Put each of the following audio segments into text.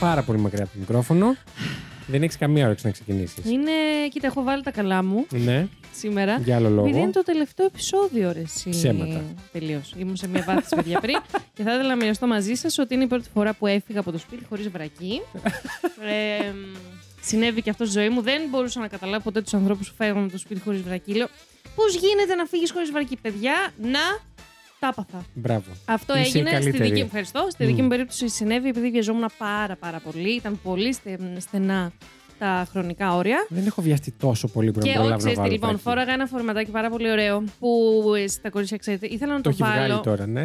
πάρα πολύ μακριά από το μικρόφωνο. Δεν έχεις καμία όρεξη να ξεκινήσεις. Είναι, κοίτα, έχω βάλει τα καλά μου Ναι, σήμερα. για άλλο Επειδή λόγο. είναι το τελευταίο επεισόδιο, ρε. εσύ. Ψέματα. Τελείως. Ήμουν σε μια βάθηση, παιδιά, πριν. και θα ήθελα να μοιραστώ μαζί σας ότι είναι η πρώτη φορά που έφυγα από το σπίτι χωρίς βρακή. ε, μ, συνέβη και αυτό στη ζωή μου. Δεν μπορούσα να καταλάβω ποτέ τους ανθρώπους που φεύγαν από το σπίτι χωρίς βρακή. Λέω, πώς γίνεται να φύγεις χωρίς βρακή, παιδιά. Να, τα παθα. Μπράβο. Αυτό Είσαι η έγινε στη καλύτερη. δική μου, ευχαριστώ. Στη δική Μμμ. μου περίπτωση συνέβη επειδή βιαζόμουν πάρα πάρα πολύ. Ήταν πολύ στε- στενά τα χρονικά όρια. Δεν έχω βιαστεί τόσο πολύ που να Και προλάβω ό, να ξέρετε, βάλω λοιπόν, βρακί. φόραγα ένα φορματάκι πάρα πολύ ωραίο που ε, στα κορίτσια ξέρετε. Ήθελα να Το το, έχει βγάλει βάλω τώρα, ναι.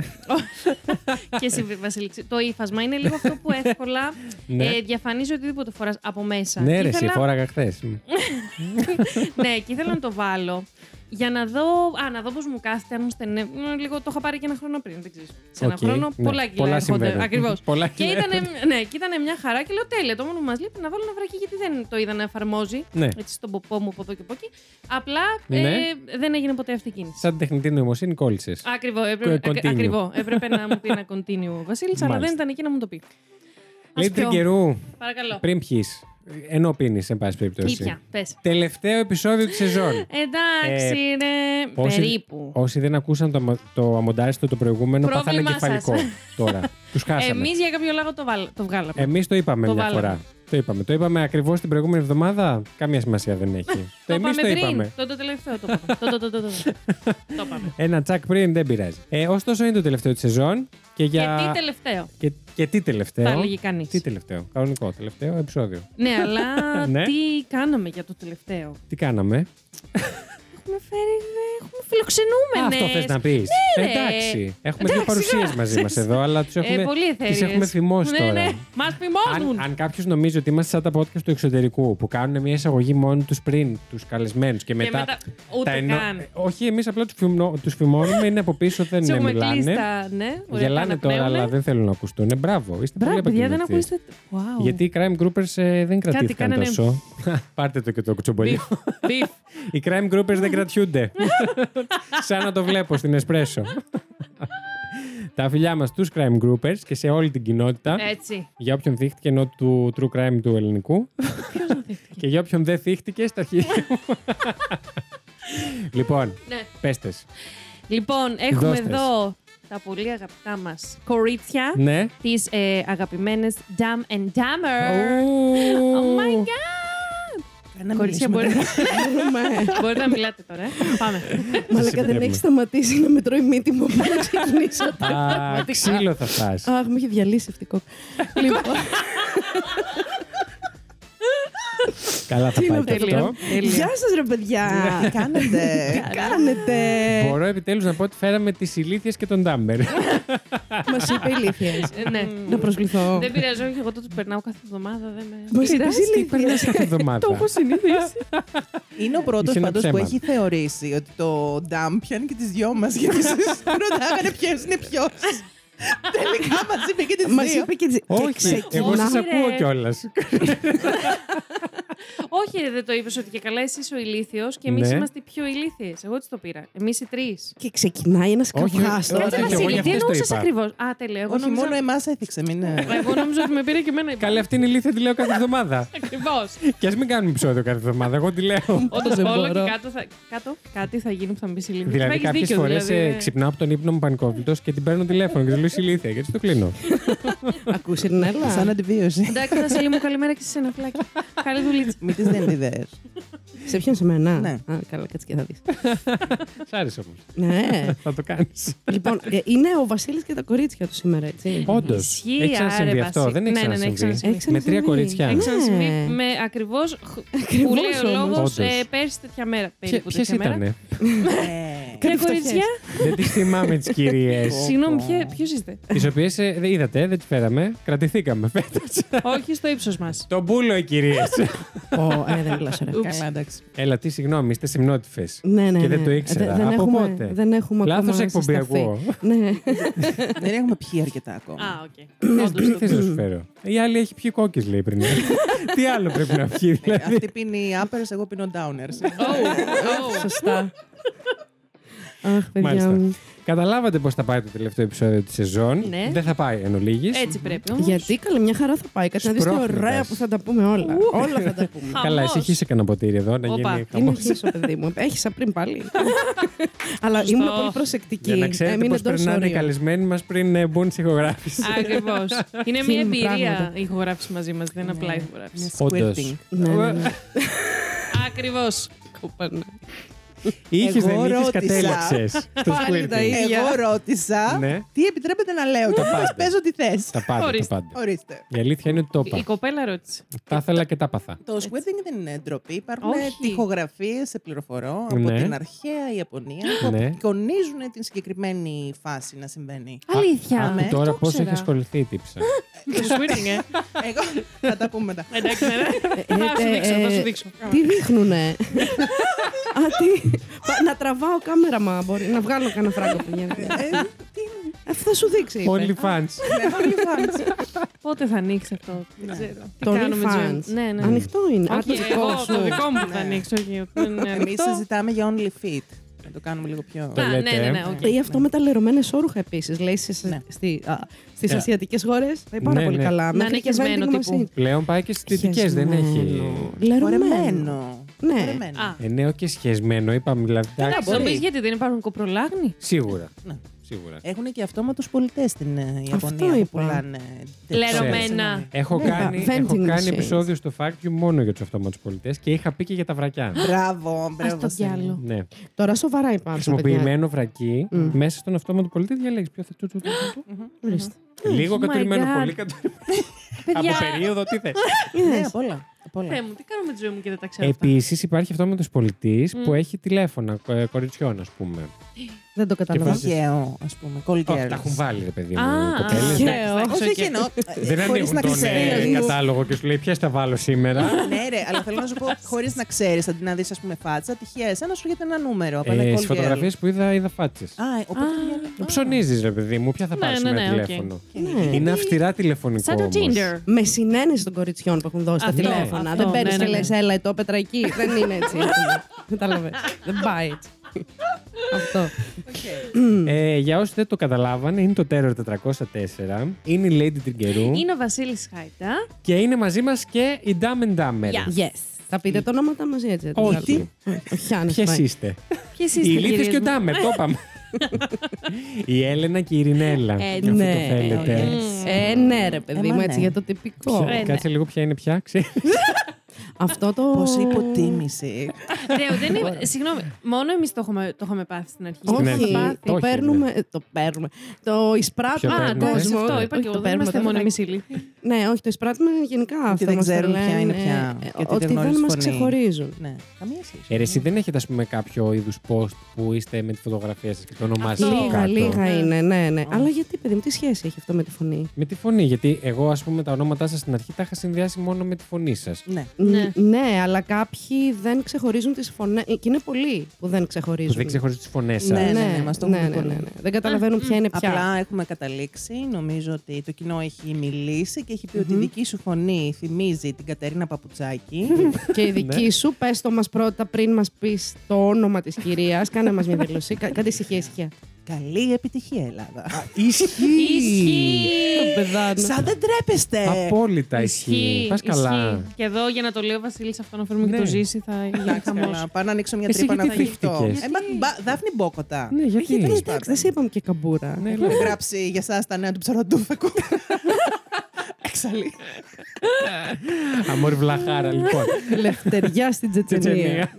και στη Βασιλική. Το ύφασμα είναι λίγο αυτό που εύκολα Ναι. ε, διαφανίζει οτιδήποτε φοράς από μέσα. Ναι, Και ρε, εσύ, ήθελα- φόραγα χθες. ναι, και ήθελα να το βάλω για να δω, α, να δω πώς μου κάθεται, αν μου στενεύει. Μ, Λίγο το είχα πάρει και ένα χρόνο πριν, δεν ξέρεις. Σε ένα Οκ, χρόνο ναι. πολλά κιλά Πολλά έρχονται, συμβαίνουν. Ακριβώς. Πολλά και κιλά ήταν, ναι, και ήταν μια χαρά και λέω τέλεια, το μόνο που μας λείπει να βάλω ένα βρακί γιατί δεν το είδα να εφαρμόζει. Ναι. Έτσι στον ποπό μου από εδώ και από εκεί. Απλά Ναι. ε, δεν έγινε ποτέ αυτή η κίνηση. Σαν τεχνητή νοημοσύνη κόλλησες. Ακριβώ, έπρεπε, Continue. ακ- ακριβό, έπρεπε να μου πει ένα continue ο Βασίλης, αλλά δεν Μάλιστα. ήταν εκεί να μου το πει. Ας Λίτρη πιω. καιρού, Παρακαλώ. πριν πιεις. Ενώ πίνει, εν πάση περιπτώσει. Ήπια, πες. Τελευταίο επεισόδιο της σεζόν. Εντάξει, Ε, είναι όσοι- περίπου. Όσοι δεν ακούσαν το, αμα- το αμοντάριστο το προηγούμενο, πάθανε Πρόβλημά κεφαλικό τώρα. Τους χάσαμε. Εμείς για κάποιο λόγο το, βάλ, το βγάλαμε. Εμείς το είπαμε Το μια βάλαμε. φορά. Το είπαμε. Το είπαμε ακριβώς την προηγούμενη εβδομάδα. Καμία σημασία δεν έχει. το εμείς είπαμε το πριν. είπαμε. Το, το τελευταίο το είπαμε. το, το, το, το, το, το. το είπαμε. Ένα τσακ πριν δεν πειράζει. Ε, ωστόσο είναι το τελευταίο της σεζόν. Και για. Και τι τελευταίο. και, και τι τελευταίο. Θα έλεγε κανείς. Τι τελευταίο. Κανονικό τελευταίο επεισόδιο. ναι, αλλά Ναι. τι κάναμε για το τελευταίο. Τι κάναμε. Έχουμε φέρει. ναι, έχουμε φιλοξενούμενες. Αυτό θες να πεις. Ναι, ρε. Εντάξει. Έχουμε Εντάξει, δύο παρουσίε σιγά. μαζί μας εδώ, αλλά τους έχουμε, Ε, πολύ τις εθέρειες. έχουμε θυμώσει ναι, τώρα. Ναι, Μας Αν, φημώνουν. αν κάποιος νομίζει ότι είμαστε σαν τα podcast του εξωτερικού που κάνουν μια εισαγωγή μόνοι τους πριν τους καλεσμένους και μετά. μετά ούτε καν. Ε, Όχι, εμείς απλά τους τους φημώνουμε, είναι από πίσω, δεν Τους είναι, έχουμε μιλάνε. κλείσει τα- Ναι, ωραία, Γελάνε τώρα, αναπνέουνε. αλλά δεν θέλουν να ακουστούν. Ε, Μπράβο, είστε Μπράβο, πολύ παιδιά, δεν επαγγελματίες. ακούστε. Wow. Γιατί οι crime groupers ε, δεν κρατήθηκαν κάνανε. Ναι. τόσο. Πάρτε το και το κουτσομπολί. Μπιφ, μπιφ. οι crime groupers δεν κρατιούνται. Σαν να το βλέπω στην Εσπρέσο. Τα φιλιά μας στους crime groupers και σε όλη την κοινότητα. Έτσι. Για όποιον θύχτηκε ενώ του true crime του ελληνικού. Ποιος να δέχτηκε. και για όποιον δεν θύχτηκε στα αρχίδια μου. λοιπόν, Ναι. πέστες. Λοιπόν, έχουμε Δώστες. εδώ τα πολύ αγαπητά μας κορίτσια. Ναι. Τι ε, αγαπημένες Dumb and Dumber. Ου. Ε, Oh my god! Κορίτσια, μπορείτε, μπορείτε να μιλάτε τώρα. ε. Πάμε. Μαλάκα, Μαλακά δεν δεν έχει έχει σταματήσει να μετρώει μύτη μου από να ξεκινήσω. Α, ξύλο θα φας. Αχ, μου είχε διαλύσει αυτή η κόκκι. Λοιπόν, Καλά θα Τι πάει είναι και Τέλεια. αυτό. Τέλεια. γεια σας ρε παιδιά. Κάνετε. τι Κάνετε. Μπορώ επιτέλους να πω ότι φέραμε τις ηλίθιες και τον Ντάμπερ. Μας είπε ηλίθιες. Ε, Ναι. Να προσβληθώ. Δεν πειράζει, όχι, εγώ το τους περνάω κάθε εβδομάδα. Δεν με... Μας είπε πειράζει. Τι περνάς ηλίθιε. κάθε εβδομάδα. συνήθως. Είναι ο πρώτος Είσαι ένα πάντως που ψέμα. έχει θεωρήσει ότι το ντάμ πιάνει και τις δυο μας. Γιατί σα ρωτάγανε ποιος είναι ποιος. Τελικά μας είπε και τις Μας δύο. είπε και έτσι. Όχι, εγώ σας Ρε. ακούω κιόλας. όχι, ρε, δεν το είπες ότι και καλά εσύ είσαι ο ηλίθιος και εμείς Ναι. είμαστε οι πιο ηλίθιες. Εγώ έτσι το πήρα. Εμείς οι τρεις. Και ξεκινάει ένας Όχι, καβγάς όχι, τώρα. όχι, εγώ για τι αυτές το εννοούσες είπα. ακριβώς. Α, τέλεια. Εγώ Όχι, νόμιζα- μόνο εμάς έθιξε, μην. ε, Ε, Εγώ νόμιζα ότι με πήρε και εμένα. Καλή αυτή είναι η ηλίθια τη λέω κάθε εβδομάδα. Ακριβώς. Και ας μην κάνουμε επεισόδιο κάθε εβδομάδα, εγώ τη λέω. Όντως, Δεν όλο μπορώ. και κάτω, θα, κάτω κάτι θα γίνει που θα μπει σε λίγο. Δηλαδή, Έχεις κάποιες δίκιο, φορές δηλαδή, ναι. ξυπνάω από τον ύπνο μου πανικόβλητος και την παίρνω τηλέφωνο και τη λέω «Είσαι ηλίθια και έτσι το κλείνω. Ακούσε την Σαν έλα. αντιβίωση. Εντάξει, Βασίλη μου, καλημέρα και σε ένα φλάκι. Καλή δουλίτσα. Μην τη δίνετε ιδέε. Σε ποιον σε μένα. Ναι. Α, Καλά, κάτσε και θα δεις. Σ' άρεσε όμως. Ναι. Θα το κάνεις. Λοιπόν, ε, είναι ο Βασίλης και τα κορίτσια του σήμερα, έτσι. Όντως. Ισχύει, Έχει ξανασυμβεί άρε, αυτό. Βασίλη. Δεν έχει Ναι, ναι, ναι, έχει ξανασυμβεί. ξανασυμβεί. Έχει Με τρία ξανασυμβεί. κορίτσια. Έχει Ναι. ξανασυμβεί με ακριβώς. Που λέει ο όμως. λόγο Όντως. πέρσι τέτοια μέρα. Περίπου Ποιες τέτοια μέρα. ήτανε. Ε, Τρία φτωχές. κορίτσια. Δεν τις θυμάμαι τις κυρίες. Συγγνώμη, ποιος είστε. Τις οποίες ε, είδατε, δεν τις φέραμε. Κρατηθήκαμε φέτος. Όχι στο ύψος μας. Το μπούλο οι κυρίες. Ω, ε, δεν μιλάς ωραία. Καλά, εντάξει. Έλα, τι συγγνώμη, είστε συμνότυφε. Ναι, ναι, Και δεν ναι. το ήξερα. Ε, Δεν, Από έχουμε, πότε? Δεν έχουμε Λάθος ακόμα εκπομπή συσταθεί. ακούω. Ναι. Δεν έχουμε πιει αρκετά ακόμα. Ε, Α, οκ. Τι Όντως το- θες να σου φέρω. Η άλλη έχει πιει κόκκις, λέει πριν. Τι άλλο πρέπει να πιει, δηλαδή. Αυτή πίνει uppers, εγώ πίνω downers. Oh, oh. Σωστά. Αχ, παιδιά Μάλιστα. μου. Καταλάβατε πώς θα πάει το τελευταίο επεισόδιο της σεζόν. Ναι. Δεν θα πάει εν ολίγης. Έτσι πρέπει όμως. Γιατί καλή μια χαρά θα πάει. Κάτι να δεις τι Σπρώχνοντας. ωραία που θα τα πούμε όλα. Όλα θα τα πούμε. Καλά, εσύ Χαμός. χύσε κανένα ποτήρι εδώ να Όπα. γίνει Είναι χαμός. χίσω, παιδί μου. Έχεις σαν πριν πάλι. Αλλά Σωστό. ήμουν πολύ προσεκτική. Για να ξέρετε Έμεινε πώς εντός περνάνε οι ορίων. καλεσμένοι μας πριν ε, μπουν στη ηχογράφηση. Ακριβώς. Είναι μια Θέλουμε εμπειρία πράγματα. η ηχογράφηση μαζί μας. Δεν είναι απλά η ηχογράφηση. Ναι. Όντως. Squirting. Ναι, ναι, ναι. Ακριβώς. Είχε Εγώ δεν είχε ρώτησα. κατέληξε. ε, Στο Πάλι τα squirting. ίδια. Εγώ ρώτησα Ε, Ναι. τι επιτρέπεται να λέω και Τα πας πάντα. πες ό,τι θες. Τα πάντα, τα Ορίστε. πάντα. Ορίστε. Η αλήθεια είναι ότι το Η είπα. κοπέλα ρώτησε. Τα ήθελα και τα παθα. Το squirting δεν είναι ντροπή. Υπάρχουν Όχι. τυχογραφίες, σε πληροφορώ, από Ναι. την αρχαία Ιαπωνία που Ναι. απεικονίζουν την συγκεκριμένη φάση να συμβαίνει. Αλήθεια. Άκου ναι, τώρα το πώς έχει ήξερα. ασχοληθεί η τύψα. Το switching, ε. Εγώ θα τα πούμε μετά. Εντάξει, ναι. Θα Ε, σου ε, δείξω, θα ε, σου δείξω. Τι δείχνουνε. Α, τι. Πα- Να τραβάω κάμερα, μα μπορεί. Να βγάλω κανένα φράγκο που γίνεται. Ε, Αυτό θα σου δείξει. είπε. Only fans. ναι, OnlyFans. Πότε θα ανοίξει αυτό. Δεν ξέρω. Τι Το κάνουμε ζωή μου. OnlyFans. Ναι, ναι. Ανοιχτό είναι. Α, Όχι, το δικό εγώ σου. το δικό μου θα Ναι. ανοίξω. όχι, δεν είναι Εμείς ανοιχτό. συζητάμε για only fit. Να το κάνουμε λίγο πιο. Το Α, Ναι, λέτε, ναι, ε. ναι, οκ. Ή αυτό με τα λερωμένα σόρουχα επίσης. Λέει Ναι. στι Ε. ασιατικές χώρες θα είναι πάρα Ναι, πολύ ναι. καλά. Να Μέχρι είναι και vending χεσμένο τύπου. machine. Πλέον πάει και στις δυτικέ. Δεν έχει. Χεσμένο. Λερωμένο. Χορεμένο. Ναι. Χορεμένο. Α, Ε, ναι, όχι και σχεσμένο, είπαμε δηλαδή. εντάξει, εντάξει, θα πεις γιατί δεν υπάρχουν κοπρολάγνοι. Σίγουρα. Ναι. Σίγουρα. Έχουν και αυτόματου πολιτές στην ε, Ιαπωνία που είπα. πουλάνε. Λερωμένα. Έχω Ναι, κάνει, τα έχω vending κάνει machines. επεισόδιο στο Fact You μόνο για τους αυτόματους πολιτές και είχα πει και για τα βρακιά. Μπράβο, Ας μπράβο. το Βασίλη. διάλο. ναι. Τώρα σοβαρά υπάρχουν. παιδιά. Χρησιμοποιημένο βρακί μέσα στον αυτόματο πολιτή διαλέγεις ποιο θα. τσου, τσου, τσου, τσου. Ορίστε. Ε, Λίγο Oh my κατουρημένο, God. πολύ κατουρημένο. Από Παιδιά, περίοδο, τι θες. Ναι, απ' όλα. απ' όλα. Θεέ μου, τι κάνω με τη ζωή μου και δεν τα ξέρω αυτά. Επίσης υπάρχει αυτόματο πολιτή που έχει τηλέφωνα ε, κοριτσιών, ας πούμε. Δεν το κατάλαβα. βάζεις- Αιγαίο, ας πούμε. Call Όχι, girls. τα έχουν βάλει, ρε παιδί Α, μου. οι κοπέλες. α. Όχι, όχι εννοώ. Δεν ε, χωρίς ανοίγουν να τον ε, ξέρεις. κατάλογο και σου λέει ποιες τα βάλω σήμερα. Ε, Ναι, ρε, αλλά θέλω να σου πω, χωρίς να ξέρεις, αντί να δεις, ας πούμε, φάτσα, τυχαία εσένα σου έρχεται ένα νούμερο. από ένα Ε, call Στις girl. φωτογραφίες που είδα, είδα φάτσες. Α, ε, οπότε. Ψωνίζεις, ρε παιδί μου, ποια θα Ναι, πάρεις ναι, σήμερα ναι, οκ. τηλέφωνο. Ναι. Είναι αυστηρά τηλεφωνικό. Σαν το όμως. Tinder. Με συνένεση των κοριτσιών που έχουν δώσει τα Αυτό, τηλέφωνα. αυτό, Δεν παίρνεις ναι, ναι, και λες, ναι. έλα, το πέτρα εκεί. Δεν είναι έτσι. Κατάλαβες. Δεν πάει έτσι. Αυτό. Ε, για όσοι δεν το καταλάβανε, είναι το Terror 404. Είναι η Lady Τριγκερού. Είναι ο Βασίλης Χάιτα. Και είναι μαζί μας και η Dumb and Dumber. Γεια. Yes. Θα πείτε τα ονόματα μαζί έτσι. δεν Όχι. τα λέμε. Όχι, Άννα, Ποιε πάει. είστε, Ποιες Η είστε, Ηλίθιος και ο κυρίες μου? Ντάμερ, το είπαμε. η Έλενα και η Ειρηνέλα. Ε, αν ναι, το θέλετε. yes. Ε, ναι, ρε παιδί Εμά μου, ναι. έτσι για το τυπικό. Ποια- Ε, ναι. Κάτσε λίγο, ποια είναι πια. ξέρεις. Αυτό το. Πόση υποτίμηση. Θεέ, δεν είναι- Συγγνώμη, μόνο εμείς το έχουμε- το είχαμε πάθει στην αρχή. Ναι. Στην Όχι, αρχή. το, Όχι, παίρνουμε. ναι. ε, Το παίρνουμε. Το εισπράττουμε. Ποιο Α, παίρνουμε, τον ε? εντάξει, κόσμο. αυτό είπα Όχι, και εγώ. το Δεν παίρνουμε, είμαστε δεν μόνο θα- εμείς ηλίθιοι. Ναι, όχι, το εισπράττουμε γενικά. αυτό δεν μας το ξέρουν λένε, ποια είναι πια, ε, γιατί Ότι δεν δεν γνωρίζουν μα φωνή. ξεχωρίζουν. ναι, καμία σχέση. Ε, ρε, εσύ δεν έχετε, ας πούμε, κάποιο είδους post που είστε με τη φωτογραφία σας και το όνομά σα. Αυτό. Λίγα, λίγα Ναι. είναι, ναι, ναι. Αλλά γιατί, παιδί μου, τι σχέση έχει αυτό με τη φωνή. Με τη φωνή, γιατί εγώ, ας πούμε, τα ονόματά σας στην αρχή τα είχα συνδυάσει μόνο με τη φωνή σας. Ναι. Ναι. Ν- ναι, αλλά κάποιοι δεν ξεχωρίζουν τις φωνές. Ε, Και είναι πολλοί που δεν ξεχωρίζουν. Δεν ξεχωρίζω τις φωνές σας. Ναι, ναι, ναι, μας το ναι, έχουν ναι, πει ναι, πολύ. ναι. Δεν καταλαβαίνουν ποια είναι ποια. Απλά έχουμε καταλήξει. Νομίζω ότι το κοινό έχει μιλήσει και έχει πει ότι η δική σου φωνή θυμίζει την Κατερίνα Παπουτσάκη. Και η Ναι. δική σου, πες το μας πρώτα πριν μας πεις το όνομα της κυρίας. Κάνε μας μια δήλωση. Κα- Κάντε ησυχία, ησυχία. Καλή επιτυχία, Ελλάδα. Ισχύει! Ισχύει. Παιδάνω. Σαν δεν τρέπεστε. Απόλυτα ισχύει. Πα καλά. ισχύει. Και εδώ για να το λέει ο Βασίλης αυτό να φέρουμε Ναι. και το ζήσει θα γίνει Εντάξει, χαμός. καλά. Πάω να ανοίξω μια Εσύ τρύπα να γιατί φύγω. θύχτηκες? Ε, μα, μπα- Δάφνη Μπόκοτα. Ναι, Ε, γιατί. Εντάξει, δεν σε είπαμε και καμπούρα. Ναι, Έχουμε γράψει για εσάς τα νέα του ψαροντούφεκου. Εξαλεί. Αμόρ βλαχάρα, λοιπόν. Λευτεριά στην Τσετσενία. Τσετσενία.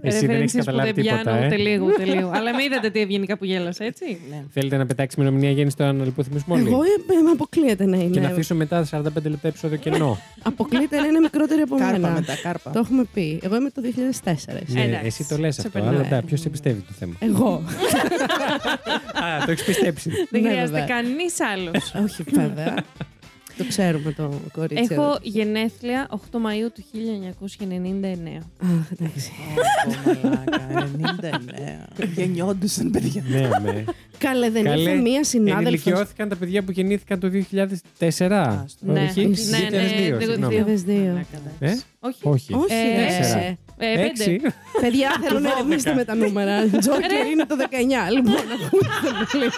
Εσύ δεν έχει καταλάβει τίποτα. ε. Ούτε λίγο, ούτε λίγο. Αλλά με είδατε τι ευγενικά που γέλασα, έτσι. Ναι. Θέλετε να πετάξει ημερομηνία γέννηση τώρα να λιποθυμίσουμε όλοι. Εγώ ε, ε, με αποκλείεται να Και να είναι. αφήσω μετά 45 λεπτά επεισόδιο κενό. Αποκλείεται να είναι μικρότερη από Κάρπα μένα. μετά, κάρπα. Το έχουμε πει. Εγώ είμαι το 2004. Ναι, Εντάξει, εσύ το λες σε αυτό, περνάω, αλλά ε. εντάξει, ποιος σε πιστεύει το θέμα. Εγώ. Α, το έχεις πιστέψει. Δεν Ναι, χρειάζεται βέβαια. κανείς άλλος. Όχι, βέβαια. το ξέρουμε το κορίτσι. εδώ. Έχω γενέθλια 8 Μαΐου του 1999. Αχ, εντάξει. Ω, μαλάκα, 99. Γεννιόντουσαν, παιδιά. Ναι, με. Καλέ, δεν Καλέ, ήρθε μία συνάδελφος. Ενηλικιώθηκαν τα παιδιά που γεννήθηκαν το 2004. Άστο. Ναι, Όχι, ναι, ναι, 2002, δεν- συγγνώμη. δεν- δύο. Μαλάκα, εντάξει. Ε? Όχι. Όχι. Όχι, Ε, δεν ε, ξέρω. Ε, πέντε. Έξι. Παιδιά, θέλω να ερευνήσετε με τα νούμερα. Τζόκερ είναι το 19. Λοιπόν, ακούστε με λίγο.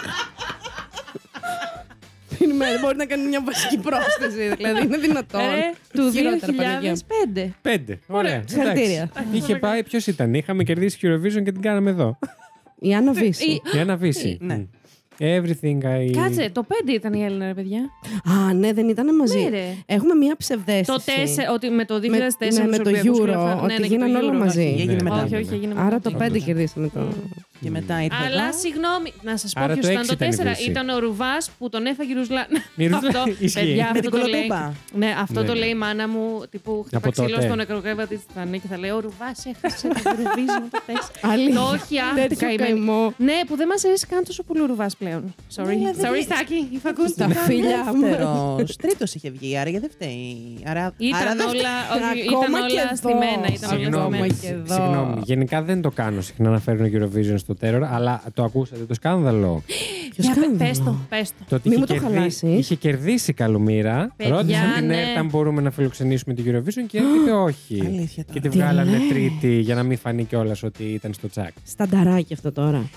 Είναι μέρα, μπορεί να κάνει μια βασική πρόσθεση. Δηλαδή, είναι δυνατόν. Ρε, Ε, του Χειρότερα, Παναγία μου. 2005. Πέντε. Ωραία. εντάξει. Συγχαρητήρια. Είχε πάει, ποιος ήταν. Είχαμε κερδίσει Eurovision και την κάναμε εδώ. Η Άννα Βύση. Για να βύσει. Ναι. Everything I. Κάτσε, το 5 ήταν η Έλληνα, ρε παιδιά. Α, ναι, δεν ήταν μαζί. Ναι, ρε. έχουμε μια ψευδέστηση. Το 4, ότι με το 2004 Με- ναι, με το τους Ολυμπιακούς Euro, γράφα- ότι ναι, ναι, και γίνανε το όλα Euro μαζί. Ναι. Και έγινε μετά. Όχι, όχι, έγινε Άρα μετά. το 5 κερδίσαμε το. Και μετά ήρθε. Αλλά εδώ. συγγνώμη, να σας πω Άρα ποιος το ήταν έξι το ήταν η 4. Βρύση. Ήταν ο Ρουβάς που τον έφαγε η Ρουσλά. Η Ρουσλά, αυτό, ισχύει. παιδιά, Με αυτό την το λέει. κολοτούμπα. Ναι, αυτό Ναι, το ναι. λέει η μάνα μου. Τύπου χτύπα ξύλο τότε. στο νεκροκρέβατη τη Τανή και θα λέει Ο Ρουβάς έχασε το Eurovision το 4. Αλήθεια. Το όχι, Τέτοιο άφηκα καημό. Ναι, που δεν μας αρέσει καν τόσο πολύ ο Ρουβάς πλέον. Sorry, Ναι, δεν sorry, είναι- Στάκη, if ακούς Τα το. φιλιά μου. Δεύτερος. Τρίτος είχε βγει, άρα γιατί δεν φταίει. Άρα, άρα Ήταν δεν φταίει. όλα, όχι, Ακόμα ήταν και εδώ. όλα στημένα. Ήταν όλα Συγγνώμη. Συγγνώμη. στημένα. και εδώ. Συγγνώμη. Γενικά δεν το κάνω συχνά να φέρνω Eurovision στο τέρορ, αλλά το ακούσατε το σκάνδαλο. Για πε- πες το, πες το. Το ότι Μη είχε, μου το κερδί- χαλάσεις. είχε κερδίσει η Καλομήρα. Παιδιά, Ρώτησαν την ναι. ΕΡΤ αν μπορούμε να φιλοξενήσουμε την Eurovision και η ΕΡΤ είπε όχι. Αλήθεια τώρα. και τη Τι βγάλανε λες. τρίτη για να μην φανεί κιόλας ότι ήταν στο τσακ. Στανταράκι αυτό τώρα.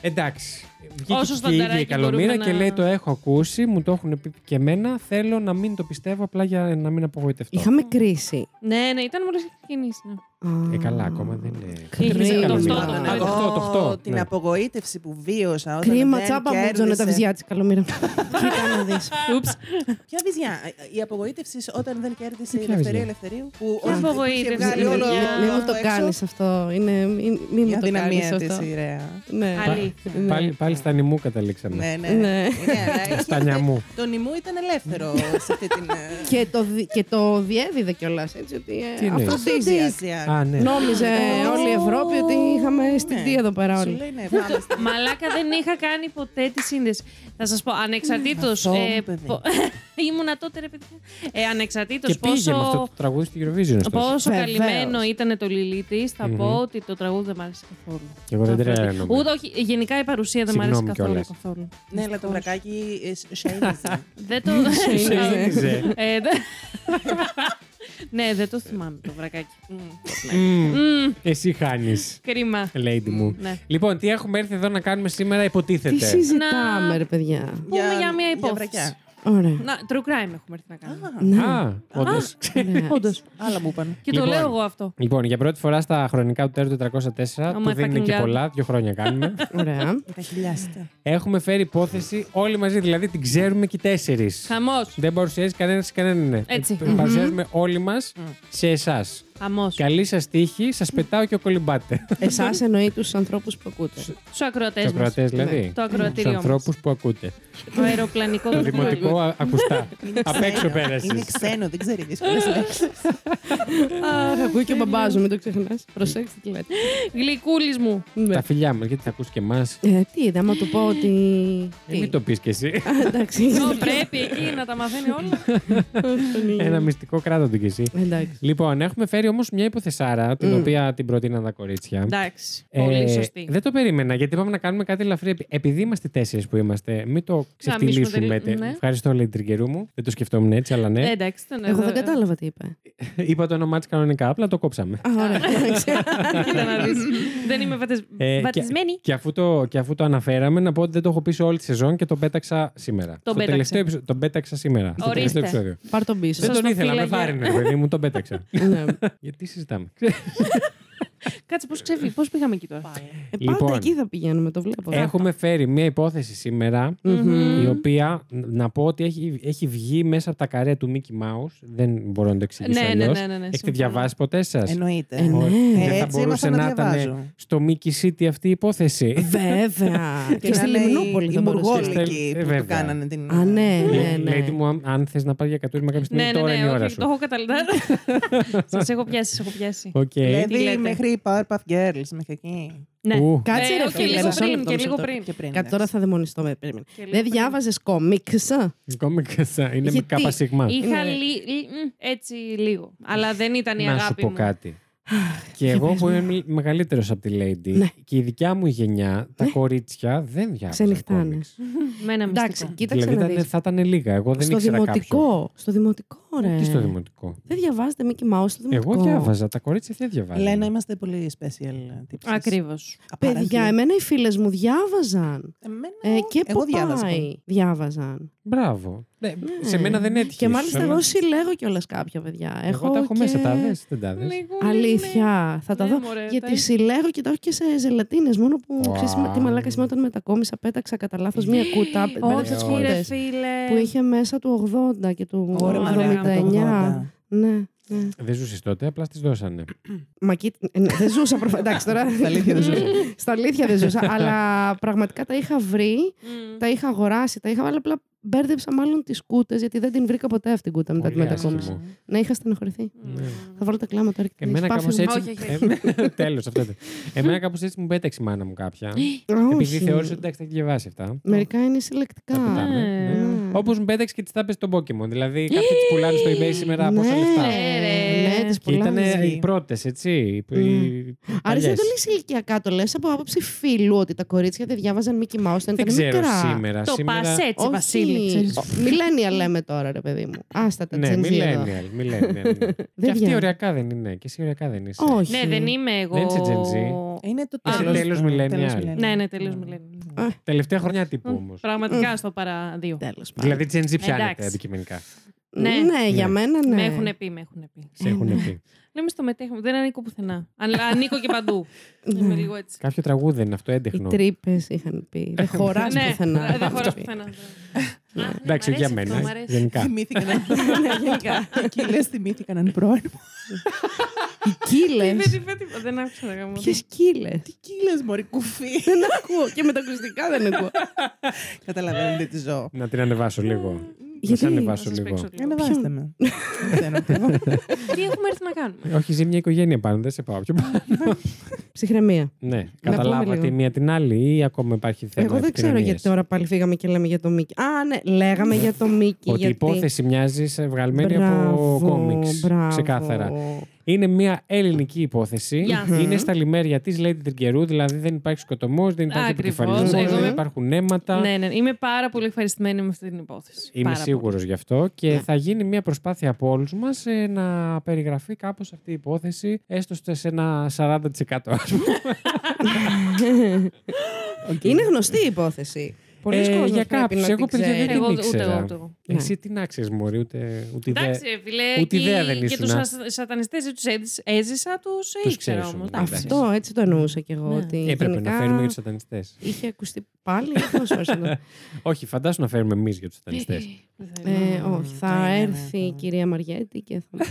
Εντάξει. Βγήκε Όσο και η ίδια η στανταράκι Καλομήρα μπορούμε και να- λέει το έχω ακούσει, μου το έχουν πει και εμένα. Θέλω να μην το πιστεύω απλά για να μην απογοητευτώ. Είχαμε κρίση. Ναι, ναι, ήταν μόλις ξεκινήσει. ναι. Ε, καλά, ακόμα δεν είναι. Κρίμα. Το Καλομήρα. αυτό, Α, ναι. το αυτό, το αυτό. την Ναι. απογοήτευση που βίωσα όταν Κρίμα δεν τσάπα μου, κέρδισε. Τζονέ, τα βυζιά της καλομήρα. Κοίτα να δεις. Ούψ. Ποια βυζιά, η απογοήτευση όταν δεν κέρδισε η Ποια ελευθερία βυζιά? ελευθερίου. Που Ποια που απογοήτευση, είχε βγάλει όλο παιδιά. Μην μου το έξω κάνεις αυτό. Είναι- μη- Μη Η μου το κάνει αδυναμία της αυτό. η Ρέα. Ναι. Αλήθεια. Ναι. Πάλι, πάλι στα νημού καταλήξαμε. Ναι, ναι. Ναι. Ναι, αλλά είχε- Στα νιαμού. Το νημού ήταν ελεύθερο σε αυτή την. ε, Και το, δι- και το διέδιδε κιόλας έτσι ότι. Τι Ε, εννοείς? Αφροδίζιακ. Αφροδίσιακ. Α, ναι. Νόμιζε Ναι. όλη η Ευρώπη ότι είχαμε στην τι εδώ πέρα Σου όλοι. λέει ναι, πάμε στην Μαλάκα δεν είχα κάνει ποτέ τη σύνδεση. Θα σας πω, ανεξαρτήτως. Αυτό, παιδί. Ήμουνα τότε, ρε παιδιά. Ε, ανεξαρτήτως Και πήγε με αυτό πόσο. το τραγούδι στην Eurovision. ωστόσο. Πόσο Βεβαίως. καλυμμένο ήταν το Λιλίτη, θα Μμμ. πω ότι το τραγούδι δεν μ' άρεσε καθόλου. Και εγώ δεν Το τρελαίνομαι. Αφροδίτη. Ούτε, όχι, γενικά η παρουσία δεν μ' άρεσε Συγγνώμη καθόλου. κιόλας. καθόλου. Ναι, αλλά το βρακάκι ε, σέινιζε. Δεν το. Σέινιζε. Ε, δεν- Ναι, δεν το θυμάμαι το βρακάκι. Μμ. Μμμ. Μμ, Εσύ χάνεις, Κρίμα. lady μου. Ναι. Λοιπόν, τι έχουμε έρθει εδώ να κάνουμε σήμερα, Τι υποτίθεται. συζητάμε, ρε παιδιά. Πούμε για μια υπόθεση. βρακιά. Ωραία. Να, true crime έχουμε έρθει να κάνουμε. Α, όντως. Ναι. Όντως. Άλλα μου είπαν. Και το Λοιπόν. λέω εγώ αυτό. Λοιπόν, για πρώτη φορά στα χρονικά του Τέρου 404, Oh που my δεν είναι fucking και God. πολλά, δύο χρόνια κάνουμε, Ωραία. Τα χιλιάστα. έχουμε φέρει υπόθεση όλοι μαζί, δηλαδή την ξέρουμε και οι τέσσερις. Χαμός. Δεν παρουσιάζει κανένας σε κανέναν. ναι. Έτσι. Ε, Παρουσιάζουμε όλοι μας σε εσάς. Χαμός. Καλή σας τύχη, σας πετάω και κολυμπάτε. Εσάς εννοεί τους ανθρώπους που ακούτε. Στου ακροατές Τους μα. ακροατέ, δηλαδή. Του Το ακροατήριό μας. ανθρώπους που ακούτε. Το αεροπλανικό Το του δημοτικό α- ακουστά. Απ' έξω Είναι πέρασε. ξένο, δεν ξέρει δύσκολες λέξεις. Αχ, ακούει και ο μπαμπάζο, μην το ξεχνάς. Προσέξτε τι λέτε. Γλυκούλης μου. Ναι. Τα φιλιά μας, γιατί θα ακούσει και εμάς. Ε, τι είδα, άμα του πω ότι. Ε, μην το πεις κι εσύ. Α, Εντάξει. Ω, Πρέπει εκεί να τα μαθαίνει όλα. Ένα μυστικό κράτος του κι εσύ. Εντάξει. Λοιπόν, έχουμε φέρει όμως μια υποθεσάρα, την οποία την προτείναν τα κορίτσια. Εντάξει. Ε, Πολύ σωστή. Δεν το περίμενα, γιατί είπαμε να κάνουμε κάτι ελαφρύ. Επει- Επειδή είμαστε τέσσερις που είμαστε, μην το ξεφτυλίσουμε. τελ- ναι. Ευχαριστώ, λέει την τρικερού μου. Δεν το σκεφτόμουν έτσι, αλλά ναι. Ε, Εντάξει, ήταν Εγώ εδώ. δεν κατάλαβα τι είπε. Είπα το όνομά της κανονικά, απλά το κόψαμε. Α, ωραία. εντάξει. Κοίτα να δεις. Δεν είμαι βατισ- Ε, βατισμένη. Και, και, αφού το, και αφού το αναφέραμε, να πω ότι δεν το έχω πει σε όλη τη σεζόν και τον πέταξα σήμερα. Το πέταξε. τελευταίο επεισο- τον πέταξα σήμερα. Στο Ορίστε. τελευταίο επεισόδιο. Πάρ τον πίσω. Δεν τον ήθελα, με φύλαγε. βάρινε, ρε παιδί μου, τον πέταξα. Ναι. Γιατί συζητάμε. Κάτσε, πώς ξέφυγε, πώς πήγαμε εκεί τώρα. Ε, Λοιπόν. Πάντα εκεί θα πηγαίνουμε, το βλέπω. Έχουμε φέρει μια υπόθεση σήμερα, η οποία να πω ότι έχει, έχει βγει μέσα από τα καρέ του Mickey Mouse. Δεν μπορώ να το εξηγήσω. Ναι, ναι, αλλιώς. ναι, ναι, ναι, Έχετε συμφωνώ. διαβάσει ποτέ σας. Εννοείται. Ε, ναι. Δεν θα Έτσι μπορούσε ήμασταν να να ήταν διαβάζω. στο Mickey City αυτή η υπόθεση. Βέβαια. και στη να είναι Λιμνόπολη οι- θα οι μπορούσε. Μουργόλικοι Ε, που βέβαια. το κάνανε την. Α, ναι, ναι, ναι. Λέει μου, αν- αν θες να πάρει για κατούριμα κάποια στιγμή, Ναι, ναι, τώρα είναι η ναι, ώρα όχι, σου. το έχω καταλάβει. Σας έχω πιάσει, σας έχω πιάσει. Οκ. τι Δηλαδή λέτε. μέχρι οι Powerpuff Girls, μέχρι εκεί. Ναι. Ου. Κάτσε, ρε, όχι, φίλε, λίγο μισό πριν λεπτό, και μισό λίγο λεπτό. πριν. Και πριν. Κάτι τώρα θα δαιμονιστώ με περίμενε. Και λίγο Δεν ε? πριν. διάβαζες κόμικς. ναι. Comic Sans, Είναι με Γιατί? κάπα σιγμά. Είχα Ναι. λι- λι- μ, έτσι λίγο. Αλλά δεν ήταν η Να σου αγάπη πω μου. κάτι. Και εγώ που είμαι μεγαλύτερος από τη Lady Ναι. και η δικιά μου γενιά, τα κορίτσια δεν διάβαζαν Ξενυχτάνε. κόμιξ. Με ένα Εντάξει, μυστικό. κοίταξε Δηλαδή να ήταν- δεις. θα ήταν λίγα. Εγώ δεν Στο ήξερα κάποιο. δημοτικό. Στο δημοτικό. Ωραία. Και στο δημοτικό. Δεν διαβάζετε Mickey Mouse στο δημοτικό. Εγώ διάβαζα, τα κορίτσια δεν διαβάζαν. Λένα, είμαστε πολύ special ε, τύψεις. Ακριβώ. Απαράδεκτοι. Παιδιά, εμένα οι φίλες μου διάβαζαν. Εμένα- Ναι. Ε, και Εγώ Popeye διάβαζα πολύ. Διάβαζαν. Μπράβο. Ναι, Ναι. Σε μένα δεν έτυχε. Και ίσως, μάλιστα αλλά εγώ συλλέγω κιόλας κάποια παιδιά. Εγώ τα έχω και- Ναι. μέσα, τα δες, δεν τα δες. Αλήθεια. Θα τα Ναι, δω. μωρέ, τα γιατί έχεις. συλλέγω και τα έχω και σε ζελατίνες. Μόνο που Wow. ξέρεις με- τι μαλάκα είμαι όταν μετακόμισα, πέταξα κατά λάθος μία κούτα. πέταξα τις Όχι, ρε κούτες, φίλες. Που είχε μέσα του 80 και του Ωραία, Ωραία, μαλάκα, το 79. 80. Ναι, ναι. Δεν ζούσες τότε, απλά τις δώσανε. Μα εκεί- ε, ναι, δεν ζούσα προφανώ. Εντάξει τώρα. Στα αλήθεια δεν ζούσα. Στα αλήθεια δεν ζούσα. αλλά πραγματικά τα είχα βρει, τα είχα αγοράσει, τα είχα βάλει. Απλά μπέρδεψα μάλλον τις κούτες, γιατί δεν την βρήκα ποτέ αυτή την κούτα μετά τη Πολύ μετακόμιση. άσχημο. Ναι, είχα στενοχωρηθεί. Ναι. Θα βάλω τα κλάματα τώρα και Και εμένα έχεις κάπως πάθει μου. έτσι. Όχι, Τέλος αυτό. ήταν. Εμένα κάπως έτσι μου πέταξε η μάνα μου κάποια. Α, Επειδή όχι. θεώρησε ότι εντάξει θα έχει διαβάσει αυτά. Μερικά είναι Τα συλλεκτικά. πετάμε. ναι. Ναι. Όπως μου πέταξε και τις τάπες στο Pokémon. Δηλαδή κάποιοι τις πουλάνε στο eBay σήμερα πόσα Ναι, λεφτά. Ε, ρε. Ναι, τις Και ήταν πουλάνε. οι πρώτες, έτσι. οι- Μμ. οι Άρεσε παλιές. δεν το λες ηλικιακά, το λες από άποψη φίλου ότι τα κορίτσια δεν διάβαζαν Mickey Mouse, όταν Δεν ήταν ξέρω μικρά. σήμερα. Το σήμερα... πας έτσι, Όχι. Βασίλη. ξέρεις. Millennial λέμε τώρα, ρε παιδί μου. Άστα τα Ναι, Gen Z εδώ. millennial. millennial ναι. και Δεν αυτή βγαίνει. ωριακά δεν είναι. Και εσύ ωριακά δεν είσαι. Όχι. Ναι, δεν είμαι εγώ. Δεν είσαι Gen Z. Είναι το Είσαι τέλος. τέλος το- millennial. τέλος millennial. Ναι, ναι, τελείω μου λένε. Τελευταία χρονιά τύπου όμως. Πραγματικά στο παρά δύο. Τέλος πάντων. Δηλαδή Gen Z πιάνεται Εντάξει. αντικειμενικά. ναι. ναι, για Ναι. μένα ναι. Με έχουν πει, με έχουν πει. Ε, Σε έχουν πει. Λέμε στο μετέχουμε, δεν ανήκω πουθενά. Αλλά ανήκω και παντού. Ναι. Είμαι λίγο έτσι. Κάποιο τραγούδι δεν είναι αυτό, Οι έντεχνο. τρύπες είχαν πει. Δεν χωράς Ναι, πουθενά. Δεν χωράς πουθενά. Α, ναι, Εντάξει, μ' για αρέσει αυτό, μ' μένα. αρέσει. Γενικά. Θυμήθηκαν έναν Και ναι. λες θυμήθηκαν έναν πρώην μου. Κύλε. Δεν την πέτυχα, Δεν άκουσα να κάνω. Ποιες κύλες. Τι κύλες μωρή κουφί. Δεν ακούω και με τα ακουστικά δεν ακούω. Καταλαβαίνετε τι ζω. Να την Ε, ανεβάσω λίγο. ναι. Να σε Γιατί? ανεβάσω Να σας λίγο. παίξω λίγο. Ανεβάστε με. Δεν ρωτάω. Τι έχουμε έρθει να κάνουμε. Όχι, ζει μια οικογένεια πάνω, δεν σε πάω πιο πάνω. Ψυχραιμία. ναι, πούμε καταλάβατε η λίγο. μία την άλλη ή ακόμα υπάρχει θέμα. Εγώ δεν ξέρω επικοινωνίας? γιατί τώρα πάλι φύγαμε και λέμε για το Μίκη. Α, ναι, λέγαμε για το Μίκη. Ότι η γιατί... υπόθεση μοιάζει σε βγαλμένη από Μπράβο, κόμιξ. μπράβο. Ξεκάθαρα. Είναι μια ελληνική υπόθεση. Γεια σας. Είναι στα λιμέρια της Lady Τριγκερού, δηλαδή δεν υπάρχει σκοτωμός, δεν υπάρχει Ακριβώς, επικεφαλισμό, εγώ δεν είμαι- υπάρχουν αίματα. Ναι, ναι, είμαι πάρα πολύ ευχαριστημένη με αυτή την υπόθεση. Είμαι Πάρα Ναι. σίγουρος γι' αυτό και θα γίνει μια προσπάθεια από όλους μας να περιγραφεί κάπως αυτή η υπόθεση, έστω στο- σε ένα 40%. ας πούμε. Είναι γνωστή η υπόθεση. Πολλοί Ε, κόσμος για πρέπει κάποιους. να την Ε, Εγώ, παιδιά, ξέρει. Ε, δεν Εγώ την ούτε, ήξερα. εγώ, ούτε εγώ. Εσύ τι να ξέρεις, Μωρή, ούτε, ούτε πολύ. ιδέα. Ναι. Εντάξει, ρε φίλε, Ούτε ιδέα δεν και, και ήσουν, του α. σατανιστές δεν τους έζησα, τους Τους ήξερα ξέρεις όμως. όμως, εντάξει. Αυτό έτσι το εννοούσα κι εγώ. Ναι. Ότι Ε, Έπρεπε να γενικά φέρουμε για τους σατανιστές. Είχε ακουστεί πάλι. ή πώς όρισε το. Όχι, φαντάσου να φέρουμε εμείς για τους σατανιστές. Ε, Όχι, θα ναι, ναι, έρθει ναι. η κυρία Μαριέτη και θα.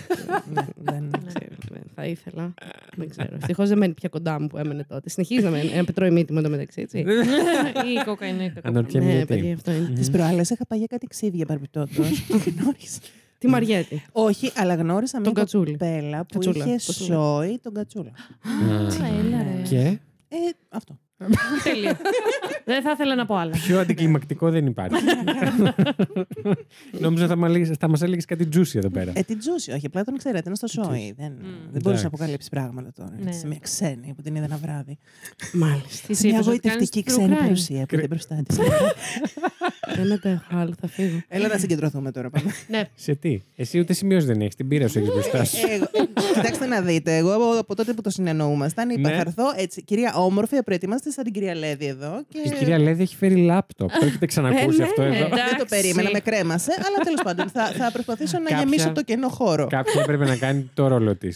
Ναι, δεν- Δεν ξέρω, δεν- Θα ήθελα. Δεν ξέρω. Ευτυχώς δεν μένει πια κοντά μου που έμενε τότε. Συνεχίζει να μένει. Ένα πετρώει μύτη μου εντωμεταξύ, έτσι. Η κοκαίνη. η κοκαίνη. Αναρωτιέμαι Ναι, γιατί. παιδί, αυτό είναι. Τις προάλλες είχα πάει για κάτι ξύδια παρεμπιπτόντως. που γνώρισα. Τη Μαριέτη. Όχι, αλλά γνώρισα μια Τον Κατσούλη. κοπέλα που Κατσούλα, είχε Κατσούλα. σόι τον κατσούλα. Α, έλα, ρε. ναι. Και Ε, αυτό. Τέλεια. Δεν θα ήθελα να πω άλλα. πιο αντικλιμακτικό δεν υπάρχει. Νόμιζα θα, μαλήγες- θα μας έλεγες κάτι juicy εδώ πέρα. Ε, την Τζούσι, όχι, απλά τον ξέρετε, είναι στο σόι. Δεν, δεν μπορούσε Εντάξει. να αποκαλύψεις πράγματα τώρα. Ναι. Σε μια ξένη που την είδα ένα βράδυ. Ναι. Μάλιστα. Της Μια είπες ότι κάνεις γοητευτική true ξένη crime. παρουσία που Κρι- ήταν μπροστά τη. Δεν αντέχω άλλο, θα φύγω. Έλα να συγκεντρωθούμε τώρα. πάμε. Ναι, Σε τι, εσύ ούτε σημειώσει δεν έχεις, την πείρα σου έχεις μπροστά σου. Ε, Εγώ- Κοιτάξτε να δείτε. Εγώ από τότε που το συνεννοούμασταν είπα Ναι. θα έρθω έτσι. Κυρία Όμορφη, προετοιμάστε σαν την κυρία Λέδη εδώ. Και... Η κυρία Λέδη έχει φέρει λάπτοπ. Το έχετε ξανακούσει Ε, αυτό ναι, εδώ. εντάξει. Δεν το περίμενα, με κρέμασε, αλλά τέλος πάντων θα, θα προσπαθήσω να Κάποια- γεμίσω το κενό χώρο. Κάποια έπρεπε να κάνει το ρόλο της.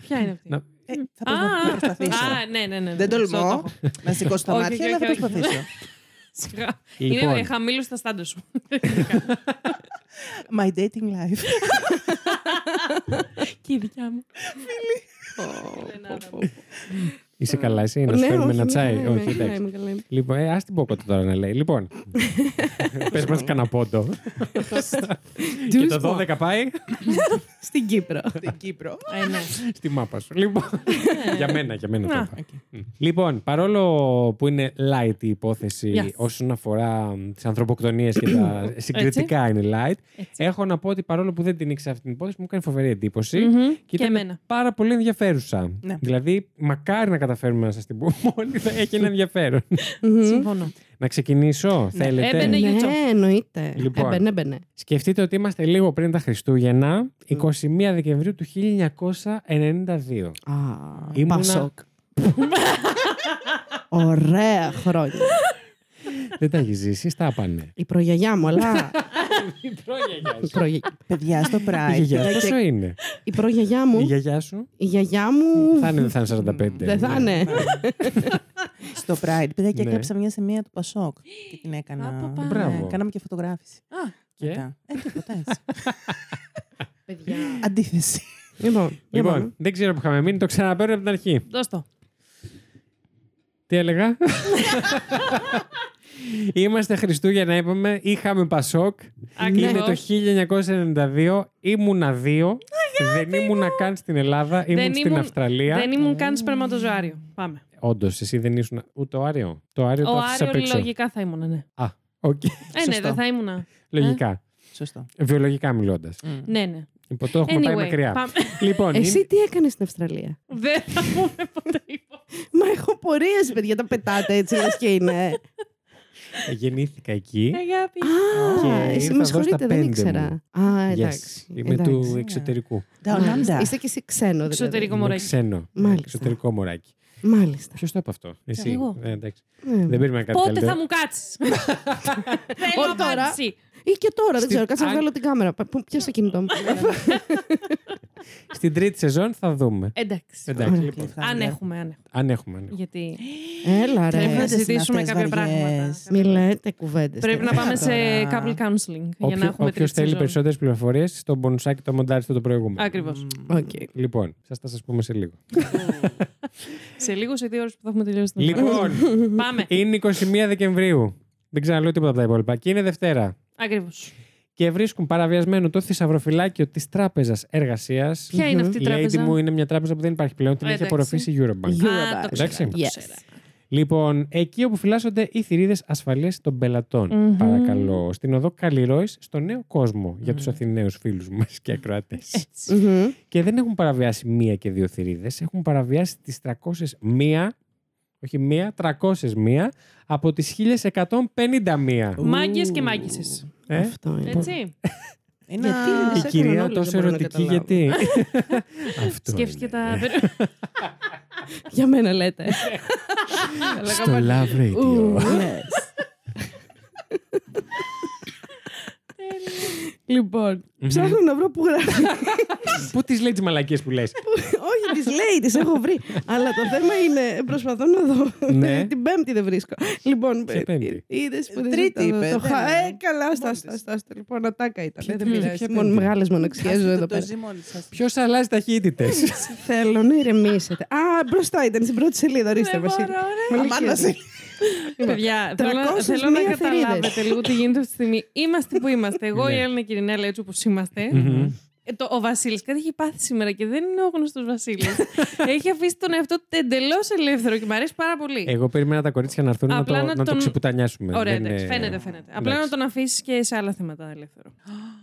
ποια είναι αυτή. Να- Ε, θα Α, προσπα- θα προσπαθήσω. α, ναι, ναι, ναι. Δεν Σωστό το τολμώ έχω. να σηκώσω τα Όχι, μάτια, όχι, αλλά θα όχι, όχι. προσπαθήσω. Σιγά. Λοιπόν. Είναι χαμήλου στα στάντα σου. My dating life. Και η δικιά μου. Είσαι καλά, εσύ, να Ναι, σου φέρουμε όχι, ένα ναι, τσάι. ναι, Όχι, ναι, εντάξει. είμαι καλά, είμαι. Λοιπόν, ε, ας την πω κότα τώρα να λέει. Λοιπόν, πες μας κανένα πόντο. και το 12 πάει Στην Κύπρο. Στην Κύπρο. Ε, ναι. στη μάπα σου. Λοιπόν, Ναι. για μένα, για μένα το Να. είπα. Μ. Λοιπόν, παρόλο που είναι light η υπόθεση Yes. όσον αφορά μ, τις ανθρωποκτονίες και τα συγκριτικά είναι light, Έτσι. έχω να πω ότι παρόλο που δεν την ήξερα αυτή την υπόθεση, μου έκανε φοβερή εντύπωση. Μμμ. Και Και ήταν εμένα. πάρα πολύ ενδιαφέρουσα. Ναι. Δηλαδή, μακάρι να καταφέρουμε να σας την πούμε όλοι, θα έχει ένα ενδιαφέρον. Συμφωνώ. Να ξεκινήσω, θέλετε. έμπαινε Είναι γιουτσό. Ναι, εννοείται. Λοιπόν. Έμπαινε, έμπαινε. Σκεφτείτε ότι είμαστε λίγο πριν τα Χριστούγεννα, 21 Δεκεμβρίου του 1992. Α, Ήμουνα- Πασόκ. Ωραία χρόνια. Δεν τα έχεις ζήσει, τα πάνε. Η προγιαγιά μου, αλλά. Η προγιαγιά η, σου. προγια- Παιδιά στο Η Pride. γιαγιά σου πόσο είναι. η προγιαγιά Η μου. γιαγιά σου. η γιαγιά μου. Θα είναι, δεν θα είναι 45. Δεν θα Ναι. είναι. στο Pride. Παιδιά και Ναι. έγραψα μια σημεία του Πασόκ και την έκανα. Ναι, Απαπα. Μπράβο. Κάναμε και φωτογράφηση. Και... Μετά. Ε, τίποτα έτσι. Παιδιά. Αντίθεση. Λοιπόν, για πάμε. Λοιπόν, δεν ξέρω που είχαμε μείνει, το ξαναπαίρνω από την αρχή. Δώσ' το. Τι έλεγα. Είμαστε Χριστούγεννα, είπαμε. Είχαμε Πασόκ. Ακριβώς. Είναι το 1992. Ήμουνα δύο. Δεν ήμουνα καν στην Ελλάδα. Ήμουν Δεν στην ήμουν- Αυστραλία. Δεν ήμουν καν σπερματοζωάριο. Πάμε. Όντως, εσύ δεν ήσουν. Ούτε ο Άριο. Το Άριο Ε, το Ο άφησες απ' Άριο έξω. λογικά θα ήμουν, ναι. Α, οκ. Ε, ναι, Σωστό. δεν θα ήμουν. Λογικά. Σωστό. Βιολογικά μιλώντας. Ναι, ναι. Λοιπόν, το έχουμε πάει Anyway, μακριά. πάμε. Λοιπόν, Εσύ είναι- τι έκανες στην Αυστραλία. Δεν θα πούμε ποτέ τίποτα. Μα έχω πορείες, παιδιά, τα πετάτε έτσι, λες και είναι. γεννήθηκα εκεί. Αγάπη. Και Α, ήρθα εσύ εδώ στα με συγχωρείτε, δεν πέντε ήξερα. Α, Ε, εντάξει. Yes. Είμαι εντάξει. του εξωτερικού. Τα Μάλιστα. Ολλάντα. Είστε και εσύ ξένο, δηλαδή. Εξωτερικό. Είμαι μωράκι. ξένο. ε, Μάλιστα. Εξωτερικό μωράκι. Μάλιστα. Ποιο το είπε αυτό, Εσύ. εγώ. Ε, εντάξει. Ναι. Δεν περίμενα κάτι Πότε καλύτερο. θα μου κάτσεις. Θέλω Όχι τώρα. απάντηση. Ή και τώρα, δεν Στη- ξέρω. Κάτσε να αν- βγάλω την κάμερα. Πα- πού- Πιάσε το κινητό μου. Στην τρίτη σεζόν θα δούμε. Εντάξει. Εντάξει, λοιπόν. Κλειφτά, Αν ναι. έχουμε, αν έχουμε. Αν έχουμε. λοιπόν. αν έχουμε. Γιατί Έλα, Ε, πρέπει να ρε. Κουβέντες είναι συζητήσουμε αυτές κάποια βαριές. πράγματα. Μη λέτε κουβέντες. Πρέπει να πάμε σε Τώρα. couple counseling για να Όποιο έχουμε όποιος τρίτη θέλει σεζόν. περισσότερες πληροφορίες, στον Μπονουσάκι το μοντάριστο το προηγούμενο. Ακριβώς. Λοιπόν, σας τα σας πούμε σε λίγο. Σε λίγο, σε δύο ώρες που θα έχουμε τελειώσει την εκπομπή. λοιπόν, Πάμε. είναι 21 Δεκεμβρίου. Δεν ξαναλέω τίποτα από τα υπόλοιπα. Και είναι Δευτέρα. Ακριβώς. Και βρίσκουν παραβιασμένο το θησαυροφυλάκιο της Τράπεζας Εργασίας. Ποια είναι αυτή η Η lady τράπεζα. μου είναι μια τράπεζα που δεν υπάρχει πλέον, την Ε, έχει εντάξει. απορροφήσει η Eurobank. Α, το Εντάξει. ξέρω, το Yes. ξέρω. Λοιπόν, εκεί όπου φυλάσσονται οι θηρίδες ασφαλείας των πελατων Μμμ. παρακαλώ. Στην οδό Καλλιρόης, στο νέο κόσμο, για τους Αθηναίους φίλους μας και ακροάτε. Έτσι. Μμμ. και δεν έχουν παραβιάσει μία και δύο θηρίδες, έχουν παραβιάσει τις 301, όχι μία, 301 από τις 1151. Ου. Μάγκες και μάγκησες. Ε, Αυτό είναι. Έτσι. Είναι Γιατί ένα- η σε έκαναν κυρία όλες, τόσο δεν μπορώ να ερωτική, καταλάβω. γιατί. Αυτό. Σκέφτηκε είναι. τα. Για μένα Ε, λέτε. Στο Love Radio. Λοιπόν, ψάχνω να βρω που γράφει. Πού τις λέει τις μαλακίες που λες. Όχι, τις λέει, τις έχω βρει. Αλλά το θέμα είναι, προσπαθώ να δω. Ναι. Την Πέμπτη δεν βρίσκω. Λοιπόν, Ποια Πέμπτη? είδες που δεν Ε, Τρίτη ήταν είπε, Το δεν χα... είναι. Ε, καλά, στα, στα, στα, στα, Λοιπόν, ατάκα ήταν. Ποια δεν Πέμπτη, πειράζει. ποια Μόνο Πέμπτη? μεγάλες μοναξιές εδώ Το πέρα. ζει μόλις σας. Ποιος αλλάζει ταχύτητες. Θέλω να ηρεμήσετε. Α, μπροστά ήταν στην πρώτη σελίδα. Ορίστε, Δεν Βασίλη. μπορώ, ρε. Μαλακίες. Αμάνα σε. Ε, Παιδιά, θέλω, να- 301 θέλω να θηρίδες. καταλάβετε λίγο τι γίνεται αυτή τη στιγμή. Είμαστε που είμαστε. Εγώ, Ναι. η Έλληνα Κυρινέλα, έτσι όπως είμαστε. Ε, το, ο Βασίλης κάτι έχει πάθει σήμερα και δεν είναι ο γνωστός Βασίλης. έχει αφήσει τον εαυτό του εντελώς ελεύθερο και μου αρέσει πάρα πολύ. Εγώ περίμενα τα κορίτσια να έρθουν να το, Απλά να να το τον- ξεπουτανιάσουμε. Ωραία, Ε, Δεν εντάξει. είναι- Φαίνεται, φαίνεται. Απλά να εντάξει. τον αφήσεις και σε άλλα θέματα ελεύθερο.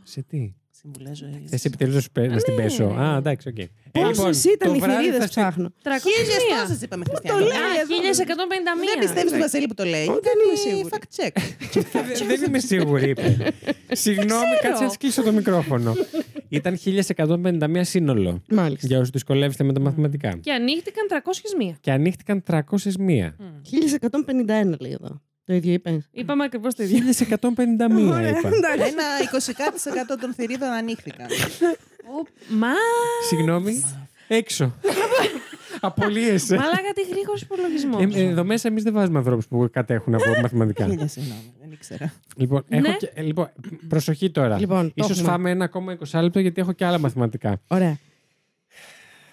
Σε τι. Συμβουλές ζωής. Θε επιτέλου να, σου πέ- να Ναι. στην πέσω. Α, εντάξει, οκ. Ε, Πόσες ήταν το οι βράδυ θηρίδες θα στη- ψάχνω. 301. Χίλιες τόσες είπαμε, Χριστιανό. το Α, λέει. εδώ. 1151. Δεν πιστεύεις τον Βασίλη που το λέει. δεν Κάνει είμαι σίγουρη. fact check. Ε, Δεν- Δεν είμαι σίγουρη, είπε. Συγγνώμη, κάτσε να σκλείσω το μικρόφωνο. Ήταν 1151 σύνολο. Μάλιστα. Για όσους δυσκολεύεστε με τα μαθηματικά. Και ανοίχτηκαν 301. Και ανοίχτηκαν 301. 1151 λέει εδώ. Το ίδιο είπες. Είπαμε ακριβώς το ίδιο. 1151 Ναι, είπα. Ένα 20% των θηρίδων ανοίχθηκαν. Ο- Μα. Συγγνώμη. Έξω. Απολύεσαι. Μαλάκα τι γρήγορος υπολογισμός. Ε, ε, Εδώ μέσα εμείς δεν βάζουμε ανθρώπους που κατέχουν από μαθηματικά. Χίλια συγγνώμη, δεν ήξερα. Λοιπόν, Ναι. έχω και, ε, λοιπόν, προσοχή τώρα. Λοιπόν, το Ίσως έχουμε. φάμε ένα ακόμα 20 λεπτό γιατί έχω και άλλα μαθηματικά. Ωραία.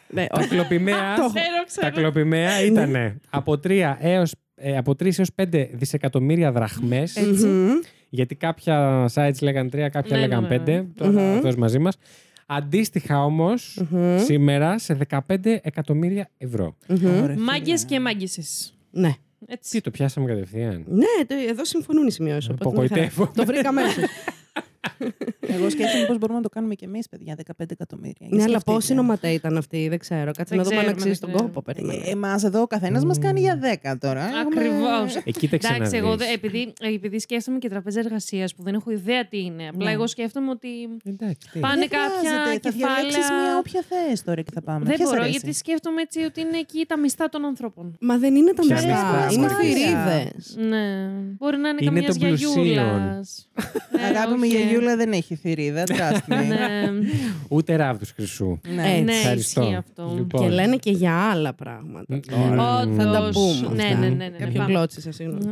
Ναι, τα κλοπημαία, Ξέρω, ε, τα ξέρω. Ναι. κλοπημαία ήταν από 3 έως, ε, από 3 έως 5 δισεκατομμύρια δραχμές. Μμμ. γιατί κάποια sites λέγαν 3, κάποια Ναι, λέγαν 5. ναι, ναι, ναι. Τώρα αυτός μαζί μας. Αντίστοιχα όμως, σήμερα σε 15 εκατομμύρια ευρώ. Ωραία, Μάγκε φίλε. και μάγκησες. Ναι. Τι, Έτσι. το πιάσαμε κατευθείαν. Ναι, το- εδώ συμφωνούν οι σημειώσεις. Απογοητεύω. Το βρήκα μέσα. Εγώ σκέφτομαι πώς μπορούμε να το κάνουμε κι εμείς, παιδιά, 15 εκατομμύρια. ε. Ναι, αλλά πόσοι νοματέ ήταν αυτοί, δεν ξέρω. Κάτσε Δεν να δούμε αν ξέρουμε, αξίζει δεν τον κόπο. ξέρουμε. περίμενε. Ε, Εμά Ε, εδώ ο καθένας μας κάνει για 10 τώρα. Έχουμε- Ακριβώς. Ε, κοίταξε να Εντάξει, εγώ δε- δεις. επειδή, επειδή σκέφτομαι και τραπέζα εργασίας που δεν έχω ιδέα τι είναι. Απλά Ναι. εγώ σκέφτομαι ότι. Εντάξει, τι. Πάνε Δεν κάποια χρειάζεται, θα διαλέξεις κεφάλαια. μια όποια θες τώρα και θα πάμε. Δεν Ποιες μπορώ, αρέσεις? γιατί σκέφτομαι έτσι ότι είναι εκεί τα μισθά των ανθρώπων. Μα δεν είναι τα Ποια μισθά, μισθά, είναι μωρή. θηρίδες. Ναι. Μπορεί να είναι, Είναι καμιάς των πλουσίων. γιαγιούλας. Ε, Αγάπη μου, η Γιούλα δεν έχει θηρίδα, trust me. Ναι, Ούτε ράβδου χρυσού. Ναι. Έτσι. ναι, Ευχαριστώ. ισχύει αυτό. Λοιπόν. Και λένε και για άλλα πράγματα. Ωραία. Όντως. Θα τα πούμε. Ναι, αυτά. ναι, ναι, ναι, ναι. Κάποιο Πάμε. κλώτσισα, συγγνώμη.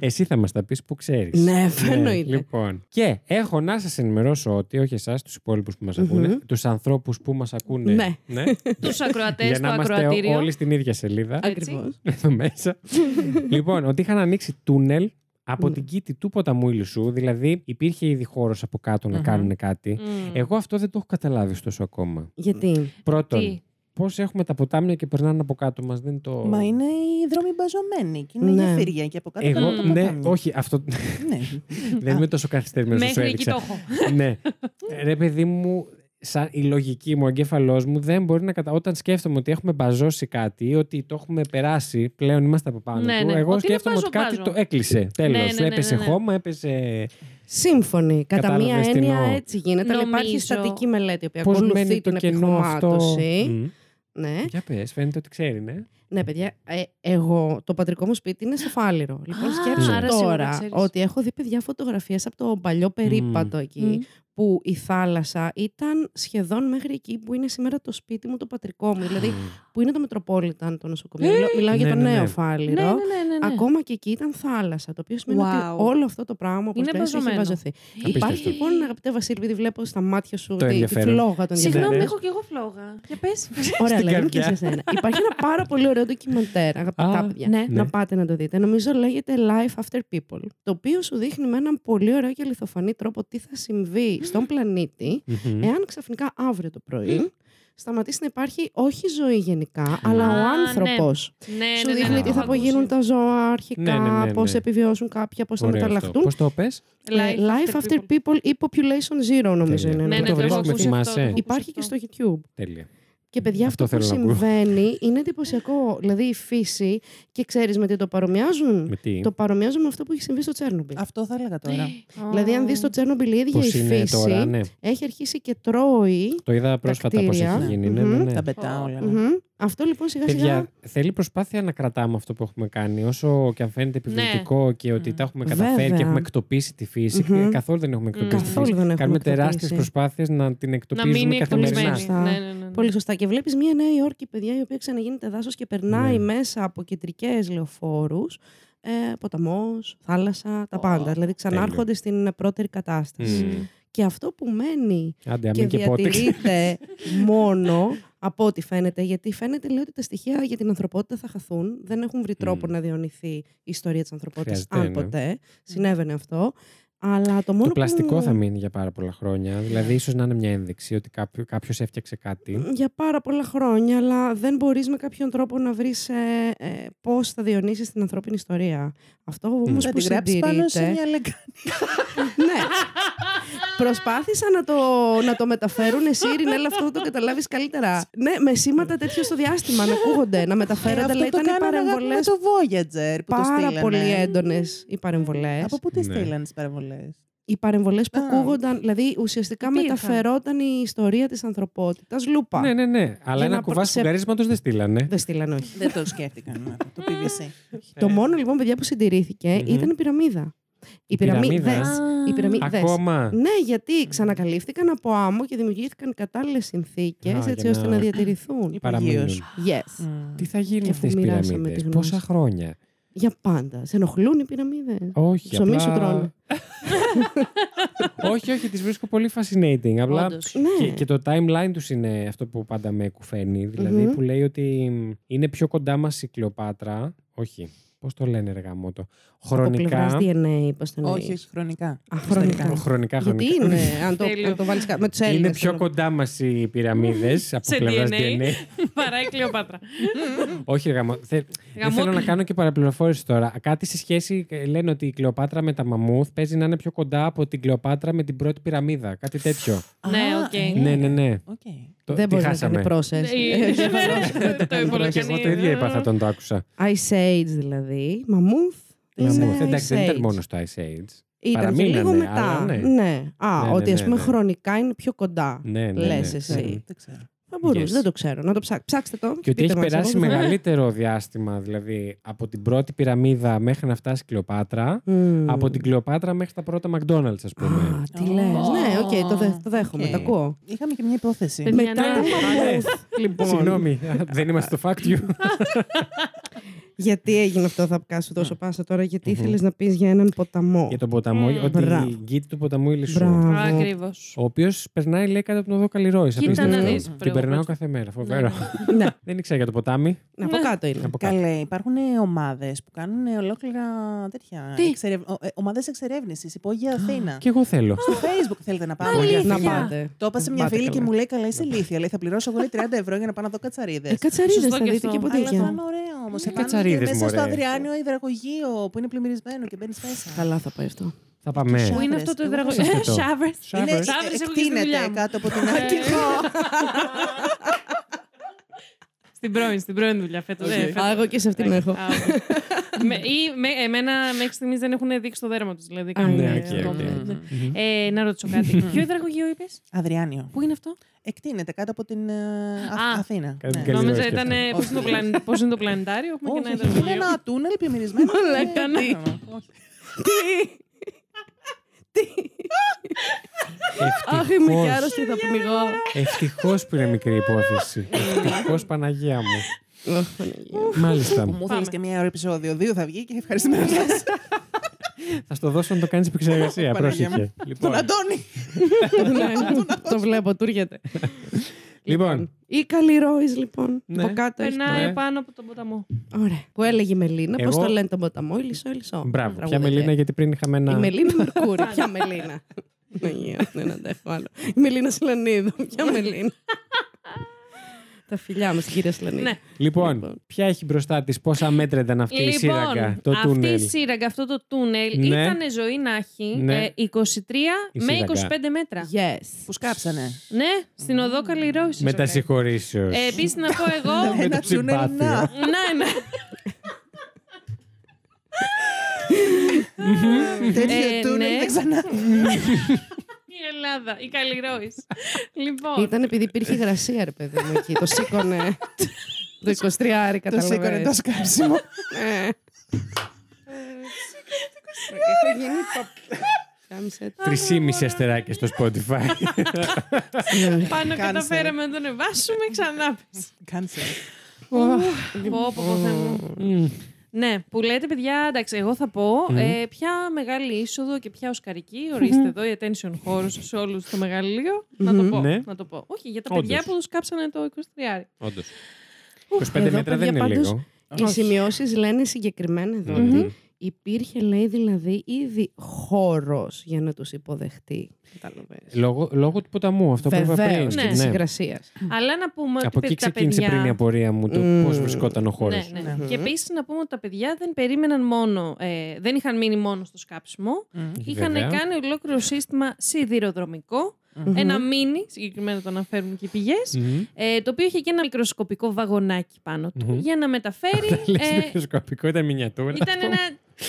Εσύ θα μας τα πεις που ξέρεις. Ναι, εννοείται. λοιπόν. Και έχω να σας ενημερώσω ότι, όχι εσάς, τους υπόλοιπους που μας ακούνε, Μμμ. τους ανθρώπους που μας ακούνε. Ναι. Τους ακροατές, για το να είμαστε ακροατήριο. όλοι στην ίδια σελίδα. Ακριβώς. εδώ μέσα. λοιπόν, ότι είχαν ανοίξει τούνελ από την κήτη του ποταμού Ηλισσού, δηλαδή υπήρχε ήδη χώρος από κάτω να Μμμ. κάνουν κάτι. Μμμ. Εγώ αυτό δεν το έχω καταλάβει ωστόσο ακόμα. Γιατί. Πρώτον, Τι. πώς έχουμε τα ποτάμια και περνάνε από κάτω μας, δεν το. Μα είναι οι δρόμοι μπαζωμένοι και είναι Ναι. γεφύρια και από κάτω Εγώ, κάτω τα ναι, ποτάμια. όχι, αυτό Ναι. δεν είμαι τόσο καθυστερημένος όσο Μέχρι εκεί το έδειξα. έχω. ναι. Ρε, παιδί μου, σαν η λογική μου, ο εγκέφαλός μου δεν μπορεί να κατα... Όταν σκέφτομαι ότι έχουμε μπαζώσει κάτι ή ότι το έχουμε περάσει, πλέον είμαστε από πάνω Ναι, του. ναι. Εγώ Ότι είναι σκέφτομαι μπάζο, ότι κάτι μπάζο. το έκλεισε. Τέλος. ναι, ναι, έπεσε ναι, ναι. χώμα, έπεσε. Σύμφωνοι. Κατά Κατάλαβες μία τι έννοια εννοώ. έτσι γίνεται. Αλλά υπάρχει Νομίζω- στατική μελέτη η οποία Πώς μένει ακολουθεί το την κενό αυτό. επιχρωμάτωση. Μμμ. Ναι. Για πες, φαίνεται ότι ξέρει, ναι. Ναι, παιδιά, ε, εγώ το πατρικό μου σπίτι είναι στο Φάληρο. Λοιπόν, Α, σκέψου άρα σίγουρα τώρα ξέρεις. ότι έχω δει παιδιά φωτογραφίες από το παλιό περίπατο εκεί, που η θάλασσα ήταν σχεδόν μέχρι εκεί που είναι σήμερα το σπίτι μου, το πατρικό μου. δηλαδή, που είναι το Μετροπόλιταν, το νοσοκομείο. Μιλάω- Μιλάω για Ναι, το ναι, ναι. νέο Ναι, Φάληρο. ναι, ναι, ναι, ναι. Ακόμα και εκεί ήταν θάλασσα, το οποίο σημαίνει Wow. ότι όλο αυτό το πράγμα όπως Είναι πες, έχει μπαζωμένο. βαζωθεί. Απίστευτο. Υπάρχει λοιπόν, αγαπητέ Βασίλη, επειδή βλέπω στα μάτια σου Το τη- τη, ενδιαφέρον. φλόγα των Συγγνώμη, Ναι, ναι. έχω κι εγώ φλόγα. Για πες. Ωραία, Στην λέμε και σε καρδιά. εσένα. Υπάρχει ένα πάρα πολύ ωραίο ντοκιμαντέρ, Α, αγαπητά παιδιά. ναι. Να Ναι. πάτε να το δείτε. Νομίζω λέγεται Life After People. Το οποίο σου δείχνει με έναν πολύ ωραίο και αληθοφανή τρόπο τι θα συμβεί στον πλανήτη Μμμ. εάν ξαφνικά αύριο το πρωί σταματήσει να υπάρχει όχι ζωή γενικά, αλλά Α, ο ναι. άνθρωπος. Ναι, Σου ναι, ναι, δείχνει ναι, τι θα έχω απογίνουν ακούσει. τα ζώα Ναι, ναι, ναι, αρχικά, ναι. πώς θα επιβιώσουν κάποια, πώς θα Ωραίο αυτό. μεταλλαχτούν. Πώς το πες. Ε, Life After People ή Population Zero, νομίζω είναι. Ναι, Πού ναι, ένα το το έχω τέτοιο. βρίσκουμε, ακούσει Ναι. θυμάσαι? αυτό, το έχω ακούσει Υπάρχει και αυτό. στο YouTube. Τέλεια. Και παιδιά, Αυτό αυτό, που θέλω να ακούω. συμβαίνει είναι εντυπωσιακό. δηλαδή η φύση και ξέρεις με τι το παρομοιάζουν. Με τι. Το παρομοιάζουν με αυτό που έχει συμβεί στο Τσέρνομπιλ. Αυτό θα έλεγα τώρα. Ναι. Δηλαδή, αν δεις στο Τσέρνομπιλ η ίδια Πώς η είναι φύση τώρα, ναι. έχει αρχίσει και τρώει. Το είδα πρόσφατα πώς κτίρια. έχει γίνει. ναι, Μμμ. ναι, ναι. Τα πετάω όλα. ναι. Μμμ. Αυτό λοιπόν σιγά σιγά. Παιδιά, θέλει προσπάθεια να κρατάμε αυτό που έχουμε κάνει. Όσο και αν φαίνεται Ναι. επιβλητικό και ότι τα έχουμε καταφέρει Βέβαια. και έχουμε εκτοπίσει τη φυση Μμμ. καθόλου δεν έχουμε εκτοπίσει τη φύση. Καθόλου δεν έχουμε Κάνουμε τεράστιες εκτοπίσει. προσπάθειες να την Να εκτοπίζουμε μείνει καθημερινά. εκτοπισμένη. Σωστά. Ναι, ναι, ναι, ναι. Πολύ σωστά. Και βλέπεις μια Νέα Υόρκη, παιδιά, η οποία ξαναγίνεται δάσος και περνάει Ναι. μέσα από κεντρικές λεωφόρους. Ε, Ποταμός, θάλασσα, τα Ω. πάντα. Δηλαδή ξανάρχονται Τέλειο. στην πρώτερη κατάσταση. Μμμ. Και αυτό που μένει Άντε, και αμήν και πότε. διατηρείται μόνο από ό,τι φαίνεται. Γιατί φαίνεται λέει ότι τα στοιχεία για την ανθρωπότητα θα χαθούν. Δεν έχουν βρει τρόπο Μμμ. να διονυθεί η ιστορία της ανθρωπότητας. Χρειάζεται, Αν ναι. ποτέ συνέβαινε αυτό. Αλλά το μόνο Το πλαστικό που... θα μείνει για πάρα πολλά χρόνια. Δηλαδή, ίσως να είναι μια ένδειξη ότι κάποιο έφτιαξε κάτι. Για πάρα πολλά χρόνια, αλλά δεν μπορείς με κάποιον τρόπο να βρεις ε, ε, πώς θα διονύσεις την ανθρώπινη ιστορία. Αυτό όμως Θα που την γράψεις συντηρείται... πάνω σε μια λεκάνη. ναι. Προσπάθησα να το, να το μεταφέρουν εσύ, Ειρηνέλα, αυτό θα το καταλάβεις καλύτερα. Ναι, με σήματα τέτοιο στο διάστημα να ακούγονται, να μεταφέρονται, αλλά Αυτό το ήταν οι κάνανε αγάπη παρεμβολέ με το Voyager που το πάρα στείλανε. πολύ έντονες. Οι παρεμβολές. Από πού τις Ναι. στείλανε τις παρεμβολές. Οι παρεμβολές που Α. ακούγονταν, δηλαδή ουσιαστικά Τι είχαν? μεταφερόταν η ιστορία της ανθρωπότητας λούπα. Ναι, ναι, ναι. Αλλά Για να ένα προ- κουβάς σε- σφουγγαρίσματο δεν στείλανε. Δεν στείλαν, όχι. Δεν το σκέφτηκαν. Το PVC. Το μόνο λοιπόν παιδιά που συντηρήθηκε Μμμ. ήταν η πυραμίδα. Οι πυραμίδα. πυραμίδε. Α. Οι πυραμίδε. Ακόμα. Ναι, γιατί ξανακαλύφθηκαν από άμμο και δημιουργήθηκαν κατάλληλες συνθήκες Α, έτσι για ώστε ναι. να- να διατηρηθούν. Παραμείνουν. Yes. Τι θα γίνει Και αφού αυτέ οι μοιράσαμε τη πυραμίδε, γνώση. πόσα χρόνια. Για πάντα. Σε ενοχλούν οι πυραμίδες. Όχι, Ψωμί απλά... σου τρώνε. όχι, όχι, τις βρίσκω πολύ fascinating. Απλά Όντως. Ναι. και, και το timeline τους είναι αυτό που πάντα με κουφαίνει. Δηλαδή Μμμ. που λέει ότι είναι πιο κοντά μας η Κλεοπάτρα. Όχι. Πώς το λένε, ρε γαμότο. Από πλευρά Χρονικά. DNA, πώς το Όχι, όχι, χρονικά. Α, χρονικά. Χρονικά, χρονικά. Γιατί είναι, αν το, Τέλειο. αν το βάλεις με τους Είναι Έλληνες. πιο κοντά μας οι πυραμίδες από Σε πλευράς DNA. DNA. Παρά η Κλεοπάτρα. Όχι, ρε γαμό. Θε... Δεν Γαμό- θέλω να κάνω και παραπληροφόρηση τώρα. Κάτι σε σχέση. ε, Λένε ότι η Κλεοπάτρα με τα μαμούθ παίζει να είναι πιο κοντά από την Κλεοπάτρα με την πρώτη πυραμίδα. Κάτι τέτοιο. Ναι, Α, οκ. ε, ναι, ναι, ναι. Οκ. Το- Δεν τη μπορεί να χάσαμε. κάνει πρόσες. Ναι, Το Και εγώ το ε, ίδιο είπα, θα τον το άκουσα. Ice Age δηλαδή. Μαμούθ. Μαμούθ. Είναι Εντάξει, δεν Ice ήταν Age. μόνο στο Ice Age. Ήταν και Παραμείνανε, λίγο αλλά μετά. ναι. Ναι. Ναι, Α, ναι, ότι α ναι, πούμε ναι. χρονικά είναι πιο κοντά. Ναι, ναι, ναι. Λες εσύ. Δεν ξέρω. Θα μπορούσε, Yes. δεν το ξέρω. Να το ψάξετε. Ψάξτε το. Και ότι πείτε έχει μας, εγώ περάσει δεν θα- μεγαλύτερο διάστημα, δηλαδή από την πρώτη πυραμίδα μέχρι να φτάσει η Κλεοπάτρα, Μμμ. από την Κλεοπάτρα μέχρι τα πρώτα McDonald's, ας Α, πούμε. τι λες. Ω. Ναι, οκ, το, δε, το δέχομαι, Οκ. το ακούω. Είχαμε και μια υπόθεση. Παιδιά, Μετά ναι. τα μαμούθ. λοιπόν. Συγγνώμη, δεν είμαστε στο fact you. Γιατί έγινε αυτό, θα πιάσω τόσο πάσα τώρα, γιατί ήθελες να πεις για έναν ποταμό. Για τον ποταμό, Μμμ. ότι Μπράβο. η γη του ποταμού Ηλισσού. Μπράβο. Ακριβώς. Ο οποίος περνάει, λέει, κάτω από τον δόκα Λιρόη. Κοίτα να απίστευτο. δεις. Την περνάω πρώτα. κάθε μέρα, φοβερό. Ναι, Δεν ήξερα για το ποτάμι. να Ναι, Ναι. από κάτω είναι. Από κάτω. Καλέ, υπάρχουν ομάδες που κάνουν ολόκληρα τέτοια. Τι? Ομάδες εξερεύνησης, υπόγεια Αθήνα. Και εγώ θέλω. Στο Facebook θέλετε να πάμε. Αλήθεια. Να πάτε. Το είπα σε μια Πάτε φίλη και καλά. μου λέει: Καλά, είσαι ηλίθια. Λέει: Θα πληρώσω εγώ λέει, 30 ευρώ για να πάω να δω κατσαρίδες. Ε, κατσαρίδες Σωστό θα και δείτε αυτό. και Αλλά θα ποτέ είναι ωραίο όμως. κατσαρίδες, μέσα στο μωρέ. Αδριάνιο υδραγωγείο που είναι πλημμυρισμένο και μπαίνει μέσα. Καλά θα πάει αυτό. Θα Πού πάμε. είναι αυτό το Εγώ υδραγωγείο. σας κοιτώ. Σάβερ. Σάβερ. Είναι, Σάβρες έχω και στη δουλειά εκτείνεται μου. Ε. κάτω από την Αττικό. Στην πρώην, στην πρώην δουλειά Ε, φέτος. Α, εγώ και σε αυτήν Ναι. έχω. Ή με- εμένα μέχρι στιγμής δεν έχουν δείξει το δέρμα τους. Δηλαδή, ναι, κάνουν οκ, ακόμα. οκ, Ναι. Ε, Να ρωτήσω κάτι. Ποιο υδραγωγείο είπες, Αδριάνιο. Πού είναι αυτό, Εκτείνεται κάτω από την ε, Α- Α. Αθήνα. Κάτι Ναι. καλύτερο. Νόμιζα Λιρόης και ήταν αυτό. πώς είναι, το πλαν- πώς είναι το πλανητάριο. Έχουμε και Όχι, ένα όχι, Είναι υδραγωγείο. ένα τούνελ πλημμυρισμένο. Μαλάκα, και- ναι. Όχι. Τι! Αχ, είμαι και άρρωστη, θα πνιγώ. Ευτυχώς που είναι μικρή υπόθεση. Ευτυχώς Παναγία μου. Αχ, Παναγία. Μάλιστα. Μου Πάμε. θέλεις και μία ώρα επεισόδιο. Δύο θα βγει και ευχαριστημένο σας. Θα στο δώσω να το κάνεις επεξεργασία. Παναγία μου. Πρόσεχε. Λοιπόν, Τον Αντώνη. Ναι, Το βλέπω, τούργεται. λοιπόν, Ή καλή ροής, λοιπόν. Ναι. Από κάτω έχει. ναι. Περνάει πάνω από τον ποταμό. Ωραία. Που έλεγε η Μελίνα, πώς Εγώ- το λένε τον ποταμό, ηλισό, ηλισό. μπράβο. Ποια Τραγούδια. Μελίνα, γιατί πριν είχαμε Η ένα. Μελίνα Μερκούρη, ποια Μελίνα. Ναι, Παναγία, Δεν αντέχω άλλο. Η Μελίνα Σλανίδου, ποια Μελίνα. Τα φιλιά μας, κυρία Σλανίδου. Ναι. Λοιπόν, Λοιπόν. ποια έχει μπροστά της, πόσα μέτρα ήταν αυτή η σύραγγα, το Λοιπόν, αυτή η τούνελ. σύραγγα, αυτό το τούνελ Ναι. ήταν ζωή να έχει Ναι. ε, 23 Η με σύραγγα. 25 μέτρα. Yes. Που σκάψανε. Ναι, στην οδό Καλλιρόης. Μετασυγχωρήσεω. Ε, Επίσης να πω εγώ. Με Ένα το τούνελ να. ψυμπάθιο. ναι, ναι. Ε, Τέτοιο ναι. τούνελ δεν ξανά. Η Ελλάδα, η Καλλιρόης. λοιπόν. Ήταν επειδή υπήρχε υγρασία, ρε παιδί μου εκεί. Το σήκωνε. Το 23 άρι, Το σήκωνε το καταλαβαίνεις. σκάψιμο. Ναι. Έχω γίνει παπ- Κάμισε το. Τρισήμιση αστεράκια στο Spotify. Πάνω Ναι. Κάνεις, καταφέραμε να τον ανεβάσουμε, ξανά πες. Κάνσε. Πω, πω, πω, Θεέ μου. Ναι, που λέτε, παιδιά, εντάξει, εγώ θα πω ε, ποια μεγάλη είσοδο και ποια οσκαρική. Ορίστε εδώ η attention χώρο σε όλους στο μεγαλείο. Να το πω. Ναι. Να το πω. Όχι, για τα παιδιά Όντως. που τους κάψανε το 23. Όντω. 25 μέτρα εδώ, δεν παιδιά, είναι πάντως, λίγο. Οι σημειώσεις λένε συγκεκριμένα εδώ Μμμ. ότι υπήρχε, λέει, δηλαδή ήδη χώρος για να τους υποδεχτεί. Καταλαβαίνεις. Λόγω, λόγω του ποταμού, αυτό που είπα πριν. Βεβαίως και Ναι. τη υγρασίας. Αλλά να πούμε Από ότι εκεί τα ξεκίνησε παιδιά... πριν η απορία μου το Μμμ. πώς βρισκόταν ο χώρος. Ναι, ναι. Και επίσης να πούμε ότι τα παιδιά δεν περίμεναν μόνο, ε, δεν είχαν μείνει μόνο στο σκάψιμο. Είχαν Βέβαια. κάνει ολόκληρο σύστημα σιδηροδρομικο ένα μίνι, συγκεκριμένα το αναφέρουν και οι πηγές, ε, το οποίο είχε και ένα μικροσκοπικό βαγονάκι πάνω του Μμμ. ναι. για να μεταφέρει. ε, μικροσκοπικό, ήταν μινιατούρα. ήταν ένα.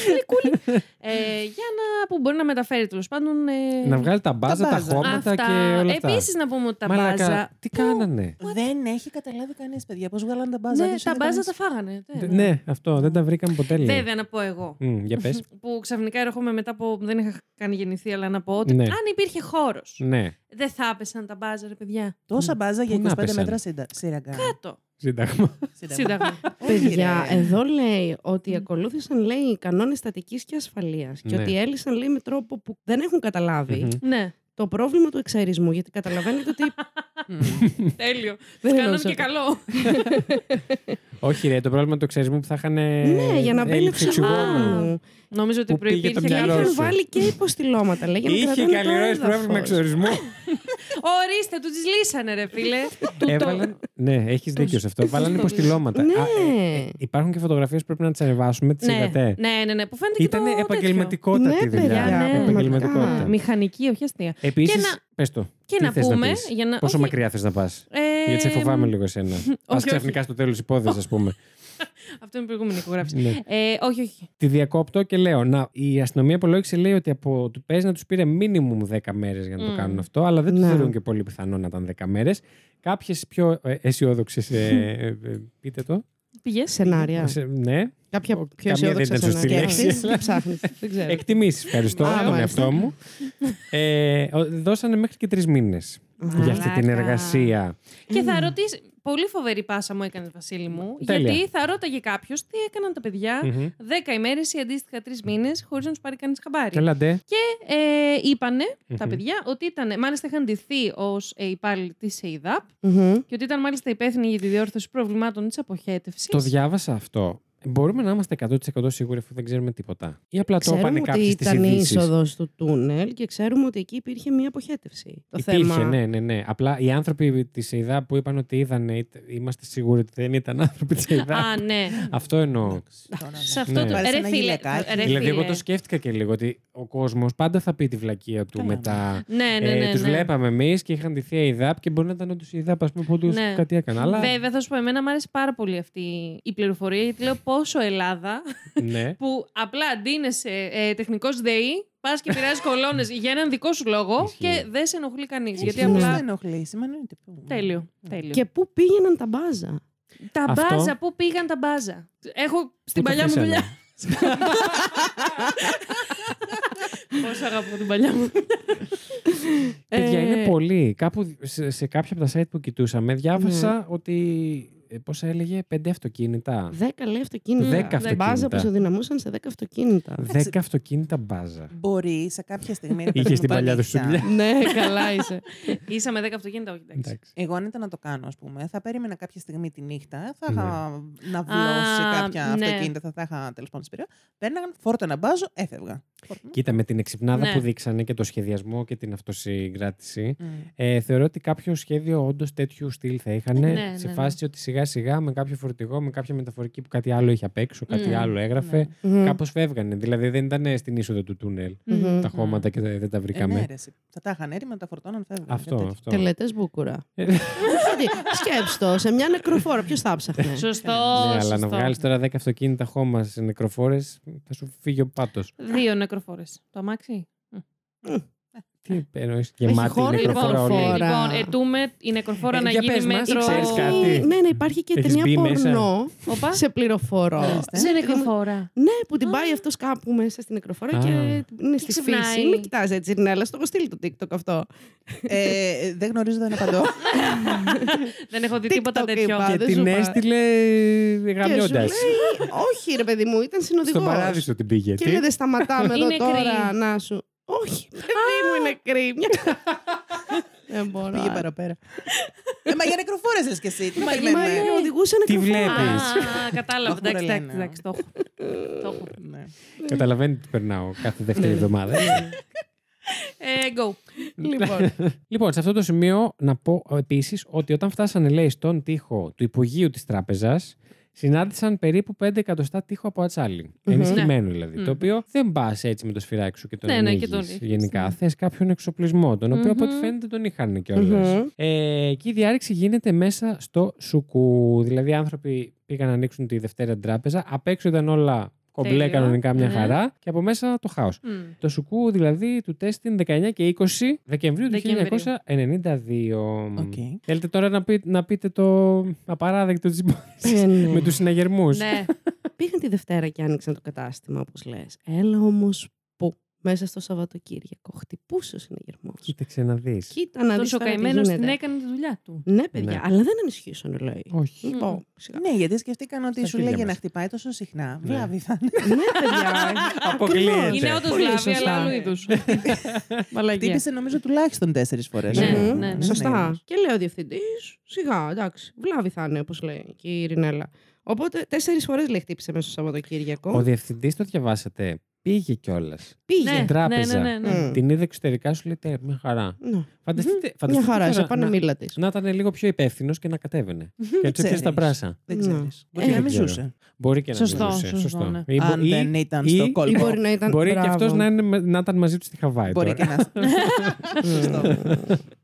γλυκούλι, ε, για να. που μπορεί να μεταφέρει τέλος πάντων. ε, Να βγάλει τα μπάζα, τα μπάζα. χώματα και όλα αυτά. Επίσης να πούμε ότι τα Μαλάκα, μπάζα. Τι κάνανε. Δεν έχει καταλάβει κανείς, παιδιά, πώς βγάλαν τα μπάζα. Ναι, δεν τα ξέρει μπάζα κανείς. τα φάγανε. δεν. Ναι, αυτό δεν τα βρήκαμε ποτέ. λέει. Ε, Βέβαια, να πω εγώ. Μμ, Για πες. που ξαφνικά έρχομαι μετά από. Δεν είχα καν γεννηθεί, αλλά να πω ότι Ναι. αν υπήρχε χώρος. Ναι, Δεν θα έπεσαν τα μπάζα, ρε παιδιά. Τόσα μπάζα για Πού να 25 πέσανε. μέτρα σύντα- σύραγγα. Κάτω. σύνταγμα. Σύνταγμα. Όχι, Παιδιά, ε, ρε. εδώ λέει ότι ακολούθησαν λέει οι κανόνες στατικής και ασφαλείας και Ναι. ότι έλυσαν λέει με τρόπο που δεν έχουν καταλάβει Μμμ. ναι. το πρόβλημα του εξαρισμού. Γιατί καταλαβαίνετε ότι Τέλειο. Τους Δεν κάνανε εννοούσα. και καλό. Όχι, ρε, το πρόβλημα το ξέρεις μου που θα είχαν. Ναι, για να μπει λίγο εξοξυγόμενο. ξυγόμενο. Νομίζω ότι Που πήγε το προϋπήρχε Και μυαλό κάποιο. σου. είχαν βάλει και υποστηλώματα. Λέγανε Είχε κρατάνε το καλλιρόε έδαφος. πρόβλημα εξορισμού. Ορίστε, τους τις λύσανε, ρε φίλε. Του το- Έβαλαν... Ναι, έχεις δίκιο σε αυτό. Βάλανε υποστηλώματα. Ναι. Α, ε, ε, Υπάρχουν και φωτογραφίες που πρέπει να τις ανεβάσουμε. Τις Ναι, είδατε. ναι, ναι, ναι, που φαίνεται και Ήταν το επαγγελματικότατη Ναι, δουλειά. παιδιά, ναι. Επαγγελματικότητα. τέτοιο. Μηχανική, όχι αστεία. Επίσης, Και να- πες το. Και τι να θες πούμε. πεις? για να- Πόσο όχι, μακριά θες να πας. ε, Γιατί σε φοβάμαι λίγο εσένα. Πα όχι. ξαφνικά στο τέλος υπόθεσης, ας πούμε. Αυτό είναι η προηγούμενη ηχογράφηση. Ναι. Ε, όχι, όχι. Τη διακόπτω και λέω. Να, η αστυνομία υπολόγισε λέει ότι από του παίζει να τους πήρε μίνιμουμ 10 μέρες για να το Μμμ. κάνουν αυτό, αλλά δεν το Ναι. θεωρούν και πολύ πιθανό να ήταν 10 μέρες. Κάποιες πιο ε, αισιόδοξες. Ε, ε, ε, πείτε το. Πήγες. Σενάρια. Σε- ναι. Κάποια Καμία πιο δεν αισιόδοξα ήταν σωστή σενάρια. λέξη, Ξέρεις, αλλά- Δεν ψάχνεις. Δεν ξέρω. Εκτιμήσεις. Ευχαριστώ Α, τον μάλιστα. εαυτό μου. Ε, ο- δώσανε μέχρι και τρεις μήνες για αυτή την Μαλάκα. εργασία. Και θα ρωτήσει. Πολύ φοβερή πάσα μου έκανε, Βασίλη μου. Τέλεια. Γιατί θα ρώταγε κάποιος τι έκαναν τα παιδιά Μμμ. 10 ημέρες ή αντίστοιχα 3 μήνες χωρίς να τους πάρει κανείς χαμπάρι. Καλά, ντε. Ε, ειπανε τα Μμμ. παιδιά ότι ήταν. Μάλιστα είχαν ντυθεί ως υπάλληλοι της ΕΙΔΑΠ Μμμ. και ότι ήταν μάλιστα υπεύθυνοι για τη διόρθωση προβλημάτων της αποχέτευσης. Το διάβασα αυτό. Μπορούμε να είμαστε 100% σίγουροι αφού δεν ξέρουμε τίποτα. Ή απλά το Ξέρουμε είπανε ότι κάποιοι στις ήταν η ειδήσεις. είσοδος του τούνελ και ξέρουμε ότι εκεί υπήρχε μία αποχέτευση. Το θέμα. ναι, ναι, ναι. Απλά οι άνθρωποι της ΕΙΔΑ που είπαν ότι είδαν, είμαστε σίγουροι ότι δεν ήταν άνθρωποι της ΕΙΔΑ. Α, ναι. Αυτό εννοώ. Σε αυτό Ναι. το. Πάρε Ρε ένα φίλε. γυλαικάκι. ρε δηλαδή, εγώ φίλε. το σκέφτηκα και λίγο ότι ο κόσμος πάντα θα πει τη βλακεία του Καλά, μετά. Ναι, ναι, Ε, ναι. τους ναι. βλέπαμε εμείς και είχαν ντυθεί ΕΙΔΑΠ και μπορεί να ήταν όντως η ΕΙΔΑΠ, ας πούμε, που όντως Ναι. κάτι έκανε. Αλλά. Βέβαια, θα σου πω, εμένα μου άρεσε πάρα πολύ αυτή η πληροφορία, γιατί λέω πόσο Ελλάδα ναι. που απλά αντίνεσαι ε, τεχνικός ΔΕΗ, πας και πειράζει κολόνες για έναν δικό σου λόγο Ισχύει. και δεν σε ενοχλεί κανείς. Γιατί Ισχύει. Πώς δεν απλά. ενοχλεί, σημαίνει ότι. Τέλειο. τέλειο. Και πού πήγαιναν τα μπάζα. τα Ναι. Αυτό- μπάζα, πού πήγαν τα μπάζα. Έχω στην Πού το παλιά μου αφήσανε. δουλειά. Πόσο αγαπώ την παλιά μου. Παιδιά, Ε, είναι πολύ. Κάπου σε, σε κάποια από τα site που κοιτούσαμε διάβασα Ναι. ότι. ε, Πόσα έλεγε, πέντε αυτοκίνητα. Δέκα λέει αυτοκίνητα. Δέκα Μπάζα αυτοκίνητα. που σε δυναμούσαν σε δέκα αυτοκίνητα. Δέκα αυτοκίνητα μπάζα. Μπορεί σε κάποια στιγμή. ρε Είχε παιδί μου, την παλιά του σου αλήθεια, δουλειά. ναι, καλά είσαι. Είσαι με 10 αυτοκίνητα, όχι εντάξει. Εντάξει. Εγώ αν ήταν να το κάνω, ας πούμε, θα περίμενα κάποια στιγμή τη νύχτα, θα Ναι. είχα να βλώσει Α, κάποια ναι. αυτοκίνητα, θα τα είχα τέλος πάντων σπηρεώ. Παίρναγαν, φόρτωνα μπάζο, έφευγα. Φόρτωνα. Κοίτα, με την εξυπνάδα Ναι. που δείξανε και το σχεδιασμό και την αυτοσυγκράτηση, Μμ. ε, θεωρώ ότι κάποιο σχέδιο όντως τέτοιου στυλ θα είχαν Ναι, σε ναι, φάση ότι σιγά σιγά με κάποιο φορτηγό, με κάποια μεταφορική που κάτι άλλο είχε απ' έξω, κάτι Ναι, άλλο έγραφε. ναι. Μμμ. Κάπως φεύγανε. Δηλαδή δεν ήταν στην είσοδο του τούνελ Μμμ. τα χώματα και δεν τα Ε, βρήκαμε. ναι, ρε, εσύ. θα τα είχαν έτοιμα, τα φορτώναν, φεύγαν. Αυτό, κάτι τέτοιο. αυτό. Τελετές μπουκουρά. Ε. Γιατί, σκέψτε το, σε μια νεκροφόρα ποιος θα ψάχνε. Σωστό. Ναι, αλλά να σωστό. βγάλεις τώρα 10 αυτοκίνητα χώμα σε νεκροφόρες, θα σου φύγει ο πάτος. Δύο νεκροφόρες. Το αμάξι. Τι εννοεί, γεμάτη χώρο, νεκροφόρα λοιπόν, όλη. χώρο. Τώρα. Λοιπόν, ετούμε η νεκροφόρα Ε, να για γίνει πες μας, μέτρο. ξέρεις Υπάρχει- κάτι? Ναι, ναι, υπάρχει και Έχεις ταινία μπει μέσα? πορνό. Οπα. Σε πληροφορώ. Μάλιστα. Σε ε, Ναι, νεκροφόρα. Ναι, που την πάει αυτός κάπου μέσα στην νεκροφόρα Α. και είναι στη ξυπνάει. φύση. Μην κοιτάζει έτσι, Ρινέλα, στο έχω στείλει το TikTok αυτό. Ε, δεν γνωρίζω, δεν απαντώ. Δεν έχω δει TikTok τίποτα τέτοιο. είπα. Και δεν την σου είπα. έστειλε Και σου γαμιώντας. λέει, Όχι, ρε παιδί μου, ήταν συνοδηγό. Στον παράδεισο την πήγε. Και Τι? λέει, δεν σταματάμε Είναι εδώ τώρα κρύ. να σου. Όχι, παιδί μου είναι κρύ. Μια χαρά. Δεν μπορώ. Πήγε παραπέρα. ε, μα για νεκροφόρε λε και εσύ. Τι να Μα η περιμένουμε. Μαρία οδηγούσε Τι Α, βλέπει. νεκροφόρα. κατάλαβα. Αχ, Εντάξει, Μαρλένα. ναι. εντάξει, εντάξει, το έχω. Το έχω. Ναι. Καταλαβαίνετε τι περνάω κάθε Ναι. δεύτερη εβδομάδα. Ε, Go. Λοιπόν, λοιπόν, σε αυτό το σημείο να πω επίσης ότι όταν φτάσανε, λέει, στον τοίχο του υπογείου της τράπεζας, συνάντησαν περίπου 5 εκατοστά τοίχο από ατσάλι. Μμμ. Ενισχυμένο δηλαδή. Ναι. Μμμ. Το οποίο δεν πας έτσι με το σφυράκι σου και τον Ναι, ναι, και ανοίγει. τον ανοίγεις, γενικά. ναι. Θες κάποιον εξοπλισμό, τον οποιο Μμμ. από ό,τι φαίνεται τον είχαν κιόλας. μμμ. Ε, και η διάρρηξη γίνεται μέσα στο σουκού. Δηλαδή, οι άνθρωποι πήγαν να ανοίξουν τη Δευτέρα τράπεζα. Απ' έξω ήταν όλα κομπλέ, Τέλειο. κανονικά μια Ναι. χαρά. Και από μέσα το χάος. Μμ. Το σουκού δηλαδή του τέστην 19 και 20 Δεκεμβρίου του Δεκεμβρίου. 1992. Οκ. Θέλετε τώρα να, πει- να πείτε το απαράδεκτο της υπόθεσης Ε, ναι. με τους συναγερμούς. Ναι. Πήγαν τη Δευτέρα και άνοιξαν το κατάστημα, όπως λες. Έλα όμως πού. μέσα στο Σαββατοκύριακο. Χτυπούσε ο συναγερμός. Κοίταξε να δεις. Κοίτα να Τόσο δεις. καημένο την έκανε τη δουλειά του. Ναι, παιδιά, Ναι. αλλά δεν ενισχύσουν οι λόγοι. Όχι. Μμμ. Λοιπόν, σιγά. Ναι, γιατί σκεφτήκαν ότι Στα σου χέρια λέγε μας. να χτυπάει τόσο συχνά. Ναι. Βλάβη θα ναι, είναι. παιδιά. Αποκλείεται. Είναι όντως Πολύ βλάβη, σωστά. αλλά άλλου είδους. Μαλακία. Χτύπησε νομίζω τουλάχιστον τέσσερις φορές. Ναι, Μμμ. ναι, ναι. Σωστά. Και λέει ο διευθυντής, σιγά, εντάξει. Βλάβη θα είναι, όπως λέει και η Ειρηνέλα. Οπότε τέσσερις φορές λέει χτύπησε μέσα στο Σαββατοκύριακο. Ο διευθυντής το διαβάσατε. Πήγε κιόλας. Πήγε. Ναι, ναι, τράπεζα. ναι, ναι, ναι. Μμ. Την είδε εξωτερικά, σου λέει «Τε, μια χαρά. Ναι. Φανταστείτε. Μια φανταστείτε χαρά, τώρα σε πάνε να- μίλα της. Να ήταν λίγο πιο υπεύθυνο και να κατέβαινε. και να τσεπιέ τα ξέρεις. μπράσα. Δεν Ναι. ξέρει. Μπορεί Ε, να δεν μην ξέρω. ζούσε. Μπορεί και να Σωστό, μιλούσε, σωστό, ναι. Ή μπο- Αν ή- δεν ήταν ή- στο ή Ή κόλπο. μπορεί να ήταν. Λοιπόν, Μπορεί και Μπράβο. αυτός να, είναι με- να ήταν μαζί του στη Χαβάη. Μπορεί τώρα. και να. Σωστό.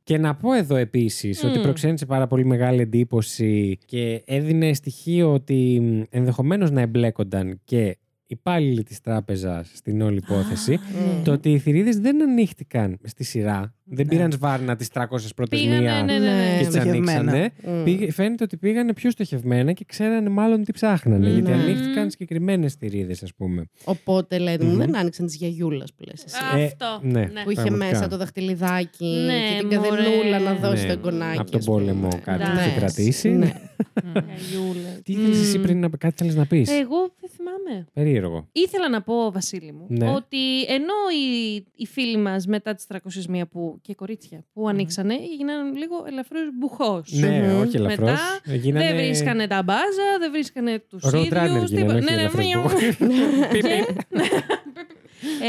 Και να πω εδώ επίσης Μμμ. ότι προξένησε πάρα πολύ μεγάλη εντύπωση και έδινε στοιχείο ότι ενδεχομένως να εμπλέκονταν και υπάλληλοι της τράπεζας στην όλη υπόθεση. ναι. το ότι οι θηρίδες δεν ανοίχτηκαν στη σειρά. Δεν Ναι. πήραν σβάρνα τις 300 πρώτες Πήγανε, ναι, ναι, ναι. και Ε, τι ανοίξανε. στοχευμένα. Μμ. Πήγε- Φαίνεται ότι πήγανε πιο στοχευμένα και ξέρανε μάλλον τι ψάχνανε. Μμ. Γιατί Ναι. ανοίχτηκαν συγκεκριμένες θηρίδες, ας πούμε. Οπότε, λέει, μου, Μμμ. δεν άνοιξαν τις γιαγιούλας που λες εσύ. Ε, Αυτό. ναι. Ναι. που είχε πραγματικά. μέσα το δαχτυλιδάκι Ναι, και την μωρέ. καδενούλα να δώσει Ναι, το εικονάκι. απ' τον ας πούμε. Ναι. πόλεμο κάτι είχε κρατήσει. Ναι. Γιούλα. Τι θέλει εσύ Μμ. πριν να πει, κάτι θέλεις να πεις. Εγώ δεν θυμάμαι. Περίεργο. Ήθελα να πω, Βασίλη μου, Ναι. ότι ενώ οι, οι φίλοι μας μετά τις 301 που, και κορίτσια που ανοίξανε, γίνανε λίγο ελαφρώς μπουχός. Ναι, Μμμ. όχι ελαφρώς. Μετά, Δεν βρίσκανε τα μπάζα, δεν βρίσκανε τους Road runner ίδιους. γίνανε, όχι ναι, ελαφρώς μπουχός.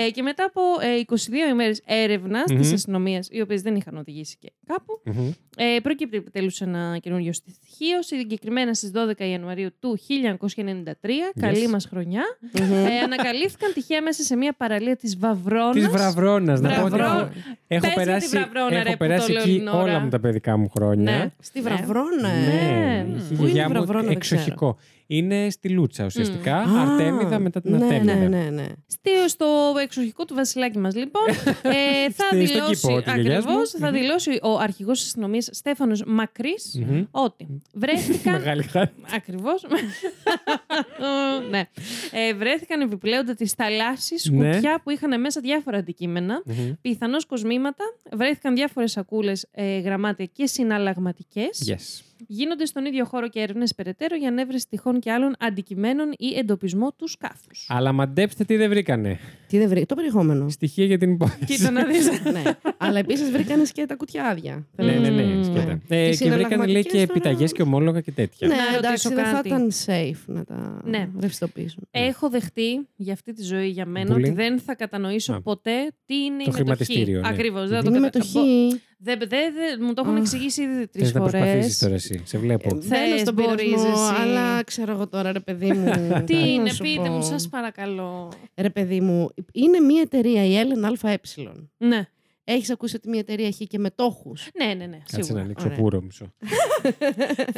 ε, και μετά από ε, 22 ημέρες έρευνας Μμμ. τη αστυνομίας, οι οποίες δεν είχαν οδηγήσει και κάπου, Μμμ. Ε, πρόκειται επιτέλους ένα καινούριο στοιχείο. Συγκεκριμένα στις 12 Ιανουαρίου του 1993, καλή μας χρονιά, Μμμ. ε, ανακαλύφθηκαν τυχαία μέσα σε μια παραλία της Βαβρώνας. Της Βραβρώνα, να πω ότι Βραβρό- έχω- έχω Πες για τη περάσει, Βραβρώνα, ρε, έχω που περάσει το λέω εκεί όλη την ώρα. όλα μου τα παιδικά μου Ναι. χρόνια. Στη Βραβρώνα, ε. Ναι, Ναι. είχε Πού είναι η γιαγιά μου Βραβρώνα, δεν ξέρω. εξοχικό. Είναι στη Λούτσα ουσιαστικά. Α, Αρτέμιδα μετά την ναι, Αρτέμιδα. Ναι, ναι, ναι. Στο, στο εξοχικό του βασιλάκι μας, λοιπόν, ε, θα, Στη- στον κήπο δηλώσει, της γιαγιάς ακριβώς, μου. θα Μμμ. δηλώσει ο αρχηγός της αστυνομίας Στέφανος Μακρύς Μμμ. ότι βρέθηκαν Μεγάλη χάρη. Ακριβώς. ναι. Ε, βρέθηκαν επιπλέοντα τις θαλάσσιες Ναι. σκουπιά που είχαν μέσα διάφορα αντικείμενα, Μμμ. πιθανώς κοσμήματα, βρέθηκαν διάφορες σακούλες, ε, γραμμάτια και συναλλαγματικές. Yes. Γίνονται στον ίδιο χώρο και έρευνες περαιτέρω για ανέβρεση τυχών και άλλων αντικειμένων ή εντοπισμό του σκάφους. Αλλά μαντέψτε τι δεν βρήκανε. Τι δεν βρήκε, το περιεχόμενο. Στοιχεία για την υπόθεση. Κοίτα να δεις. ναι. Αλλά επίσης βρήκανε και τα κουτιάδια. Ναι, ναι, ναι. Μμμ. σκέτα. Ναι. Ε, Οι και βρήκανε λέει και συναλλαγματικές τώρα- επιταγέ και ομόλογα και τέτοια. Ναι, ρωτήσω εντάξει, δεν θα κάτι. ήταν safe να τα Ναι. ρευστοποιήσουν. Έχω δεχτεί για αυτή τη ζωή για μένα Bullying. ότι δεν θα κατανοήσω Α. ποτέ τι είναι Το η μετοχή. χρηματιστήριο, ναι. Ακριβώς, δεν Μμμ. θα το Είναι κατα- Ε, μετοχή. Δεν, δεν, δεν- μου το έχουν Αχ. εξηγήσει ήδη τρει Θες να φορέ. προσπαθήσει τώρα εσύ. Σε βλέπω. Ε, Μπαίνω Θες, στον μπορείς πειρασμό, εσύ. αλλά ξέρω εγώ τώρα, ρε παιδί μου. Τι είναι, να σου πείτε πω. μου, σας παρακαλώ. Ρε παιδί μου, είναι μια εταιρεία, η Ellen ΑΕ. Ναι, Έχεις ακούσει ότι μια εταιρεία έχει και μετόχους. ναι, ναι, ναι Κάτσε να σίγουρα. ανοίξω Ωραία. πουρο μισό.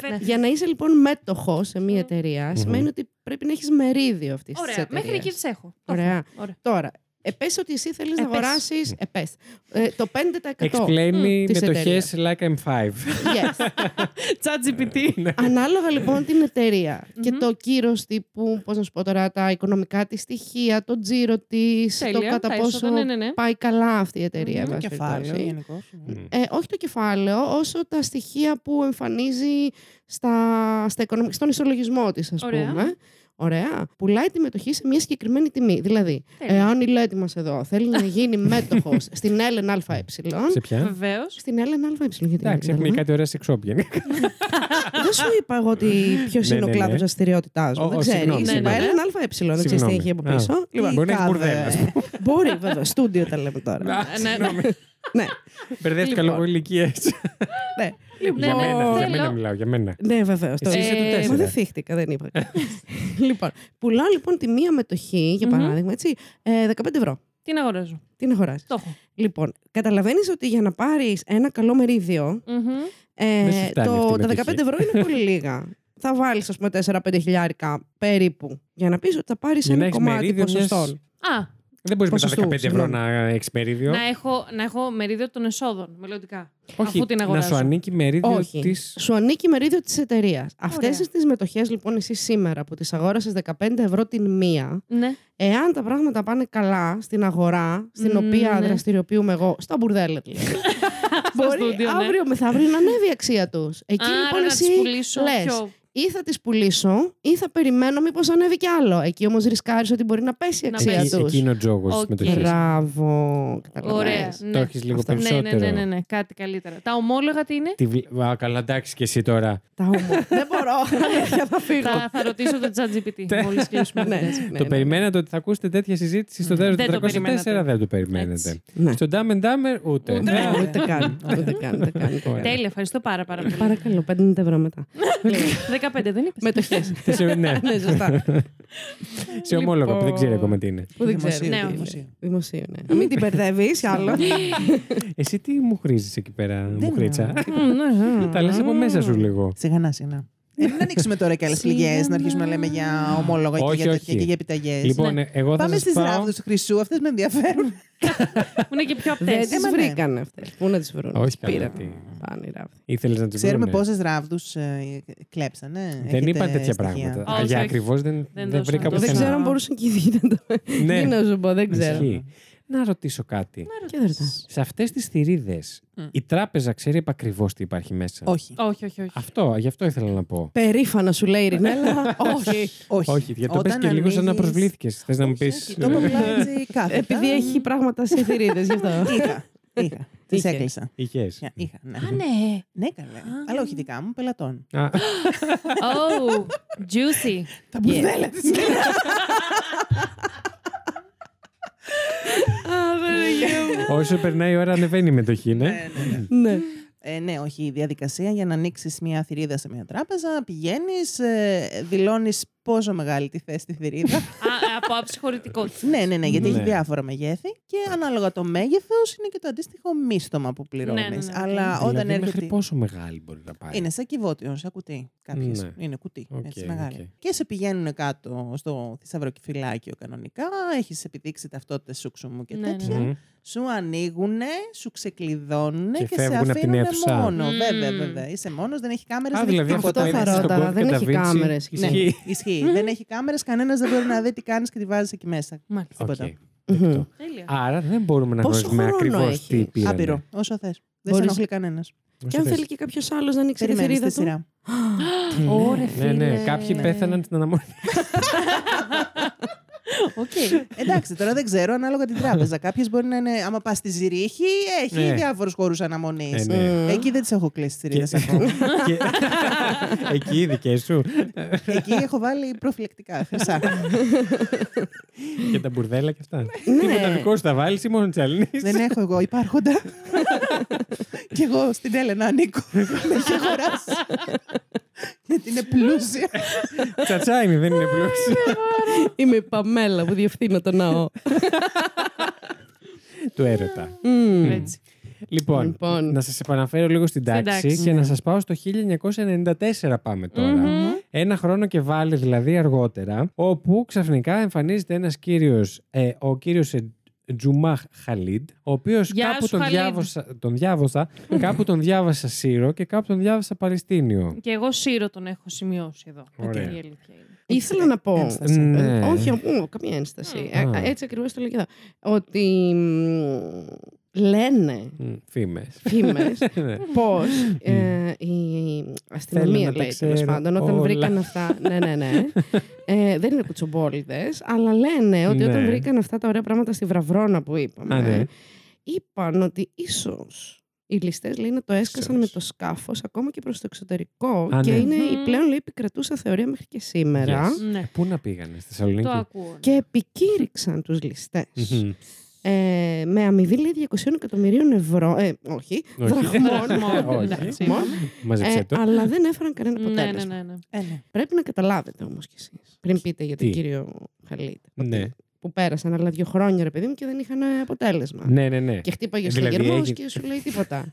Φε- Για να είσαι λοιπόν μέτοχος σε μια Μμμ. εταιρεία, Μμμ. σημαίνει ότι πρέπει να έχεις μερίδιο αυτής της Ωραία, εταιρεία. μέχρι εκεί τις έχω. Το Ωραία. έχω. Ωραία. Τώρα, επες ότι εσύ θέλεις να Επες. αγοράσει. Επες. Ε, το 5%. Explain me της μετοχέ εταιρείας. like I'm five. Yes. Ε, ChatGPT. Ναι. Ανάλογα λοιπόν την εταιρεία και Μμμ. το κύρος τύπου, πώς να σου πω τώρα, τα οικονομικά της στοιχεία, το τζίρο της, το Τέλεια, κατά τα πόσο έσοδα, ναι, ναι, ναι. πάει καλά αυτή η εταιρεία. Μμμ. εν πάση Κεφάλαιο περιπτώσει. γενικώς. Μμμ. Ε, όχι το κεφάλαιο, όσο τα στοιχεία που εμφανίζει στα, στα οικονομικά, στον ισολογισμό της, ας Ωραία. πούμε. Ωραία. Πουλάει τη μετοχή σε μια συγκεκριμένη τιμή. Δηλαδή, Τέλεια. εάν η Λέτη μας εδώ θέλει να γίνει μέτοχος στην Έλεν ΑΕ, Σε Ναι, ποια. Βεβαίως. στην Έλεν ΑΕ, γιατί δεν Εντάξει, έχουμε καταλαβαίνω. κάτι ωραία σεξόπια. Δεν σου είπα εγώ ότι ποιος Ναι, είναι ο ναι, κλάδος ναι. δραστηριότητά Ω, μου. Δεν ω, ξέρεις. συγγνώμη, Ναι, συγγνώμη. ναι, ναι. ΑΕ, δεν ξέρεις τι Συγγνώμη. έχει από πίσω. Λοιπόν, Τι μπορεί να έχει κάδε. μπουρδέλα, ας Μπορεί, βέβαια. Στούντιο τα λέμε τώρα. Α, ναι. συγγνώμη. Ναι, Μπερδεύτηκα Λοιπόν. λόγω ηλικίας. ναι. Για Ναι, ναι, μένα, για θέλω. μένα μιλάω, για μένα. Ναι, βεβαίως. Εσύ είσαι του τέσσερα. Μα δεν θύχτηκα, δεν είπα. κάτι. λοιπόν, πουλάω λοιπόν τη μία μετοχή, για Μμμ. παράδειγμα, έτσι, ε, 15 ευρώ. Την αγοράζω. Την αγοράζεις. Το έχω. Λοιπόν, καταλαβαίνεις ότι για να πάρεις ένα καλό μερίδιο, Μμμ. ε, Δεν σου φτάνει αυτή το, η τα 15 μετοχή. ευρώ είναι πολύ λίγα. θα βάλεις, ας πούμε, 4-5 χιλιάρικα περίπου για να πεις ότι θα πάρεις Για να ένα έχεις κομμάτι μερίδιο μιας- ποσοστών. Α, Δεν μπορείς με τα Ποσοστούς, 15 ευρώ συγγνώμη. να έχεις μερίδιο. Να έχω, να έχω μερίδιο των εσόδων, μελλοντικά. Όχι, Ναι, αφού την να αγοράσω. σου ανήκει μερίδιο Όχι. της. Σου ανήκει μερίδιο της εταιρείας. Αυτέ Ωραία. τις μετοχές λοιπόν εσύ σήμερα που τις αγόρασες 15 ευρώ την μία, Ναι. Εάν τα πράγματα πάνε καλά στην αγορά, στην Μμμ, οποία ναι. δραστηριοποιούμε εγώ, στα μπουρδέλα δηλαδή. Στο Μπορεί στούντιο, ναι. αύριο μεθαύριο να ανέβει η αξία τους. Εκεί Άρα λοιπόν να τις εσύ πουλήσω λες, πιο- ή θα τις πουλήσω ή θα περιμένω μήπως ανέβει κι άλλο. Εκεί όμως ρισκάρεις ότι μπορεί να πέσει η Να αξία πέσει. τους. Εκεί είναι ο τζόγος Οκ. τη μετοχής. Μπράβο. καταλαβαίνεις. Ωραία. Το ναι. έχεις λίγο Αυτά. Ναι, περισσότερο. ναι, ναι, ναι, ναι, κάτι καλύτερα. Τα ομόλογα τι είναι. Τι βλέ- Α, καλά, εντάξει και εσύ τώρα. Τα ομο- Δεν μπορώ. αλήθεια, Θα φύγω. Θα, θα ρωτήσω το ChatGPT μόλις κλείσουμε. Ναι, την τάση. ναι, το ναι. περιμένατε ότι θα ακούσετε τέτοια συζήτηση στο τέλο του Δεν το 304. περιμένατε. Δεν το περιμένετε. Έτσι. Ναι. Στον Dumb and Dumber ούτε. Ούτε. Ε, Ούτε καν. Ούτε καν. ούτε καν, ούτε καν. Τέλεια, ευχαριστώ πάρα, πάρα Ναι. πολύ. Παρακαλώ, 50 ευρώ μετά. 15 δεν είπες. Μετοχές. σε- Ναι, Ναι, σωστά. σε ομόλογα που δεν Λοιπόν. ξέρει ακόμα τι είναι. Που δεν Δημοσίου, ξέρω. ναι, τι είναι. δημοσίου. Δημοσίου, ναι. Να μην την μπερδεύεις κι άλλο. Εσύ τι μου χρήζεις εκεί πέρα, μου χρήτσα. Μμμ, ναι, ναι. Τα λες από μέσα σου λίγο. Σιγανά, σιγανά. Ε, μην ανοίξουμε τώρα και άλλες πληγές να αρχίσουμε να λέμε για ομόλογα και Όχι, για τέτοια όχι. και για επιταγές. Λοιπόν, ε, εγώ θα ναι. Πάμε σας στις πάω. ράβδε του χρυσού, αυτές με ενδιαφέρουν. Που είναι και πιο Δεν απτές. τι μα ναι. βρήκαν αυτές. Πού να τις βρουν. Όχι, τις καλά, πήραν. τι. Πάνε οι ράβδοι. Ήθελες να του Ξέρουμε πόσες ράβδους κλέψανε. ναι. Δεν Έχετε είπα τέτοια στοιχεία? πράγματα. Όχι, Για όχι. ακριβώς δεν, Δεν δεν, δώσαμε βρήκα το πουθενά. Δεν Πουθενά. ξέρω αν μπορούσαν και οι δύο να το. Ναι. Τι να σου πω, δεν ξέρω. Ισχύει. Να ρωτήσω κάτι. Και δεν ρωτάς. Σε αυτές τις θηρίδες, Μμ. η τράπεζα ξέρει επακριβώ τι υπάρχει μέσα. Όχι. Όχι, όχι, όχι. Αυτό, γι' αυτό ήθελα να πω. Περήφανα σου λέει η Ρινέλα. Όχι. Όχι. Όχι, γιατί το πες Όταν και λίγο σαν να ανοίγεις- προσβλήθηκες. Θες να μου ε, πεις. Όχι, Το είπα απλά έτσι κάθετα. Επειδή έχει πράγματα σε θηρίδες γι' αυτό. Είχα. Είχα. Τις Είχες. έκλεισα. Είχες. Μια- Είχα, ναι. Α, ναι. Ναι, καλέ. Αλλά όχι δικά μου, πελατών. Oh, juicy. Τα μπουρδέλα τη. Όσο περνάει η ώρα, ανεβαίνει η μετοχή, ναι. Ναι. Ε, ναι, όχι. Η διαδικασία για να ανοίξεις μια θηρίδα σε μια τράπεζα, πηγαίνεις, ε, δηλώνεις πόσο μεγάλη τη θες τη θηρίδα. Α, από άψη χωρητικότητα. ναι, ναι, ναι, γιατί Ναι. έχει διάφορα μεγέθη και ανάλογα το μέγεθος είναι και το αντίστοιχο μίστομα που πληρώνει. Ναι, ναι, ναι, Αλλά Δηλαδή, όταν έρχεται. Μέχρι πόσο μεγάλη μπορεί να πάει. Είναι σαν κυβότιο, σαν κουτί. Κάποιες. Ναι. Είναι κουτί. Οκ, έτσι, μεγάλη. οκ. Και σε πηγαίνουν κάτω στο θησαυροκυφυλάκιο κανονικά. Έχεις επιδείξει ταυτότητες σου ξουμού και Ναι, ναι. τέτοια. Μμμ. Σου ανοίγουν, σου ξεκλειδώνουν Και και, σε φεύγουν από την αφήνουν αίθουσα. μόνο. Mm. Μμμ. Βέβαια, βέβαια. Είσαι μόνος, δεν έχει κάμερες. Α, δεν δηλαδή έχει αυτό τίποτα. το θα είδες στον ρώταγα, κώδικα δεν Da έχει Vinci. κάμερες, Ναι, Ισχύει. ισχύει. δεν έχει κάμερες, κανένας δεν μπορεί να δει τι κάνει και τι βάζεις εκεί μέσα. Μάλιστα. Οκ. Τίποτα. Δεκτό. Τέλεια. Άρα δεν μπορούμε να Πόσο γνωρίζουμε χρόνο ακριβώς έχεις? τι πήραν. Άπειρο, όσο θες. Δεν σε Μπορείς- ενοχλεί κανένας. Και αν θέλει και κάποιος άλλος να ανοίξει τη Περιμένεις θηρίδα τη του. σειρά. Ωραία, Ναι, ναι, φίλε. κάποιοι πέθαναν στην αναμόρφωση. Οκ. Εντάξει, τώρα δεν ξέρω, ανάλογα την τράπεζα. Κάποιε μπορεί να είναι, άμα πας στη Ζυρίχη, έχει Ναι. διάφορους χώρους αναμονής. Ε, ναι. Μμμ. Εκεί δεν τις έχω κλείσει τις ρίδε Και- ακόμα. Και- Εκεί οι δικές σου Εκεί έχω βάλει προφυλακτικά χρυσά. και τα μπουρδέλα και αυτά. Ναι. Τίποτα δικό σου θα βάλει ή μόνο τη Αλληνή. δεν έχω εγώ υπάρχοντα. Κι εγώ στην Έλενα ανήκω. Με έχει αγοράσει. Γιατί είναι πλούσια. Τσατσάινι δεν είναι πλούσιο. Είμαι η Παμέλα που διευθύνω το ναό. Του έρωτα. Μμμ. Έτσι. Λοιπόν, Λοιπόν. να σας επαναφέρω λίγο στην τάξη τάξη, και να σας πάω στο 1994 πάμε τώρα. Ένα χρόνο και βάλει δηλαδή αργότερα, όπου ξαφνικά εμφανίζεται ένας κύριος, ο κύριος Τζουμάχ Χαλίντ, ο οποίος Γεια κάπου σου, τον Χαλίντ. διάβασα, τον διάβασα, κάπου τον διάβασα Σύρο και κάπου τον διάβασα Παλαιστίνιο. Και εγώ σύρο τον έχω σημειώσει εδώ. Ωραία. Αυτή είναι η αλήθεια είναι. Ήθελα να πω. Ένσταση. Ναι. Ε, Όχι, ου, καμία ένσταση. Α. Ε, Έτσι ακριβώς το λέω και εδώ. Ότι μ, λένε Φήμες. φήμες Ναι. πω Ε, η Θέλω αστυνομία να τα λέει τέλος ξέρω πάντων όταν όλα. βρήκαν αυτά. Ναι, ναι, ναι. Ε, δεν είναι κουτσομπόλιδες, αλλά λένε ότι Ναι. όταν βρήκαν αυτά τα ωραία πράγματα στη Βραβρώνα που Α, ναι. είπαμε, είπαν ότι ίσως. Οι ληστές λέει να το έσκασαν Ίσως. με το σκάφος ακόμα και προς το εξωτερικό Α, και ναι. είναι η Μμμ. πλέον λέει, επικρατούσα θεωρία μέχρι και σήμερα. Yes. Ναι. Ε, Πού να πήγανε, στη Το Θεσσαλονίκη. ακούω. ναι. και επικήρυξαν τους ληστές Μμμ. ε, με αμοιβή λέει 200 εκατομμυρίων ευρώ, ε, όχι, Όχι. δραχμών Δραχμών, μόνο, Όχι. εντάξει, Μόνο. μόνο. Μάζεψε ε, το. αλλά δεν έφεραν κανένα Ναι, αποτέλεσμα. ναι, ναι, ναι. Έλα. Πρέπει να καταλάβετε όμως κι εσείς, πριν πείτε για τον Τι? κύριο Χαλίτ, ότι- Ναι. που πέρασαν άλλα δύο χρόνια ρε παιδί μου και δεν είχαν ε, αποτέλεσμα. Ναι, ναι, ναι. Και χτύπαγε Ε, στο δηλαδή γερμό έγινε- και σου λέει τίποτα.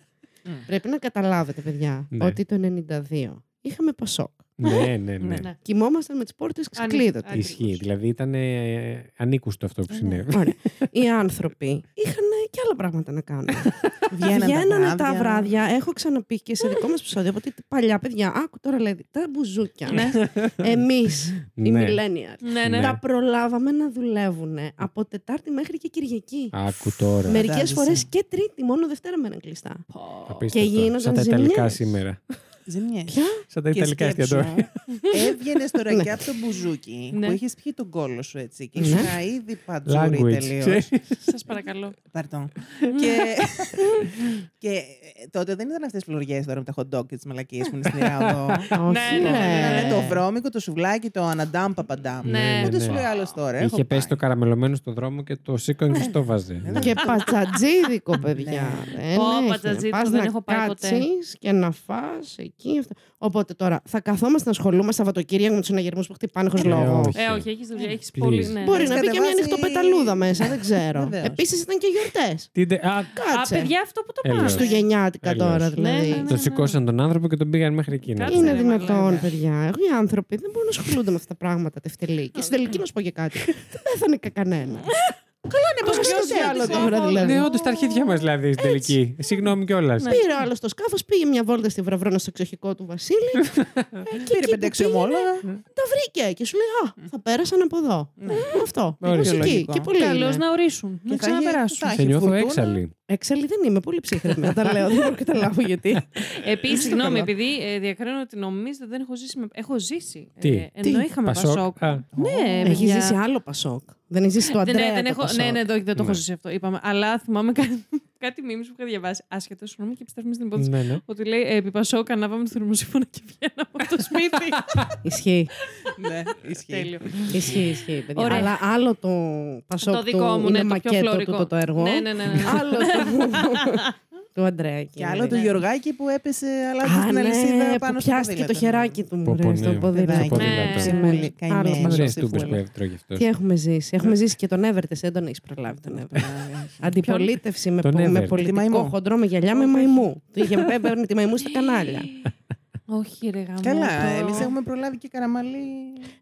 Μμ. Ναι. Πρέπει να καταλάβετε, παιδιά, Ναι. ότι το 92 είχαμε Πασόκ. ναι, ναι, ναι. Ναι. Κοιμόμασταν με τις πόρτες ξεκλείδωτε. Ακριβώς. Ισχύει. Δηλαδή ήταν ε, ανήκουστο αυτό που συνέβη. Ωραία. Οι άνθρωποι είχαν ε, και άλλα πράγματα να κάνουν. Βγαίνανε, Βγαίνανε τα βράδια. Έχω ξαναπεί και σε δικό μας επεισόδιο. Από τι παλιά παιδιά. Άκου τώρα λέει τα μπουζούκια. Ναι. Εμείς, οι Ναι. millennials, Ναι, ναι. Ναι. τα προλάβαμε να δουλεύουν από Τετάρτη μέχρι και Κυριακή. Άκου τώρα. Μερικές Φαντάζεσαι. φορές και Τρίτη, μόνο Δευτέρα μέναν κλειστά. Απίστευτο. και γίνονταν Σαν τα Ιταλικά ζημιές. σήμερα. Ζημιές. Ποια? Σαν τα Και Ιταλικά σκέψου, εστιατόρια. Έβγαινε τώρα Ναι. και από το μπουζούκι Ναι. που είχες πιει τον κόλο σου έτσι και Ναι. ήσουν ήδη παντζούρι Language. τελείως. ξέρεις. Σας παρακαλώ. Παρτών. και, και ε, τότε δεν ήταν αυτές τι φλουριέ τώρα με τα hot dog και τις μαλακίες που είναι στην Ιράδο. Όχι, ναι, ρε. Ήταν το βρώμικο, το σουβλάκι, το αναντάμ παπαντάμ. Ναι, Ούτε ναι. σου λέει άλλος τώρα. έχω Είχε πέσει το πάει. καραμελωμένο στον δρόμο και το σήκωνε και στο βάζε. Ναι. Και πατσατζίδικο, παιδιά. Δεν Πω, έχει. Ναι. πατσατζίδικο, Πας δεν να έχω πάει ποτέ. κάτσεις και να φας εκεί. αυτό. Οπότε τώρα θα καθόμαστε να ασχολούμαστε Σαββατοκύριακο με τους συναγερμούς που χτυπάνε χωρίς Ε, λόγο. όχι. Ε, όχι, έχεις δουλειά, έχεις Please. πολύ. Ναι. Μπορεί Μας να μπει και μια κατεβάζει- ανοιχτό πεταλούδα μέσα, δεν ξέρω. Βεβαίως. Επίσης ήταν και γιορτές. Τι ντε- α, Α, Κάτσε. παιδιά, αυτό που το Έλεος. πάμε. Του γενιάτικα Αλλιώς. τώρα Ναι, ναι, δηλαδή. ναι. Τον σηκώσαν τον άνθρωπο και τον πήγαν μέχρι εκεί. να Κάτσε, πούμε. Είναι ρε, δυνατόν, μαλάκα. παιδιά. Εγώ οι άνθρωποι δεν μπορούν να ασχολούνται με αυτά τα πράγματα τευτελή. Και στην τελική να σου πω και κάτι. Δεν πέθανε και κανένα. Καλά, ποιος είναι άλλο θέλει, τώρα καθόλου. δηλαδή. Ναι. Ναι, όντω τα αρχίδια μας δηλαδή στην τελική. Συγγνώμη κιόλας. ναι. Πήρε άλλο στο σκάφος, πήγε μια βόλτα στη Βραβρώνα στο εξοχικό του Βασίλη. ε, και εκεί που Πήρε πέντε πήγαινε, εξωμόλογα. Τα βρήκε και σου λέει Α, θα πέρασαν από εδώ. Ναι. Ε, Αυτό. Ωραία. Μουσική. Λογικό. Και πολύ. Καλώς είναι. να ορίσουν. Να θα είχε- ξαναπεράσουν. θα Σε έχει νιώθω φουρτούνα. έξαλλη. Έξαλλη δεν είμαι, πολύ ψύχρεμη. να Τα λέω, δεν μπορώ να καταλάβω γιατί. Επίσης, Στο συγγνώμη, καλό. επειδή ε, διακρίνω ότι νομίζετε δεν έχω ζήσει. Με... Έχω ζήσει. Τι? Ε, ενώ Τι? είχαμε Πασόκ. Πασόκ. Α. Ναι, Έχει παιδιά. ζήσει άλλο Πασόκ. Δεν έχει ζήσει το Δεν, Αντρέα. ναι, δεν το έχω, Πασόκ. ναι, ναι, το- όχι, δεν το έχω Ναι. ζήσει αυτό. Είπαμε. Αλλά θυμάμαι κάτι, κάτι memes που είχα διαβάσει. Άσχετο, συγγνώμη, και επιστρέφουμε στην υπόθεση. Ναι, ναι. Ότι λέει ε, επί Πασόκ ανάβαμε το θερμοσύμφωνα και βγαίναμε από το σπίτι. Ισχύει. Ναι, ισχύει. Τέλειο. Ισχύει, ισχύει. παιδιά. Ωραία. Αλλά άλλο το Πασόκ. το δικό του μου, ναι, είναι το πιο μακέτο φλωρικό. του το, το έργο. Ναι, ναι, ναι. ναι, ναι. Άλλο το. του Αντρέα. Και άλλο το ναι. Γιωργάκι που έπεσε αλλά Α, στην ναι, αλυσίδα που πάνω στο πιάστηκε το ποδήλατο. χεράκι του μου, Πω, πω, ρε, στο ναι. ποδήλατο. Στο ποδήλατο. Ψημένη. Πολύ Ναι. καημένη. Άλλο Μα μας ρε Ζωσή τούμπε που Φούλα. έτρωγε αυτός. Τι έχουμε ζήσει. Έχουμε ζήσει και τον Εύερτε. Ε, δεν έχεις προλάβει τον Εύερτε. Αντιπολίτευση με, Τον πο- με Εύερτε. Ναι. Τη πολιτικό Μαϊμού. Ναι. χοντρό με γυαλιά με μαϊμού. Του είχε παίρνει τη μαϊμού στα κανάλια. Όχι, ρε γαμό. Καλά, εμείς έχουμε προλάβει και καραμαλή.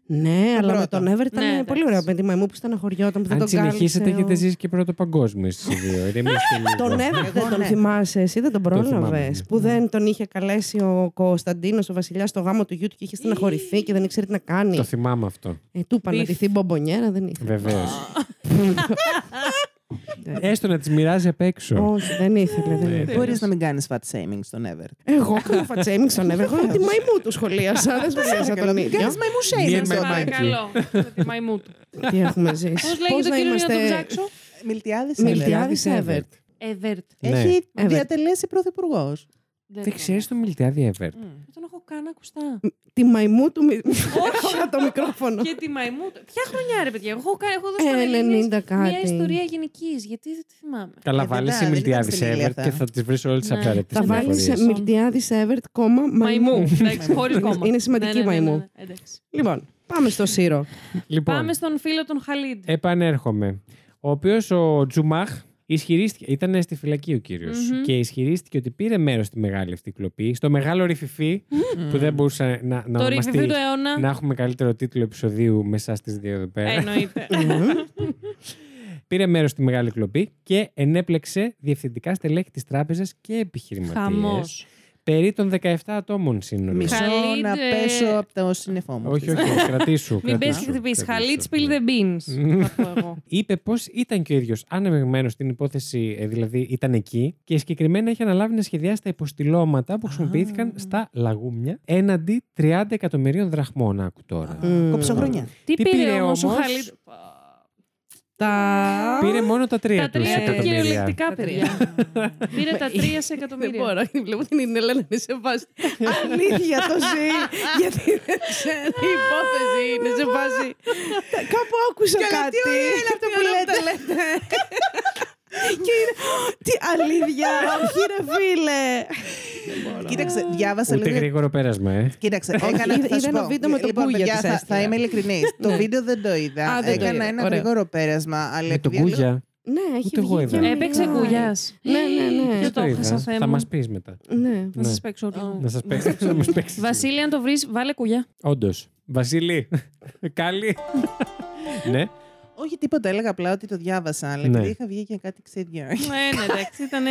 Ναι, αλλά με πρώτο. τον Εύερ Ναι, ήταν ε, πολύ εντάξει. ωραίο παιδί μαϊμού που στεναχωριόταν, που δεν Αν τον κάλυψε. συνεχίσετε, ο- έχετε ζήσει και πρώτο παγκόσμιο εσεί οι δύο. Ηρεμήστε λίγο. Τον Εύερ δεν Εγώ τον ναι. θυμάσαι, εσύ δεν τον θυμάμαι, πρόλαβε. ναι. Που δεν τον είχε καλέσει ο Κωνσταντίνος, ο βασιλιάς, στο γάμο του γιού του και είχε στεναχωρηθεί και δεν ήξερε τι να κάνει. Το θυμάμαι αυτό. Ε, του είπαν να Beef. ντυθεί μπομπονιέρα, δεν ήθελε. Βεβαίω. Έστω να τις μοιράζει απ' έξω. Όχι, δεν ήθελε. δεν ήθελε. Μπορείς να μην κάνεις fat shaming στον Εύερ. Εγώ κάνω φατσέμι στον Εύερ. Εγώ τη μαϊμού του σχολίασα. Δεν σχολίασα τον ίδιο. Κάνεις μαϊμού Μία shaming με στον μάγκη. Εύερ. Παρακαλώ. με τη μαϊμού του. Τι έχουμε ζήσει. Πώς λέγεται ο να κύριο να τον είμαστε ψάξω. Μιλτιάδη Εύερ. Μιλτιάδης Εύερτ. Εβερτ. Έχει Εύερ. διατελέσει πρωθυπουργός. Δεν ξέρει το μιλτιάδι Εύερτ. Δεν Ε, τον έχω καν ακουστά. Τη μαϊμού του. μι- Χώρα το μικρόφωνο. και τη μαϊμού. του. Ποια χρονιά, ρε παιδιά. Εγώ έχω κάνει- έχω δώσει Ε, τον Ελληνής 90 μια κάτι. ιστορία γενικής. Γιατί δεν τη θυμάμαι. Καλά, Ε, βάλεις βέβαια, η δεν Μιλτιάδη ήταν στην Εύερτ Ηλία και θα αυτά. τις βρεις όλες τις Ναι. απαραίτητες. Θα βάλεις Τις πληροφορίες. Μιλτιάδης Εύερτ, κόμμα μαϊμού. Εντάξει, χωρίς Είναι- κόμμα. είναι σημαντική Ναι, ναι, ναι, ναι, μαϊμού. ναι, εντάξει. Λοιπόν, πάμε στο Σύρο. Λοιπόν, Ε, Πάμε στον φίλο τον Χαλίντ. επανέρχομαι. Ο οποίος ο Τζουμάχ ισχυρίστηκε. Ήταν στη φυλακή ο κύριος. Μμμ. Και ισχυρίστηκε ότι πήρε μέρος στη μεγάλη αυτή κλοπή, στο μεγάλο ρηφιφί που δεν μπορούσε να, να Το ονομαστεί- ριβιβίου του αιώνα. Να έχουμε καλύτερο τίτλο επεισοδίου μέσα στις δύο εδώ πέρα. Ε, Εννοείται. Πήρε μέρος στη μεγάλη κλοπή και ενέπλεξε διευθυντικά στελέχη της τράπεζας και επιχειρηματίες. Χαμός. Περί των 17 ατόμων σύνολο. Μισό Χαλίντ, να ε, πέσω από το σύννεφό μου. Όχι, όχι, κρατήσου. Μην πέσει κρατήσου, και κρατήσου. χτυπήσει. Χαλίτ, spill the beans. θα πω εγώ. Είπε πω ήταν και ο ίδιος ανεμεγμένος στην υπόθεση, ε, δηλαδή ήταν εκεί και συγκεκριμένα είχε αναλάβει να σχεδιάσει τα υποστηλώματα που χρησιμοποιήθηκαν στα λαγούμια έναντι 30 εκατομμυρίων δραχμών. Άκου τώρα. Μμμ. Κοψοχρονιά. Τι πήρε πήρε όμως ο όμως? Χαλίτ. Τα. Πήρε μόνο τα τρία Τα τους τρία εκατομμύρια. κυριολεκτικά παιδιά. Πήρε τα Μα, τρία σε Δεν εκατομμύρια. μπορώ, βλέπω την Ινέλα να είναι σε φάση. Αλήθεια το ζει, γιατί δεν ξέρει. Η υπόθεση είναι σε φάση. «Τα- Κάπου άκουσα Καλά, τι κάτι. ωραία είναι αυτό που Όλα τα λέτε. Και είναι. Τι αλήθεια, όχι ρε φίλε. Κοίταξε, διάβασα Ούτε λίγο γρήγορο πέρασμα, ε. Κοίταξε, έκανα. είδα- θα είδα σου ένα πω. βίντεο με το λοιπόν, Πούγια παιδιά, της θα, έστειλα. θα είμαι ειλικρινής. το βίντεο δεν το είδα. Ναι. Α, δεν το έκανα είδα. ένα Ωραία. γρήγορο πέρασμα. Αλλά Με τον επειδή Κούγια. Ναι, έχει Ούτε εγώ βγει. και είδα. Έπαιξε μιλάει. κουλιά. Ναι, ναι, ναι. Ποιο Δεν το έχασα, Θεέ Θα μου. μα πεις μετά. Ναι. Να Ναι. σα παίξω όλο. Να σα παίξει. Να μας παίξεις. Βασίλη, αν το βρεις, βάλε κουλιά. Όντως. Βασίλη. Καλή. ναι. Όχι τίποτα, έλεγα απλά ότι το διάβασα, αλλά Ναι. επειδή είχα βγει και κάτι ξέρια. Ναι, ναι, εντάξει, ήταν.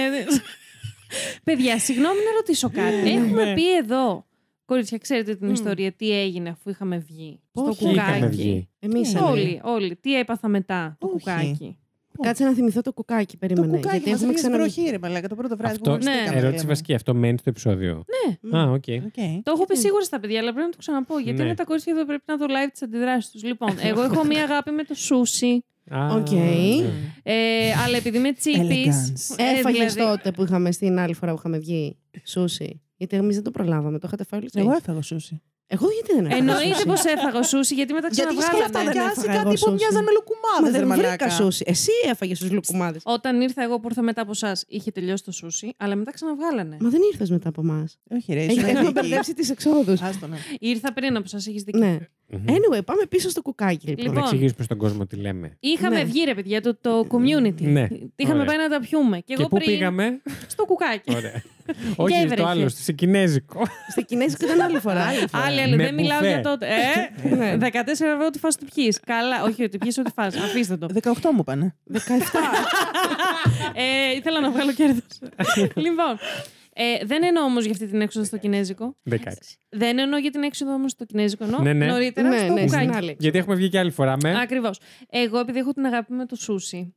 Παιδιά, συγγνώμη να ρωτήσω κάτι. Ναι. Έχουμε πει εδώ. Κορίτσια, ξέρετε την ιστορία, τι έγινε αφού είχαμε βγει στο Όχι, Και είχαμε κουκάκι. Ναι, βγει. Εμείς Τι, Όλοι, όλοι. Τι έπαθα μετά το Όχι. κουκάκι. Κάτσε να θυμηθώ το κουκάκι, Το περίμενε. κουκάκι γιατί μας έχουμε έκανε ξαναβγεί. βροχή, ρε μαλάκα, το πρώτο βράδυ Αυτό. που ναι. γνωριστήκαμε. Ερώτηση βασική. Αυτό μένει στο επεισόδιο. Μμμ. Α, οκ. Οκ. Το έχω πει σίγουρα στα παιδιά, αλλά πρέπει να το ξαναπώ. Γιατί Ναι. με τα κορίτσια εδώ πρέπει να δω live τις αντιδράσεις τους. Λοιπόν, εγώ έχω μία αγάπη με το σούσι. Α, Οκ. ναι. Ε, αλλά επειδή ε, είμαι τσίπης. Elegance. Έφαγες δηλαδή- τότε που είχαμε στην άλλη φορά που είχαμε βγει σούσι. Γιατί εμείς δεν το προλάβαμε, το είχατε φάει όλοι. Εγώ έφαγα σούσι. Εγώ γιατί δεν έφαγα. Εννοείται σούσι? πως έφαγα σούσι, γιατί μετά Γιατί είχες ξαναβγάλαμε. δεν καταδικάσει έφαγα κάτι εγώ που σούσι. μοιάζαν με Μα λουκουμάδες, ρε δεν βρήκα μαλάκα. σούσι. Εσύ έφαγες τους λουκουμάδες. Όταν ήρθα εγώ που ήρθα μετά από εσάς, είχε τελειώσει το σούσι, αλλά μετά ξαναβγάλανε. Μα δεν ήρθες μετά από εμάς. Όχι ρε, ήσουν Έχουμε δίκαιη. μπερδέψει τις εξόδους. Άστο, ναι. Ήρθα πριν από εσάς, έχεις δίκιο. Ναι. Μμμ. Anyway, πάμε πίσω στο κουκάκι λοιπόν. Να Λοιπόν. εξηγήσουμε στον κόσμο τι λέμε. Είχαμε Ναι. βγει ρε παιδιά το, το community. Ναι. Είχαμε Ωραία. πάει να τα πιούμε. Και, Και εγώ πού πριν πήγαμε. στο κουκάκι. Ωραία. Όχι βρέχε. στο άλλο, σε κινέζικο. Στα κινέζικα ήταν άλλη φορά. άλλη φορά. Άλλη, άλλη, Με δεν μιλάω μπουφέ. για τότε. Ε, Ναι. 14 ευρώ ότι φας ότι πιείς. Καλά, όχι ότι πιείς ότι φας. Αφήστε το. 18 μου πάνε. 17. ε, ήθελα να βγάλω κέρδος. λοιπόν, ε, δεν εννοώ όμως για αυτή την έξοδο στο κινέζικο. 16. Δεν εννοώ για την έξοδο όμως στο κινέζικο. Εννοώ Ναι, ναι. νωρίτερα ναι, στο ναι, κουκάκι. στην άλλη. Γιατί έχουμε βγει και άλλη φορά με. Ακριβώς. Εγώ επειδή έχω την αγάπη με το σούσι.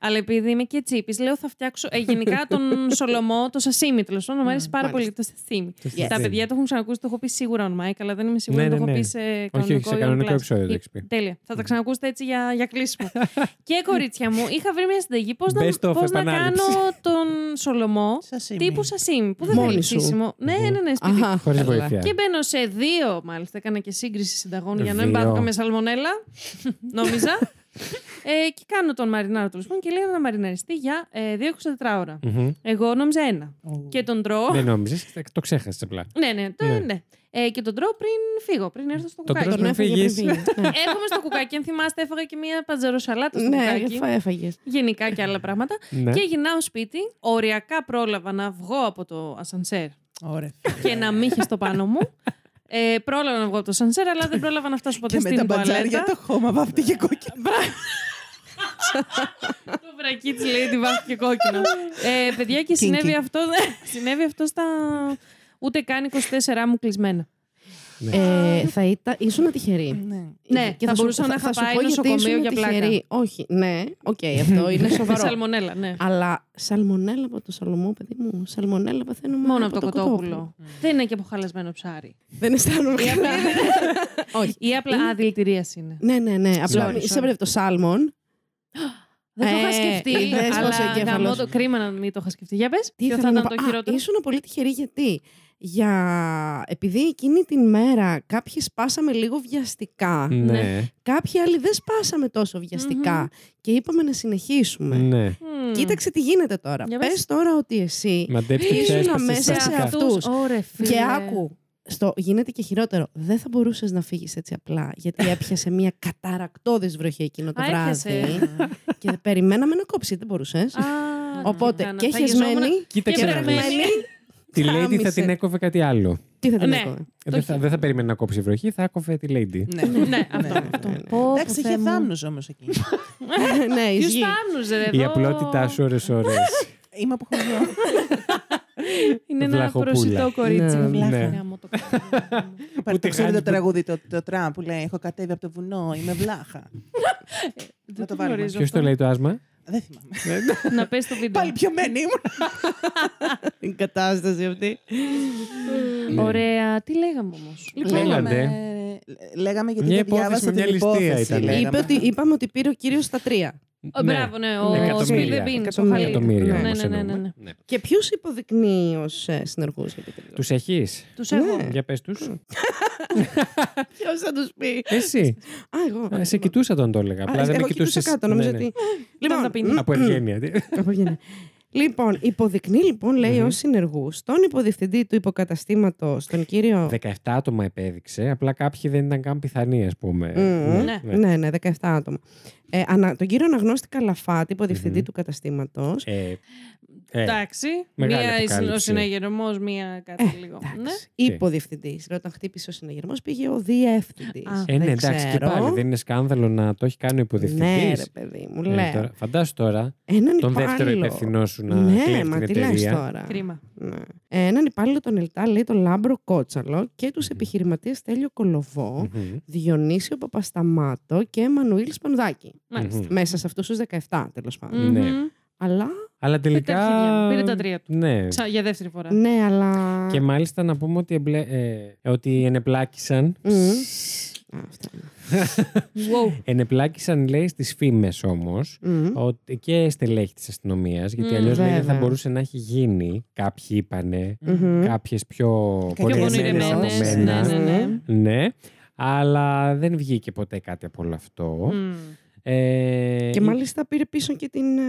Αλλά επειδή είμαι και τσίπης, λέω θα φτιάξω ε, γενικά τον Σολομό, το σασίμι. Τέλος πάντων, μου Ναι, αρέσει πάρα πολύ μάλιστα. το σασίμι. Το Yes. Τα σασίμι. παιδιά το έχουν ξανακούσει, το έχω πει σίγουρα on mic, αλλά δεν είμαι σίγουρη Ε, Ναι, αν το ναι, έχω ναι. πει σε κανονικό Όχι, όχι, σε ή κανονικό on class. επεισόδιο Ναι. το Ε, έχεις πει. Τέλεια. Θα τα ξανακούσετε έτσι για, για κλείσιμο. και κορίτσια μου, είχα βρει μια συνταγή πώς Best να, of, πώς να επανάληψη. κάνω τον Σολομό Σασίμι. τύπου σασίμι, που δεν Μόνη θέλει σου. ψήσιμο. Ναι, ναι, ναι, σπίτι. Αχα, Χωρίς καλά. βοήθεια. Και μπαίνω σε δύο, μάλιστα. Έκανα και σύγκριση συνταγών για να μην Δύο. πάθω με σαλμονέλα. νόμιζα. ε, και κάνω τον μαρινάρο τέλος πάντων και λέει να μαριναριστεί για ε, δύο 24 ώρα. Μμμ. Εγώ νόμιζα ένα. Ω. Και τον τρώω. Δεν νόμιζες, το ξέχασες απλά. ναι, ναι, το, Ναι. ναι. Ε, και τον τρώω πριν φύγω, πριν έρθω στο Τον κουκάκι. τρως Τον Μην έφαγε φύγεις. πριν φύγει. Ναι. Έχουμε στο κουκάκι, αν θυμάστε, έφαγα και μία πατζεροσαλάτα στο κουκάκι. Ναι, έφαγες. Γενικά και άλλα πράγματα. Ναι. Και γυρνάω σπίτι. Οριακά πρόλαβα να βγω από το ασανσέρ Ωραία. και να μύχε στο πάνω μου. Ε, πρόλαβα να βγω από το σανσέρ, αλλά δεν πρόλαβα να φτάσω ποτέ Και με τα στην μπατζάρια τουαλέτα. το χώμα Ναι. βάφτηκε κόκκινο. Το βρακί της λέει τη βάφει και κόκκινο. ε, παιδιά, και συνέβη αυτό, συνέβη αυτό στα. Ούτε καν 24 μου κλεισμένα. Ε, θα ήταν, ήσουν τυχερή. Ναι. Ναι, θα σου- μπορούσα να είχα σου πάει πω γιατί νοσοκομείο ήσουν για πλάκα. τυχερή. Όχι, ναι, οκ, αυτό είναι Με σοβαρό. σαλμονέλα, ναι. Αλλά σαλμονέλα από το σαλωμό, παιδί μου. Σαλμονέλα παθαίνουμε. Μόνο από το κοτόπουλο. Δεν είναι και από χαλασμένο ψάρι. Δεν αισθάνομαι καλά. Όχι. Ή απλά αδηλητηρία είναι. Ναι, ναι, ναι. Απλά Sorry, μη- sorry. σε βλέπει το σάλμον. Δεν το Ε, είχα σκεφτεί. είδες πως ο Αλλά εγκέφαλος- γαμώ το κρίμα να μην το είχα σκεφτεί. Για πες, ποιο θα ήθελα ήταν να το πω. Α, χειρότερο. Ήσουν πολύ τυχερή γιατί. Για... Επειδή εκείνη την μέρα κάποιοι σπάσαμε λίγο βιαστικά, Ναι. κάποιοι άλλοι δεν σπάσαμε τόσο βιαστικά και είπαμε να συνεχίσουμε. Ναι. Μμμ. Κοίταξε τι γίνεται τώρα. Για Πες πες. τώρα ότι εσύ Μαντέψτε Ήσουν ξέρεις αμέσως μέσα σε αυτό. αυτούς. Ωρε, φίλε. Και άκου, στο γίνεται και χειρότερο. Δεν θα μπορούσες να φύγεις έτσι απλά, γιατί έπιασε μια καταρακτώδης βροχή εκείνο το Α, έπιασε. βράδυ. και περιμέναμε να κόψει, δεν μπορούσες. Α, Οπότε κοίτα, και θα έχεις γυζόμουν- μένει. Κοίταξε να βρεμένη. δεις. Τη Lady θα Χάμισε. την έκοβε κάτι άλλο. Τι θα την Ναι. έκοβε. Δεν θα, δεν θα περίμενε να κόψει η βροχή, θα έκοβε τη Lady. Ναι. Ναι, αυτό. αυτό. ναι, ναι. Πω, πω, Εντάξει, είχε Θεέ μου. θάμνους όμως εκεί. ναι, η Ποιους γη. θάμνους, ρε, Η εδώ. Ναι, απλότητά σου ώρε-ώρε. Είμαι από χωριό. Είναι ένα Βλαχοπούλα. προσιτό κορίτσι. Ναι, βλάχα. ναι. Γάμο το παιδί μου. Πάρε το ξέρει το χάνεις, τραγούδι το, το τραμ που λέει Έχω κατέβει από το βουνό, είμαι βλάχα. Δεν το βάλουμε. γνωρίζω Ποιος το αυτό. λέει το άσμα. Δεν θυμάμαι. Να πες το βίντεο. Πάλι πιωμένη ήμουν. την κατάσταση αυτή. Ναι. Ωραία, τι λέγαμε όμως. Λοιπόν, Λέγατε. ε, λέγαμε γιατί Μια υπόθεση δεν διάβασα με μια την ληστεία υπόθεση. ήταν. λέγαμε. Είπε ότι, είπαμε ότι πήρε ο κύριος στα τρία. Ο, Μπράβο, ναι, ο Εκατομμύρια. Σπιλ δεν πίνει. Εκατομμύρια. Εκατομμύρια Ναι, ναι. όμως ναι, ναι, εννοούμε. ναι, Ναι. Και ποιους υποδεικνύει ως συνεργούς για την Τους έχεις. Τους έχω. Ναι. Για πες τους. Ποιος θα τους πει. Εσύ. Α, εγώ. Ε, Σε κοιτούσα τον το έλεγα. Α, Απλά δεν με εγώ κοιτούσα κοιτούσες. κάτω, Ναι, νομίζω ναι. ότι. τα πίνει. Ε, λοιπόν, μ, Από ευγένεια. Από ευγένεια. Λοιπόν, υποδεικνύει λοιπόν, λέει, Μμμ. ως συνεργούς τον υποδιευθυντή του υποκαταστήματος, τον κύριο. 17 άτομα επέδειξε, απλά κάποιοι δεν ήταν καν πιθανοί, ας πούμε. Μμμ. Ναι. Ναι, ναι, 17 άτομα. Ε, ανα... Τον κύριο Αναγνώστη Καλαφάτη, υποδιευθυντή Μμμ. του καταστήματος. Ε, ε, Εντάξει. μεγάλη Μία επικάλυψη. ο συναγερμός, μία κάτι Ε, λίγο. Ναι. Εντάξει. Υποδιευθυντή. Ρε, όταν χτύπησε ο συναγερμός, πήγε ο διευθυντής. Α. ε, ναι, εντάξει, και ξέρω. πάλι δεν είναι σκάνδαλο να το έχει κάνει ο Ναι, ρε, υποδιευθυντής. παιδί μου, Ε, λέω. τώρα- Φαντάσου τώρα Έναν τον δεύτερο υπάλληλο. υπευθυνό σου να Ναι, κλέβει μα την τι λε εταιρεία. τώρα. Κρίμα. Ναι. Έναν υπάλληλο των Ελτά λέει τον Λάμπρο Κότσαλο και τους Μμμ. επιχειρηματίες Τέλειο Κολοβό, Μμμ. Διονύσιο Παπασταμάτο και Εμμανουήλ Σπανδάκη. Μάλιστα. Μμμ. Μέσα σε αυτούς τους 17 τέλος πάντων. Ναι. Μμμ. Αλλά. Αλλά Πήρε τελικά. τα αρχίδια. Πήρε τα τρία του. Ναι. Ξα- Για δεύτερη φορά. Ναι, αλλά. Και μάλιστα να πούμε ότι, εμπλε... ε, ότι ενεπλάκησαν. Μμμ. Α, αυτά είναι. Wow. Ενεπλάκησαν, λέει, στις φήμες όμως. Μμμ. Ότι και στελέχη της αστυνομίας, γιατί Μμ, αλλιώ δεν θα βέβαια. μπορούσε να έχει γίνει. Κάποιοι είπανε, Μμμ. κάποιες πιο Πιο Πονεμένες, πονηρεμένες. Ναι, απομένα. ναι, ναι. Ναι. Αλλά δεν βγήκε ποτέ κάτι από όλο αυτό. Μμ. Ε, Και μάλιστα πήρε πίσω και την. ε,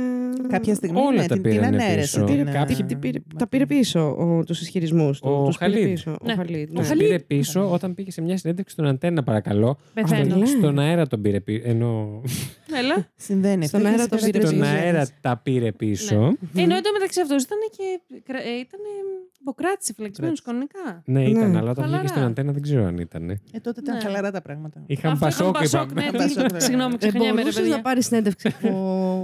Κάποια στιγμή Όλα ναι, τα την, την πήρανε ανέρεσε. πίσω. Την, Κάποιοι ε, την την πήρε- τα πήρε πίσω τους ισχυρισμούς του. Ναι. Ο τους πήρε Χαλίδ. πίσω. Ο Ναι. Χαλίδ, Τον ναι. Χαλίδ. πήρε πίσω όταν πήγε σε μια συνέντευξη στον Αντένα, παρακαλώ. Πεθαίνω. ναι. Στον αέρα τον πήρε πίσω. Ενώ... Έλα. Συμβαίνει. αυτό. Στον αέρα Είχες το πέρασει πήρε τη Στον πίσω. ζωή αέρα της. τα πήρε πίσω. Μμμ. Ενώ εντωμεταξύ αυτός ήταν και. ε, ήταν υποκράτηση, φυλακισμένο κανονικά. Ναι, ήταν, Ναι. αλλά όταν βγήκε Χαλαρά. στον αντένα δεν ξέρω αν ήταν. Ε, τότε ήταν Ναι. χαλαρά τα πράγματα. Είχαν Αυτό ήταν πασόκ, Πασόκ, είπαμε. ναι, Πασόκ, τι- βέβαια. Συγγνώμη, Ε, ξεχνιάμαι ρε μπορούσες παιδιά. να πάρει συνέντευξη από.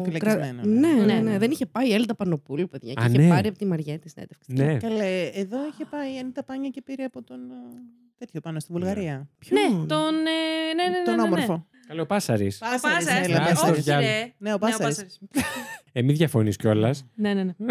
Φυλακισμένο. ναι, ναι, Ναι, ναι, ναι. Δεν είχε πάει η Έλτα Πανοπούλου, παιδιά. Και Α, είχε ναι. πάρει από τη Μαριά τη συνέντευξη. Ναι. Καλέ, εδώ είχε πάει η Ανίτα Πάνια και πήρε από τον. ε, τέτοιο πάνω στη Βουλγαρία. Ναι, τον. ε, ναι, ναι, ναι, Τον ναι, ναι. όμορφο. Καλό πάσαρης. Ο Πάσαρης, Πάσαρης, έλα, ναι, όχι, Πάσαρης. Πάσαρης. ρε. Ναι, ο Ναι, ο Πάσαρης. Πάσαρης. Ε, μη διαφωνείς κιόλας. Ναι, ναι, ναι. Μμ.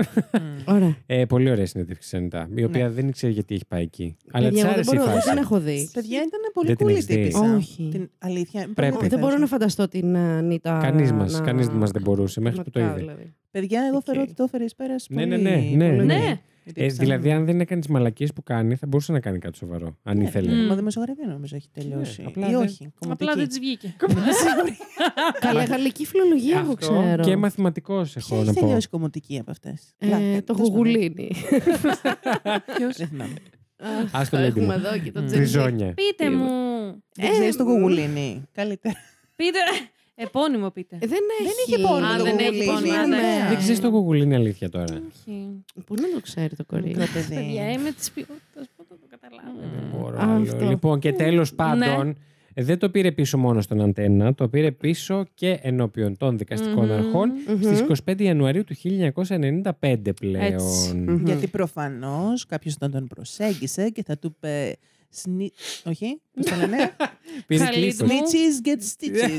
Ωραία. Ε, πολύ ωραία συνέντευξη Σενιτά, η οποία δεν ήξερε γιατί έχει πάει εκεί. Αλλά της Ναι. Παιδιά, εγώ δεν άρεσε η μπορώ, δεν φάση. την έχω δει. Παιδιά ήταν πολύ Δεν την κούλη έχεις δει. τύπησα. Όχι. Την αλήθεια. είναι Πρέπει. πολύ Δεν μπορώ να φανταστώ την ε, Νίτα. Κανείς μα να- κανείς μας δεν μπορούσε μέχρι που το πραγματικά, είδε. δηλαδή. Παιδιά, εγώ θεωρώ Οκ. ότι το έφερες πέρας. Ναι, ναι, ναι, ναι, ναι. Ναι, Ε, δηλαδή, αν δεν έκανες τι μαλακίες που κάνει, θα μπορούσε να κάνει κάτι σοβαρό, Ναι. αν ήθελε. Μμ. Ναι, Μα δημοσιογραφία νομίζω έχει τελειώσει. Ναι, απλά Ή δεν- όχι. απλά δεν κομματική. της βγήκε. Καλά, γαλλική φιλολογία, εγώ Αυτό ξέρω. Και μαθηματικός Ποια έχω έχει να πω. τελειώσει κομμωτική από αυτές. Ε, το γουγουλίνι. Δεν θυμάμαι. Α το Το έχουμε λέμε. εδώ και το Μμ. τζερι. Τριζόνια. Πείτε μου. Δεν ξέρεις το γουγουλίνι. Καλύτερα. Πείτε. Επώνυμο πείτε. Ε, Δεν έχει. Δεν είχε πόνο Α, το δεν έχει γουγουλίνι, πόνο, ναι. ναι. Δεν ξέρεις το Google είναι αλήθεια τώρα. Όχι. Πού να το ξέρει το κορίτσι. Μικρό παιδί. Παιδιά, είμαι της ποιότητας. Πού το καταλάβετε. Δεν μπορώ Α, άλλο. αυτό. Λοιπόν, και Ναι. τέλο πάντων, δεν το πήρε πίσω μόνος στον αντένα, το πήρε πίσω και ενώπιον των δικαστικων Μμμ. αρχών Μμμ. στις 25 Ιανουαρίου του 1995 πλέον. Έτσι. Μμμ. Γιατί προφανώς κάποιος τον, τον προσέγγισε και θα του είπε. Σνι... Όχι, πώς το λένε. Πήρε Χαλίτ κλήφος. μου. Snitches get stitches.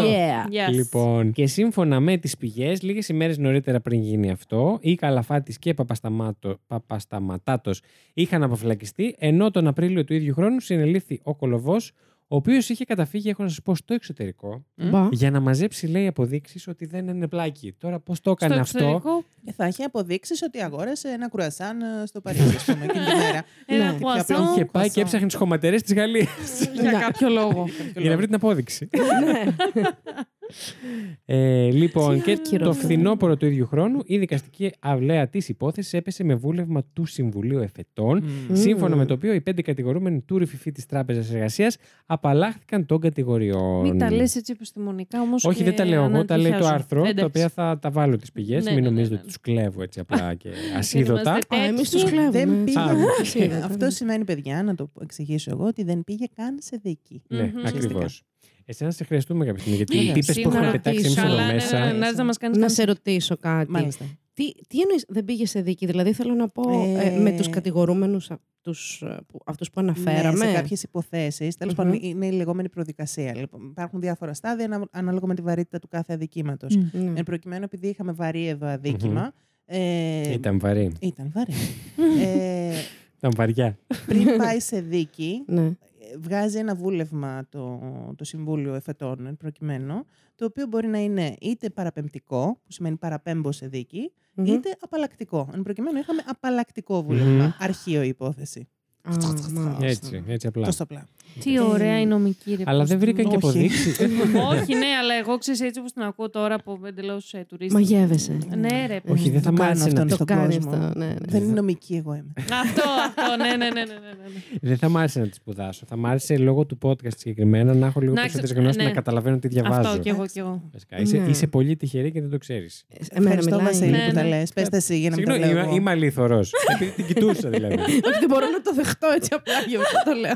Yeah. Yes. Λοιπόν, και σύμφωνα με τις πηγές, λίγες ημέρες νωρίτερα πριν γίνει αυτό, η Καλαφάτης και Παπασταμάτο, Παπασταματάτος είχαν αποφυλακιστεί, ενώ τον Απρίλιο του ίδιου χρόνου συνελήφθη ο Κολοβός, ο οποίος είχε καταφύγει, έχω να σας πω, στο εξωτερικό, Μπα. για να μαζέψει, λέει, αποδείξεις ότι δεν είναι πλάκι. Τώρα πώς το Στο έκανε αυτό, εξωτερικό, και θα έχει αποδείξεις ότι αγόρασε ένα κρουασάν ε, στο Παρίσι, ας πούμε, εκείνη την μέρα. ένα Ναι. πουασόν Είχε είχε πάει και έψαχνε τις χωματερές της Γαλλίας για κάποιο λόγο. για να βρει την απόδειξη. Ε, λοιπόν, Τι και άκυρο το αυτό. φθινόπωρο του ίδιου χρόνου η δικαστική αυλαία της υπόθεσης έπεσε με βούλευμα του Συμβουλίου Εφετών, Μμμ. σύμφωνα με το οποίο οι πέντε κατηγορούμενοι του ρηφιφή της Τράπεζας Εργασίας απαλλάχθηκαν των κατηγοριών. Μην τα λες έτσι επιστημονικά όμως. Λοιπόν, Όχι, δεν τα λέω εγώ, τα λέει το άρθρο, τα οποία θα τα βάλω τις πηγές. Ναι, Μην ναι, ναι, νομίζετε ναι, ότι ναι. τους κλέβω έτσι απλά και ασίδωτα. είμαστε Α, εμείς τέτοιοι. του κλέβουμε. Δεν έτσι. Α, ναι. πήγε. Σίγουρα, Ε, βέβαια. Αυτό σημαίνει, παιδιά, να το εξηγήσω εγώ, ότι δεν πήγε καν σε δίκη. ναι, Μμμ. ακριβώ. Ουσιαστικά. Εσένα σε χρειαστούμε κάποια στιγμή, γιατί Ναι, οι τύπες εσύ που να έχουν πετάξει εμεί ρωτήσω. εδώ Καλά, ναι, μέσα. Ναι, ναι, να μας κάνεις Να σε ρωτήσω κάτι. Μάλιστα. Ναι, Τι, τι εννοείς, δεν πήγες σε δίκη, δηλαδή θέλω να πω Ε, ε, με τους κατηγορούμενου τους, ε, που, αυτούς που αναφέραμε. Ναι, σε κάποιες υποθέσεις. Μμμ. πάντων, είναι η λεγόμενη προδικασία. Λοιπόν, υπάρχουν διάφορα στάδια ανα- ανάλογα με τη βαρύτητα του κάθε αδικήματος. Ναι. Εν προκειμένου, επειδή είχαμε βαρύ εδώ αδίκημα, Ε, Ήταν βαρύ. ήταν βαρύ. ε, Ήταν βαριά. πριν πάει σε δίκη, Ναι. ε, βγάζει ένα βούλευμα το, το Συμβούλιο Εφετών, εν προκειμένου, το οποίο μπορεί να είναι είτε παραπεμπτικό, που σημαίνει παραπέμπω σε δικη Μμμ. είτε απαλλακτικό. Εν προκειμένου, είχαμε απαλλακτικό βούλευμα. Μμμ. Αρχείο η υπόθεση. Α, μάλιστα. Έτσι, έτσι απλά. Τόσο απλά. Τι ωραία η νομική ρε. Αλλά πώς δεν την- βρήκα και όχι. αποδείξεις. Όχι, ναι, αλλά εγώ ξέρεις έτσι όπως την ακούω τώρα από εντελώ τουρίστη. Μαγεύεσαι. Ναι, ρε. Όχι, δεν θα Το κάνω μάθει αυτό. να Το Το στον κάνει κόσμο. αυτό. Ναι, ναι. Δεν είναι νομική εγώ είμαι. Αυτό, αυτό, ναι, ναι, ναι. ναι, ναι, ναι. Δεν θα μ' άρεσε να τη σπουδάσω. Θα μ' άρεσε λόγω του podcast συγκεκριμένα να έχω λίγο Να περισσότερε ξε- γνώσει και ναι. να καταλαβαίνω τι διαβάζω. Αυτό κι εγώ κι εγώ. Βασικά, είσαι, Ναι. είσαι πολύ τυχερή και δεν το ξέρεις. Εμένα Ευχαριστώ, μιλάει. Βασίλη, Ναι, που τα ναι. λες. Πες τα εσύ για να μην τα Συγγνώμη, λέω είμαι, εγώ. είμαι αλήθωρος. Επειδή την κοιτούσα δηλαδή. Όχι, δεν μπορώ να το δεχτώ έτσι απλά γι' αυτό το λέω.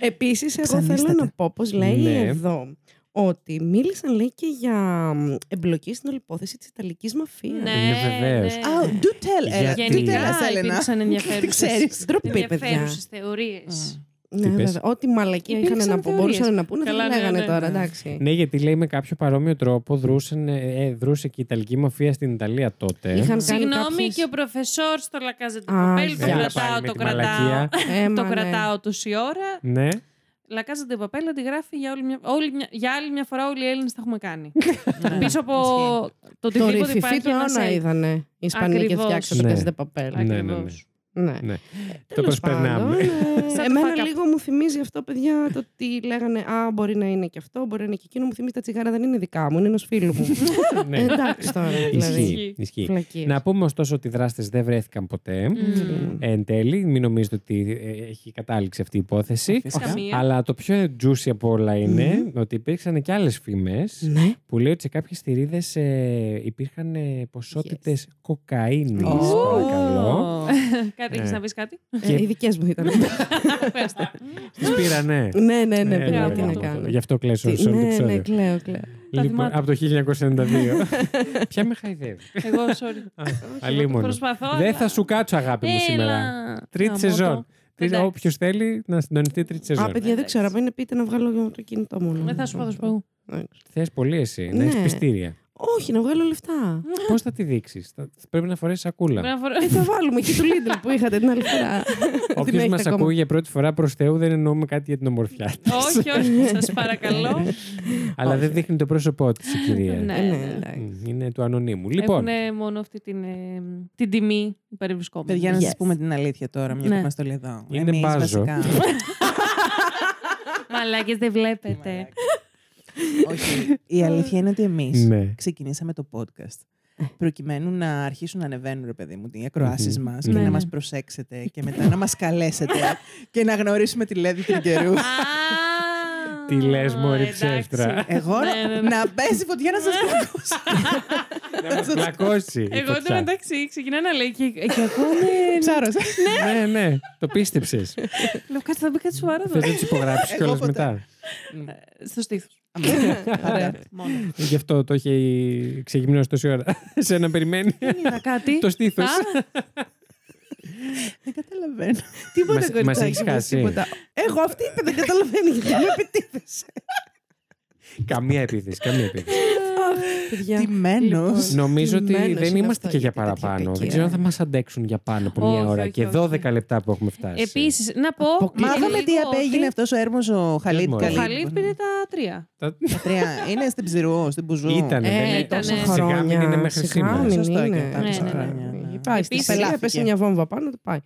Επίσης, εγώ θέλω Ψανίστατα. να πω πως λέει Ναι. εδώ ότι μίλησαν λέει και για μ, εμπλοκή στην όλη υπόθεση της Ιταλικής μαφίας. Ναι, βεβαίως. ναι. Oh, do tell, Έλα. Γιατί- Do tell us, Γενικά Έλενα. υπήρξαν Τι ξέρεις. ενδιαφέρουσες Ντροπή, παιδιά. ενδιαφέρουσες θεωρίες. Ναι, Τι πες? βέβαια. Ό,τι μαλακία Υπήρξαν είχαν να πούν, θεωρίες. μπορούσαν να πούνε, δεν Καλά, την ναι, λέγανε ναι, τώρα, ναι. εντάξει. ναι, γιατί λέει με κάποιο παρόμοιο τρόπο δρούσαν, ε, ε, δρούσε και η Ιταλική μαφία στην Ιταλία τότε. Είχαν κάνει Συγγνώμη κάποιες- και ο προφεσόρ στο Λακάζα του Α, Παπέλ. Το Έλα κρατάω, πάλι με το τη κρατάω. μαλακία. Έμα, Το ναι. κρατάω τόση ώρα. Ναι. Λακάζα του Παπέλ αντιγράφει για, όλη μια, όλη μια- για άλλη μια φορά όλοι οι Έλληνες τα έχουμε κάνει. Ναι. Πίσω από το Το οτιδήποτε ρηφιφί υπάρχει. του ένας αιώνα ε- είδανε οι Ισπανοί και Ακριβώς. φτιάξαν το Ναι. Κάζα Παπέλ. Ναι, ναι, ναι. Ακριβώς. Ναι. Ναι. Το Τέλος προσπερνάμε. πάντων, ε, Σαν το εμένα fuck up. λίγο μου θυμίζει αυτό, παιδιά, το ότι λέγανε Α, μπορεί να είναι και αυτό, μπορεί να είναι και εκείνο. Μου θυμίζει τα τσιγάρα δεν είναι δικά μου, είναι ενός φίλου μου. ναι. Ε, Εντάξει τώρα, δηλαδή. Ισχύει. Ισχύει. Φλακίες. Να πούμε ωστόσο ότι οι δράστες δεν βρέθηκαν ποτέ. Mm. Μμμ. Ε, εν τέλει, μην νομίζετε ότι ε, έχει κατάληξει αυτή η υπόθεση. Φυσικά. Καμία. Αλλά το πιο juicy από όλα είναι Mm-hmm. ότι υπήρξαν και άλλες φήμες Ναι. που λέει ότι σε κάποιες θηρίδες υπήρχαν ποσότητες κοκαίνης Ω. παρακαλώ. Κάτι Ε. έχεις να πεις κάτι. Ε, Οι δικές μου ήταν. Πες τα. Τις πήρανε. Ναι, ναι, ναι, Ε, παιδιά, έλα, τι γάμο να το. κάνω. Γι' αυτό κλαίσω Τι- σε όλο το Ναι, ναι, επεισόδιο. κλαίω, κλαίω. Λοιπόν, θυμάται. από το 1992. Ποια με χαϊδεύει. Εγώ, sorry. Α, Αλίμονο. Προσπαθώ. Δεν αλλά- θα σου κάτσω, αγάπη μου, Έλα. σήμερα. Τρίτη Γαμώτο. σεζόν. Εντάξει. Όποιος θέλει να συντονιστεί τρίτη Α, σεζόν. παιδιά, δεν ξέρω. Αν πείτε να βγάλω το κινητό μου. Δεν Ε, θα σου πω, θα σου πω. εγώ. Εντάξει. Θες πολύ εσύ να Ναι. έχει πιστήρια. Όχι, να βγάλω λεφτά. Πώς θα τη δείξεις, Πρέπει να φορέσεις Πρέπει σακούλα. να φορώ- Ε, θα βάλουμε και του Lidl που είχατε την άλλη φορά. Την Όποιο έχετε μας ακόμα. ακούει για πρώτη φορά προς Θεού δεν εννοούμε κάτι για την ομορφιά της. Όχι, όχι, σας παρακαλώ. Αλλά δεν δείχνει το πρόσωπό της η κυρία. Ναι, Ε, ναι, ναι. εντάξει. Μμ, Είναι του ανωνύμου. Λοιπόν, Έχουν μόνο αυτή την, ε, την τιμή οι παρευρισκόμενοι. Παιδιά, να Yes. σας πούμε την αλήθεια τώρα, μια Ναι. που μας το λέει εδώ. Είναι Εμείς μπάζο. βασικά. Μαλάκες δεν βλέπετε. Όχι. Η αλήθεια είναι ότι εμείς Ναι. ξεκινήσαμε το podcast προκειμένου να αρχίσουν να ανεβαίνουν, ρε παιδί μου, οι ακροασει Μμμ. μας Ναι, και ναι. να μας προσέξετε και μετά να μας καλέσετε και να γνωρίσουμε τη Λέδη την καιρού. Α, Τι λες, μωρή εντάξει. ψεύτρα. Εγώ Ναι, ναι, ναι. να πέσει φωτιά να σας πλακώσω. να μας πλακώσει. η Εγώ φωτιά. τώρα εντάξει, ξεκινά να λέει και, και ακούνε. Ψάρωσα. Ναι, ναι, το πίστεψες. Λέω κάτι, θα μπει κάτι σοβαρό εδώ. Θε να τι υπογράψεις Εγώ κιόλας ποτέ. μετά. Ναι. Στο στήθος. Πάντα. Μόνο. Γι' αυτό το έχει ξεγυμνώσει τόση ώρα. Σε να περιμένει Είδα κάτι. το στήθος. Α, Δεν καταλαβαίνω. Τίποτα Μας- μας κοριτσάκι έχεις μου, χάσει. τίποτα. Εγώ αυτή είπα, δεν καταλαβαίνει γιατί με επιτίθεσαι. Καμία επίθεση, καμία επίθεση. Ε, Παιδιά, Τιμένος. Λοιπόν. Νομίζω ότι Τιμένος δεν είναι είμαστε αυτό, και για γιατί τέτοια παραπάνω. Δεν ηλικία. ξέρω αν θα μας αντέξουν για πάνω από Όχι, μία ώρα όχι, και όχι. 12 λεπτά που έχουμε φτάσει. Επίσης, να πω. Αποκλείω. Μα λίγο είδαμε τι ότι απέγινε αυτός ο έρμος ο Χαλίτ Ο Ο Καλή. Χαλίτ πήρε τα τρία. Τα- Τα τρία. Είναι στην Ψηρού, στην Μπουζού. Ήτανε, Ε, δεν είναι. ήτανε. Τόσα Σιγά χρόνια. χρόνια. είναι μέχρι σιγά σήμερα. μην Σωστό είναι. και αυτά, Ναι, τόσα ναι, ναι. χρόνια, ναι. Πάει στη Επίσης- σειρά, έπεσε μια βόμβα πάνω, το πάει.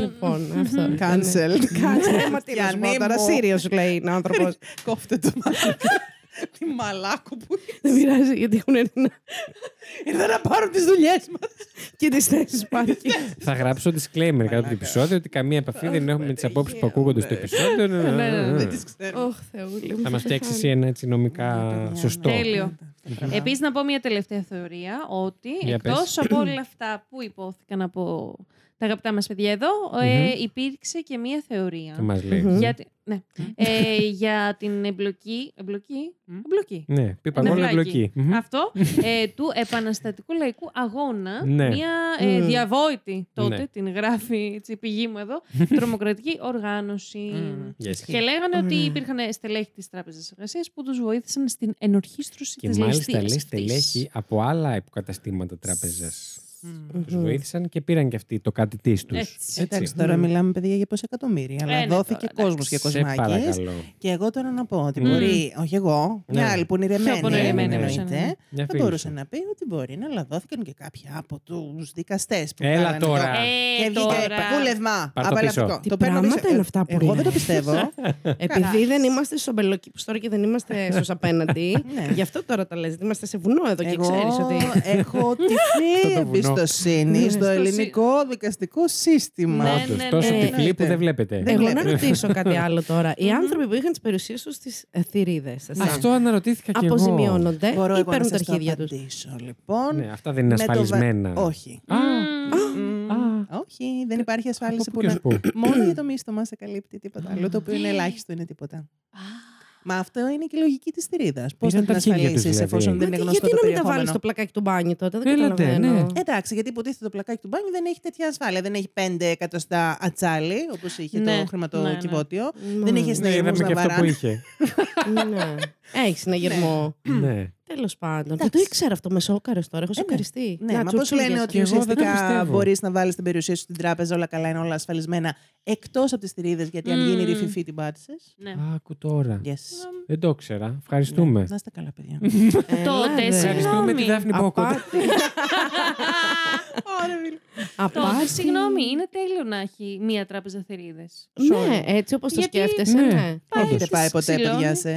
Λοιπόν, αυτό. ήταν. Ε, Cancelled. Cancel. Μα τι να σου πω Γιάννη τώρα, μου. Sirius λέει είναι άνθρωπος. Κόφτε το μαλάκα. Τι μαλάκο που Δεν πειράζει, γιατί έχουν έρθει να- ήρθε να πάρουν τις δουλειές μας. και τις θέσεις πάρκι. Θα γράψω disclaimer κάτω από το επεισόδιο ότι καμία επαφή δεν έχουμε με τις απόψεις που ακούγονται στο επεισόδιο. Ναι, ναι, ναι, ναι. Δεν τις ξέρω. Ωχ, Θεούλη μου. Θα μας σε φτιάξει χάνω. εσύ ένα έτσι νομικά παιδιά, σωστό. ναι. Τέλειο. Επίσης, να πω μια τελευταία θεωρία ότι Για πες. εκτός από όλα αυτά που υπόθηκαν από τα αγαπητά μας παιδιά εδώ, ε, υπήρξε και μια θεωρία. Και μα λέει. Μμμ. Για, τη- ναι. ε, για την εμπλοκή. Εμπλοκή. εμπλοκή. Ναι, πίπαγόλα Νευράκι. εμπλοκή. Μμμ. Αυτό ε, του επαναστατικού λαϊκού αγώνα. Ναι. Μια ε, Μμ. διαβόητη τότε, Ναι. την γράφει έτσι, η πηγή μου εδώ, τρομοκρατική οργάνωση. Μμ. Yes. Και λέγανε ότι Ωραία. υπήρχαν στελέχη της Τράπεζας Εργασίας που τους βοήθησαν στην ενορχίστρωση Και της ληστεία. μάλιστα λέει στελέχη από άλλα υποκαταστήματα τραπεζά. Μμμ. Του βοήθησαν και πήραν και αυτοί το κάτι της τους. Έτσι. Εντάξει, τώρα Μμμ. μιλάμε παιδιά για πόσα εκατομμύρια. Ε, Αλλά ναι, δόθηκε τώρα, κόσμος και Σε κοσμάκες. παρακαλώ. Και εγώ τώρα να πω ότι Μμμ. μπορεί, όχι εγώ, Ναι. μια άλλη Πιο πονηρεμένη, πονηρεμένη, εννοείται, ναι, ναι. Μια θα φίλη μπορούσε σου. να πει ότι μπορεί να λαδώθηκαν και κάποιοι από τους δικαστές που Έλα κάνανε το- τώρα. Και Ε, βγήκε τώρα. βούλευμα. Πάρ' το πίσω. Τι Απαλλακτικό. παίρνω πράγματα πίσω. Ε, είναι αυτά που Εγώ λένε. δεν το πιστεύω. Επειδή δεν είμαστε στου αμπελοκήπου τώρα και δεν είμαστε στου απέναντι, Ναι. γι' αυτό τώρα τα λες. Είμαστε σε βουνό εδώ και Εγώ ξέρεις ότι. έχω Το τυφλή βουνό. εμπιστοσύνη Στο στο σύ- ελληνικό δικαστικό σύστημα. Ναι, Όντως, ναι, τόσο Ναι, ναι. τυφλή που Ναι. δεν βλέπετε. Δεν Εγώ να βλέπετε. ρωτήσω κάτι άλλο τώρα. Οι Μμμ. άνθρωποι που είχαν τις περιουσίες τους στις θηρίδε, Αυτό αναρωτήθηκα και εγώ. αποζημιώνονται Μπορώ ναι. ή εγώ να παίρνουν τα σας το αρχίδια τους. απαντήσω, λοιπόν. Ναι, αυτά δεν είναι Με το βα- ασφαλισμένα. Όχι. Α, Μμμ. Μμμ. Α. Όχι, δεν υπάρχει ασφάλιση από πού που και να... σου πού. Μόνο για το μίστομα σε καλύπτει τίποτα άλλο, το οποίο είναι ελάχιστο είναι τίποτα. Μα αυτό είναι και η λογική της θηρίδας. Πώς Πήραν θα τα την αρχίδια τους, ασφαλίσει δηλαδή. εφόσον Μα Μα δεν είναι τι- γνωστό γιατί το να μην τα βάλει περιεχόμενο. στο πλακάκι του μπάνιου τότε, δεν Έλατε, καταλαβαίνω. ναι. Εντάξει, γιατί υποτίθεται το πλακάκι του μπάνιου δεν έχει τέτοια ασφάλεια. Δεν έχει 5 εκατοστά ατσάλι, όπως είχε Ναι, το χρηματοκιβώτιο. Ναι. Δεν είχε Ναι, συναγερμού είδαμε και να αυτό που βαράνε. είχε. Ναι. Έχει συναγερμό. ναι. Τέλος πάντων. Δεν Εντάξει. το ήξερα αυτό μεσόκαρο τώρα. Έχω σοκαριστεί. Ναι, Να, μα πώ τσουτσούνιας. λένε ότι εγώ δεν το ουσιαστικά πιστεύω. μπορείς να βάλεις την περιουσία σου στην τράπεζα, όλα καλά είναι όλα ασφαλισμένα. Εκτός από τις θηρίδες, γιατί αν Μμμ. γίνει ρηφιφή την πάτησες. Ναι. Άκου τώρα. Yes. Δεν το ήξερα. Ναι. Ευχαριστούμε. Να είστε καλά, παιδιά. Έλα, Τότε, Ναι, συγγνώμη. ρε. Ευχαριστούμε τη Δάφνη Μπόκοντα. Απάτη. Ωραία, Βίλ. Τότε, Απάτη. συγγνώμη, είναι τέλειο να έχει μία τράπεζα θηρίδε. Ναι, έτσι όπως το Γιατί- σκέφτεσαι. Ναι. Ναι. Έχετε έχεις πάει ποτέ, ξυλώνει. παιδιά, σε...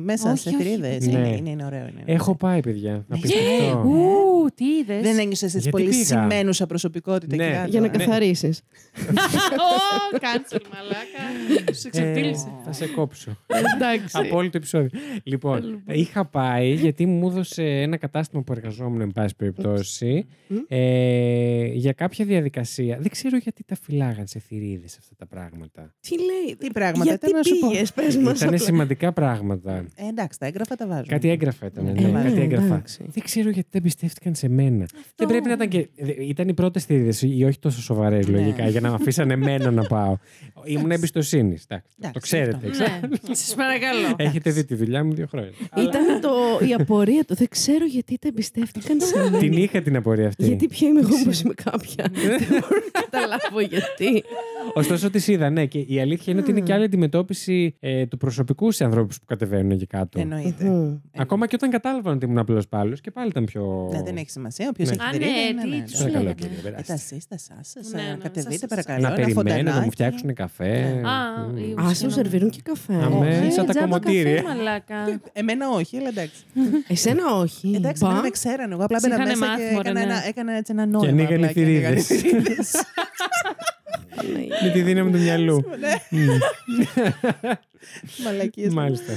μέσα Όχι, σε όχι. θηρίδε. Ναι. Είναι, είναι, είναι ωραίο. Είναι. Έχω πάει, παιδιά. Ναι. Απίστευτο. Ε, Ου, τι είδες. Δεν ένιωσες τις Γιατί πολύ πήγα. σημαίνουσα προσωπικότητα. Ναι. εκεί κάτω, Για να ε. καθαρίσεις. Ω, κάτσελ, μαλάκα. Σου Ε, ξεφτύλισε. θα σε κόψω. Εντάξει. Απόλυτο επεισόδιο. Λοιπόν, είχα πάει γιατί μου έδωσε ένα κατάστημα που εργαζόμουν, εν πάση περιπτώσει, Μμμ. ε, για κάποια διαδικασία. Δεν ξέρω γιατί τα φυλάγαν σε θηρίδες αυτά τα πράγματα. Τι λέει. Τι πράγματα Γιατί ήταν να σου πω. πήγες, πες μας. Ήταν απλά. σημαντικά πράγματα. Ε, εντάξει, τα έγγραφα τα βάζω. Κάτι έγγραφα ήταν. Ε, ναι, βάζω. κάτι Ε, έγγραφα. εντάξει. Δεν ξέρω γιατί δεν πιστεύτηκαν σε μένα. Δεν πρέπει να ήταν και. δε- Ήταν οι πρώτες θηρίδες, ή όχι τόσο σοβαρές Ναι. λογικά, για να με αφήσανε εμένα να πάω. Ήμουν εμπιστοσύνη. Το Εντάξει, ξέρετε. αυτό. Ναι. Ναι, σας παρακαλώ. Έχετε δει τη δουλειά μου δύο χρόνια. Ήταν το, η απορία του. Δεν ξέρω γιατί τα εμπιστεύτηκαν σε μένα. Την είχα την απορία αυτή. Γιατί ποια είμαι εγώ όπως είμαι κάποια. Δεν μπορώ να καταλάβω γιατί. Ωστόσο, τις είδα, ναι. Και η αλήθεια είναι ότι είναι και άλλη αντιμετώπιση ε, του προσωπικού σε ανθρώπους που κατεβαίνουν εκεί κάτω. Εννοείται. Ε, Μμμ. Ακόμα και όταν κατάλαβαν ότι ήμουν απλός πάλι και πάλι ήταν πιο. Ναι, δεν έχει σημασία. Όποιος Ναι. έχει Α, θηρίδα, ναι, ναι, τι ναι, τους ναι. Παρακαλώ, λέγανε. κύριε, Ε, περάστε. τα σεις, τα σας, σας, Ναι, α, ναι, σας, σας, κατεβείτε Ε, Να παρακαλώ. ένα περιμένω να μου φοντανάκι. φτιάξουν καφέ. Α, Μμμ. η Α, σου ουσία. σερβίρουν και καφέ. Αμέ, Όχι. σαν τα τζάμπα κομμωτήρια. καφέ, μαλάκα. Εμένα όχι, αλλά εντάξει. Ε. Εσένα όχι. Εντάξει, Μπα. εμένα με ξέρανε. Εγώ απλά μπαίνα Είχανε μέσα μάθει, και μωρέ, έκανα, ναι. ένα, έκανα έτσι ένα νόημα. ανοίγανε απλά οι και ανοίγανε θηρίδες. οι θηρίδες. Με τη δύναμη του μυαλού. Ναι. Ναι. Μαλακίες. Μάλιστα.